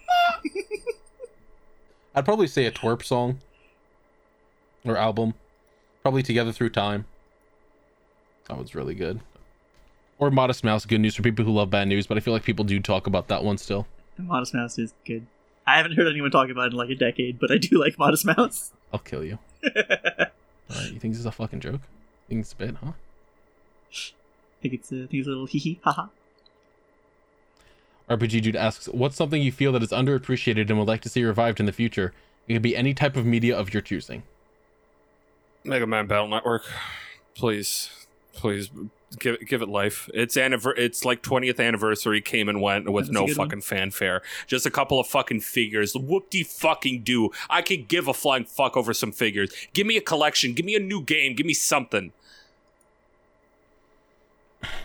Speaker 4: I'd probably say a twerp song or album, probably Together Through Time. That one's really good. Or Modest Mouse, good news for people who love bad news, but I feel like people do talk about that one still.
Speaker 1: Modest Mouse is good. I haven't heard anyone talk about it in like a decade, but I do like Modest Mouse.
Speaker 4: I'll kill you.
Speaker 1: I
Speaker 4: Alright, you think this is a fucking joke? You think it's a bit, huh?
Speaker 1: think it's a, I think it's a little hee hee haha.
Speaker 4: RPG Dude asks, "What's something you feel that is underappreciated and would like to see revived in the future? It could be any type of media of your choosing."
Speaker 2: Mega Man Battle Network, please, please give give it life. It's anniver- It's like twentieth anniversary came and went with
Speaker 1: That's a
Speaker 2: no
Speaker 1: good
Speaker 2: fucking
Speaker 1: one.
Speaker 2: fanfare. Just a couple of fucking figures. Whoop de fucking do. I could give a flying fuck over some figures. Give me a collection. Give me a new game. Give me something.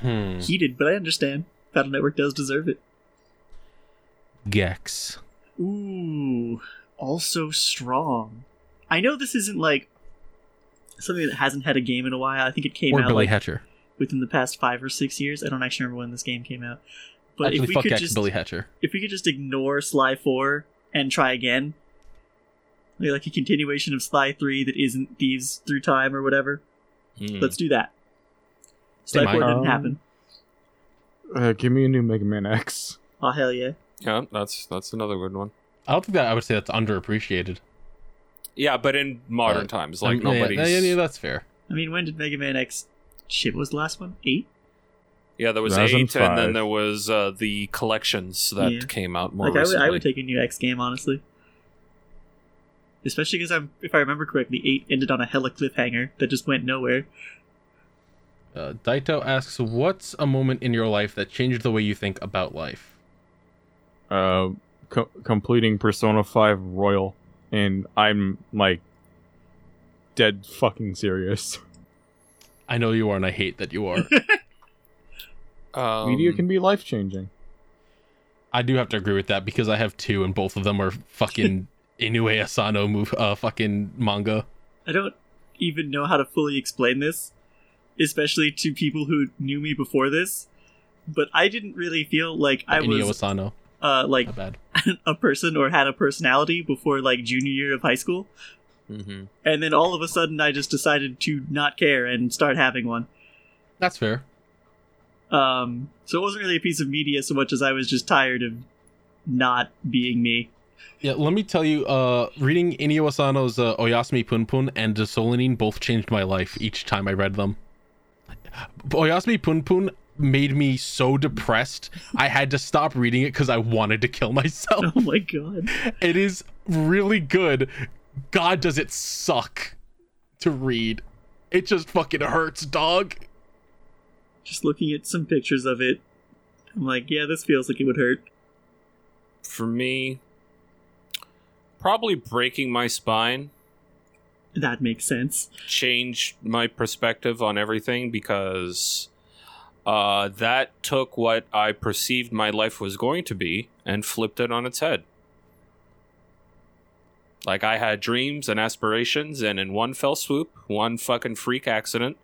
Speaker 4: Hmm.
Speaker 1: Heated, but I understand. Battle Network does deserve it.
Speaker 4: Gex.
Speaker 1: Ooh, also strong. I know this isn't like something that hasn't had a game in a while. I think it came
Speaker 4: Or
Speaker 1: out
Speaker 4: Billy
Speaker 1: like,
Speaker 4: Hatcher.
Speaker 1: within the past five or six years. I don't actually remember when this game came out. But
Speaker 4: Actually,
Speaker 1: if we
Speaker 4: fuck
Speaker 1: could
Speaker 4: Gex,
Speaker 1: just
Speaker 4: Billy Hatcher.
Speaker 1: if we could just ignore Sly Four and try again, Like, like a continuation of Sly 3 that isn't Thieves Through Time or whatever.
Speaker 4: Hmm.
Speaker 1: Let's do that.
Speaker 4: They
Speaker 1: Sly 4
Speaker 4: might.
Speaker 1: didn't
Speaker 3: Um,
Speaker 1: happen.
Speaker 3: Uh, give me a new Mega Man X.
Speaker 1: Oh, hell yeah.
Speaker 2: Yeah, that's that's another good one.
Speaker 4: I don't think that I would say that's underappreciated.
Speaker 2: Yeah, but in modern
Speaker 4: Uh,
Speaker 2: times, like
Speaker 4: Um, yeah,
Speaker 2: nobody's.
Speaker 4: yeah, yeah, yeah, that's fair.
Speaker 1: I mean, when did Mega Man X. Shit, what was the last one? 8?
Speaker 2: Yeah, there was eight, and
Speaker 3: 2005.
Speaker 2: then there was uh, the collections that
Speaker 1: Yeah.
Speaker 2: came out more
Speaker 1: Like, I would,
Speaker 2: recently.
Speaker 1: I would take a new X game, honestly. Especially because I'm, if I remember correctly, eight ended on a hella cliffhanger that just went nowhere.
Speaker 4: Uh, Daito asks, "What's a moment in your life that changed the way you think about life?"
Speaker 3: Uh, co- completing Persona 5 Royal, and I'm like dead fucking serious.
Speaker 4: I know you are, and I hate that you are.
Speaker 2: Um,
Speaker 3: Media can be life changing.
Speaker 4: I do have to agree with that because I have two, and both of them are fucking Inoue Asano move, uh, fucking manga.
Speaker 1: I don't even know how to fully explain this, especially to people who knew me before this. But I didn't really feel like I
Speaker 4: Inio
Speaker 1: was
Speaker 4: Asano,
Speaker 1: uh, like
Speaker 4: my bad.
Speaker 1: a person or had a personality before like junior year of high school,
Speaker 2: mhm.
Speaker 1: and then all of a sudden I just decided to not care and start having one.
Speaker 4: That's fair.
Speaker 1: Um, so it wasn't really a piece of media so much as I was just tired of not being me.
Speaker 4: Yeah, let me tell you, uh, reading Inio Asano's uh, Oyasumi Punpun and Desolenin both changed my life each time I read them. Oyasumi Punpun made me so depressed, I had to stop reading it because I wanted to kill myself.
Speaker 1: Oh my god.
Speaker 4: It is really good. God, does it suck to read. It just fucking hurts, dog.
Speaker 1: Just looking at some pictures of it, I'm like, yeah, this feels like it would hurt.
Speaker 2: For me, probably breaking my spine
Speaker 1: That makes sense.
Speaker 2: changed my perspective on everything because uh, that took what I perceived my life was going to be and flipped it on its head. Like I had dreams and aspirations, and in one fell swoop, one fucking freak accident,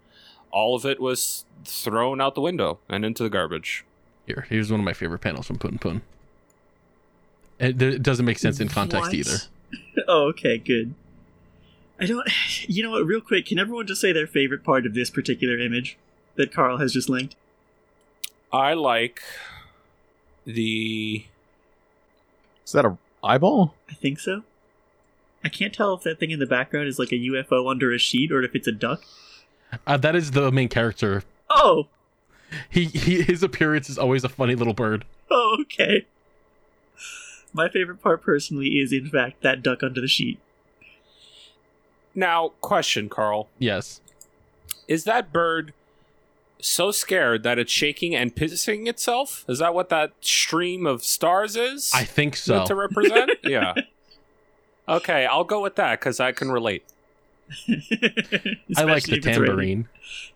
Speaker 2: all of it was thrown out the window and into the garbage.
Speaker 4: Here, here's one of my favorite panels from Pun Pun. It, it doesn't make sense in context
Speaker 1: What?
Speaker 4: either.
Speaker 1: Oh, okay, good. I don't. You know what? Real quick, can everyone just say their favorite part of this particular image that Carl has just linked?
Speaker 2: I like the
Speaker 3: Is that a eyeball?
Speaker 1: I think so. I can't tell if that thing in the background is like a UFO under a sheet or if it's a duck.
Speaker 4: Uh, that is the main character.
Speaker 1: Oh,
Speaker 4: He, he his appearance is always a funny little bird.
Speaker 1: oh, okay. My favorite part, personally, is in fact that duck under the sheet.
Speaker 2: now question, Carl.
Speaker 4: Yes.
Speaker 2: is that bird so scared that it's shaking and pissing itself? Is that what that stream of stars is?
Speaker 4: I think
Speaker 2: meant
Speaker 4: so.
Speaker 2: to represent. yeah. Okay, I'll go with that because I can relate.
Speaker 4: I like
Speaker 1: Especially if it's raining.
Speaker 4: the tambourine.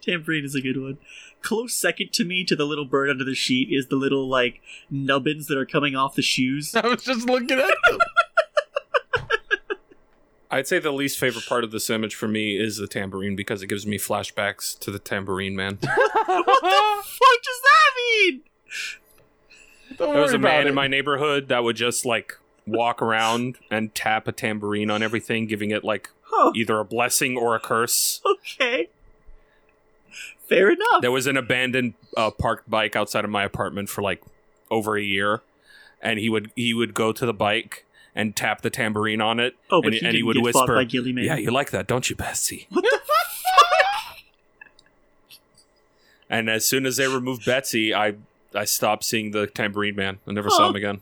Speaker 1: Tambourine is a good one. Close second to me to the little bird under the sheet is the little like nubbins that are coming off the shoes.
Speaker 4: I was just looking at them.
Speaker 2: I'd say the least favorite part of this image for me is the tambourine because it gives me flashbacks to the tambourine man. there
Speaker 1: what the fuck does that mean?
Speaker 4: Don't
Speaker 2: was
Speaker 4: worry
Speaker 2: a man
Speaker 4: about
Speaker 2: in
Speaker 4: it.
Speaker 2: my neighborhood that would just like walk around and tap a tambourine on everything, giving it like
Speaker 1: Huh,
Speaker 2: either a blessing or a curse.
Speaker 1: Oh, okay. Fair enough.
Speaker 2: there was an abandoned uh, parked bike outside of my apartment for like over a year, and he would he would go to the bike and tap the tambourine on it.
Speaker 1: Oh, but
Speaker 2: and
Speaker 1: he,
Speaker 2: and
Speaker 1: didn't
Speaker 2: would
Speaker 1: get fought
Speaker 2: whisper,
Speaker 1: by Gilly Man.
Speaker 2: "Yeah, you like that, don't you, Betsy?"
Speaker 1: What the fuck?
Speaker 2: And as soon as they removed Betsy, I I stopped seeing the tambourine man. I never saw
Speaker 1: Oh.
Speaker 2: him again.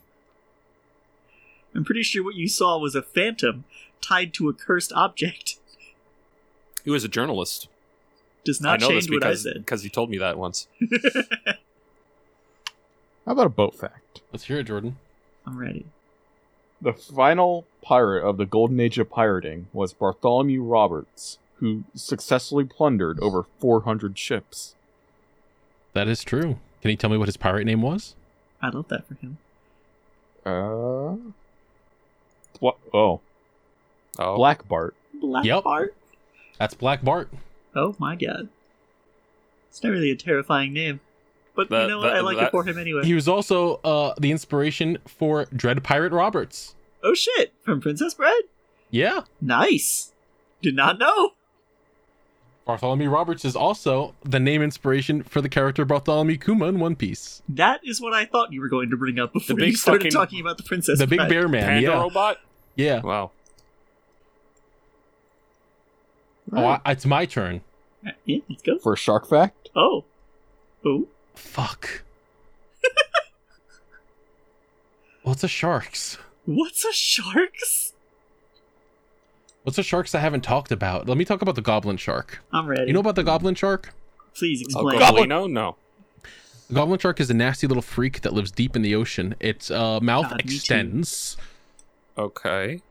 Speaker 1: I'm pretty sure what you saw was a phantom tied to a cursed object.
Speaker 2: He was a journalist.
Speaker 1: Does
Speaker 2: I
Speaker 1: not
Speaker 2: know this
Speaker 1: change what I
Speaker 2: because
Speaker 1: said.
Speaker 2: because he told me that once.
Speaker 3: How about a boat fact?
Speaker 4: Let's hear it, Jordan.
Speaker 1: I'm ready.
Speaker 3: The final pirate of the Golden Age of pirating was Bartholomew Roberts, who successfully plundered over 400 ships.
Speaker 4: That is true. Can you tell me what his pirate name was?
Speaker 1: I love that for him.
Speaker 3: Uh. What? Oh.
Speaker 2: Oh,
Speaker 3: Black Bart.
Speaker 1: Black
Speaker 4: Yep.
Speaker 1: Bart.
Speaker 4: That's Black Bart.
Speaker 1: Oh my god. It's not really a terrifying name. But
Speaker 2: That-
Speaker 1: you know what?
Speaker 2: that-
Speaker 1: I like
Speaker 2: that-
Speaker 1: it for him anyway.
Speaker 4: He was also uh, the inspiration for Dread Pirate Roberts.
Speaker 1: oh shit! From Princess Bride?
Speaker 4: Yeah.
Speaker 1: Nice. Did not know.
Speaker 4: Bartholomew Roberts is also the name inspiration for the character Bartholomew Kuma in One Piece.
Speaker 1: That is what I thought you were going to bring up before
Speaker 2: big
Speaker 1: you started
Speaker 2: fucking-
Speaker 1: talking about the princess.
Speaker 4: the Big
Speaker 1: Bride.
Speaker 4: Bear Man.
Speaker 2: Panda
Speaker 4: yeah.
Speaker 2: robot.
Speaker 4: Yeah.
Speaker 2: Wow.
Speaker 4: Oh, I, it's my turn.
Speaker 1: Yeah, let's go.
Speaker 3: For Shark Fact?
Speaker 1: Oh. Oh.
Speaker 4: Fuck. What's a sharks?
Speaker 1: What's a shark's?
Speaker 4: What's a sharks I haven't talked about? Let me talk about the goblin shark.
Speaker 1: I'm ready.
Speaker 4: You know about the goblin shark?
Speaker 1: Please
Speaker 2: Oh,
Speaker 1: explain.
Speaker 2: Goblino? No.
Speaker 4: The goblin shark is a nasty little freak that lives deep in the ocean. Its uh, mouth
Speaker 1: God, Ah, me too.
Speaker 4: extends.
Speaker 2: Okay.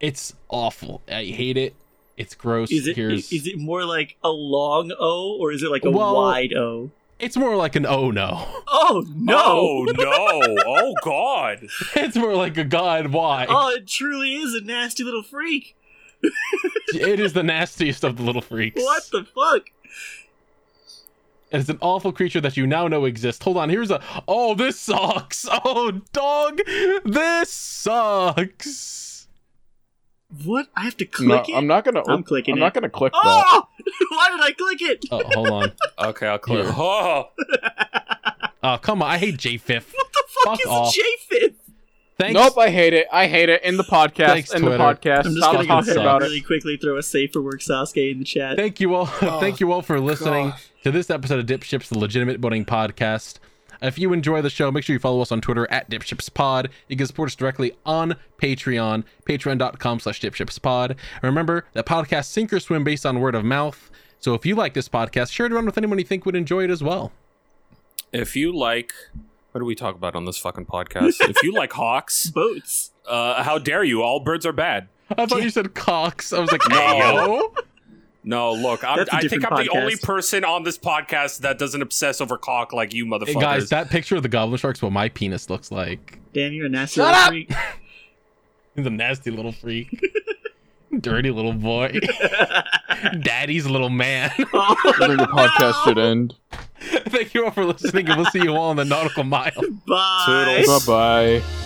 Speaker 4: It's awful. I hate it. It's gross.
Speaker 1: Is it
Speaker 4: Here's...
Speaker 1: is it more like a long O or is it like a
Speaker 4: Well-
Speaker 1: wide O?
Speaker 4: It's more like an oh no.
Speaker 1: Oh no!
Speaker 2: Oh, no. Oh God.
Speaker 4: it's more like a god why.
Speaker 1: Oh, it truly is a nasty little freak.
Speaker 4: It is the nastiest of the little freaks.
Speaker 1: What the fuck?
Speaker 4: It is an awful creature that you now know exists. Hold on, here's a. Oh, this sucks. Oh, dog, this sucks.
Speaker 1: What? I have to
Speaker 3: No,
Speaker 1: click it.
Speaker 3: I'm not gonna.
Speaker 1: I'm clicking
Speaker 3: I'm
Speaker 1: it.
Speaker 3: not gonna click that.
Speaker 1: Oh! Why did I click it?
Speaker 4: Oh, hold on.
Speaker 2: Okay, I'll clear.
Speaker 4: Here.
Speaker 2: Oh,
Speaker 4: Oh, come on. I hate J Fifth.
Speaker 1: What the fuck,
Speaker 4: Fuck
Speaker 1: is
Speaker 4: off.
Speaker 1: JFIT?
Speaker 4: Thanks.
Speaker 3: Nope, I hate it. I hate it. In the podcast.
Speaker 4: Thanks,
Speaker 3: in the
Speaker 4: Twitter.
Speaker 3: podcast.
Speaker 1: I'm just
Speaker 3: Stop
Speaker 1: gonna go
Speaker 4: fucking
Speaker 1: ahead
Speaker 3: talking
Speaker 1: and
Speaker 3: about
Speaker 4: sucks.
Speaker 1: really quickly throw a safe for work Sasuke in the chat.
Speaker 4: Thank you all.
Speaker 6: Oh,
Speaker 4: Thank you all for listening
Speaker 6: gosh.
Speaker 4: to this episode of Dipships, the legitimate boating podcast. If you enjoy the show, make sure you follow us on Twitter at DipshipsPod. You can support us directly on Patreon, patreon.com slash dipshipspod. And remember that podcasts sink or swim based on word of mouth. So if you like this podcast, share it around with anyone you think would enjoy it as well.
Speaker 2: if you like, what do we talk about on this fucking podcast? if you like hawks,
Speaker 1: Boats.
Speaker 2: uh, how dare you? All birds are bad.
Speaker 4: I thought you said Cox. I was like,
Speaker 2: No.
Speaker 4: no.
Speaker 2: No, look, I'm,
Speaker 1: That's a
Speaker 2: I think I'm
Speaker 1: different
Speaker 2: the only
Speaker 1: podcast.
Speaker 2: person on this podcast that doesn't obsess over cock like you,
Speaker 4: Hey,
Speaker 2: motherfuckers.
Speaker 4: guys, that picture of the goblin shark's what my penis looks like.
Speaker 1: Damn, you're a nasty
Speaker 6: Shut
Speaker 1: little
Speaker 6: up!
Speaker 1: freak.
Speaker 4: He's a nasty little freak. Dirty little boy. Daddy's little man.
Speaker 3: it. I think the podcast should end.
Speaker 4: Thank you all for listening, and we'll see you all in the nautical mile.
Speaker 1: Bye.
Speaker 2: Toodles.
Speaker 3: Bye bye.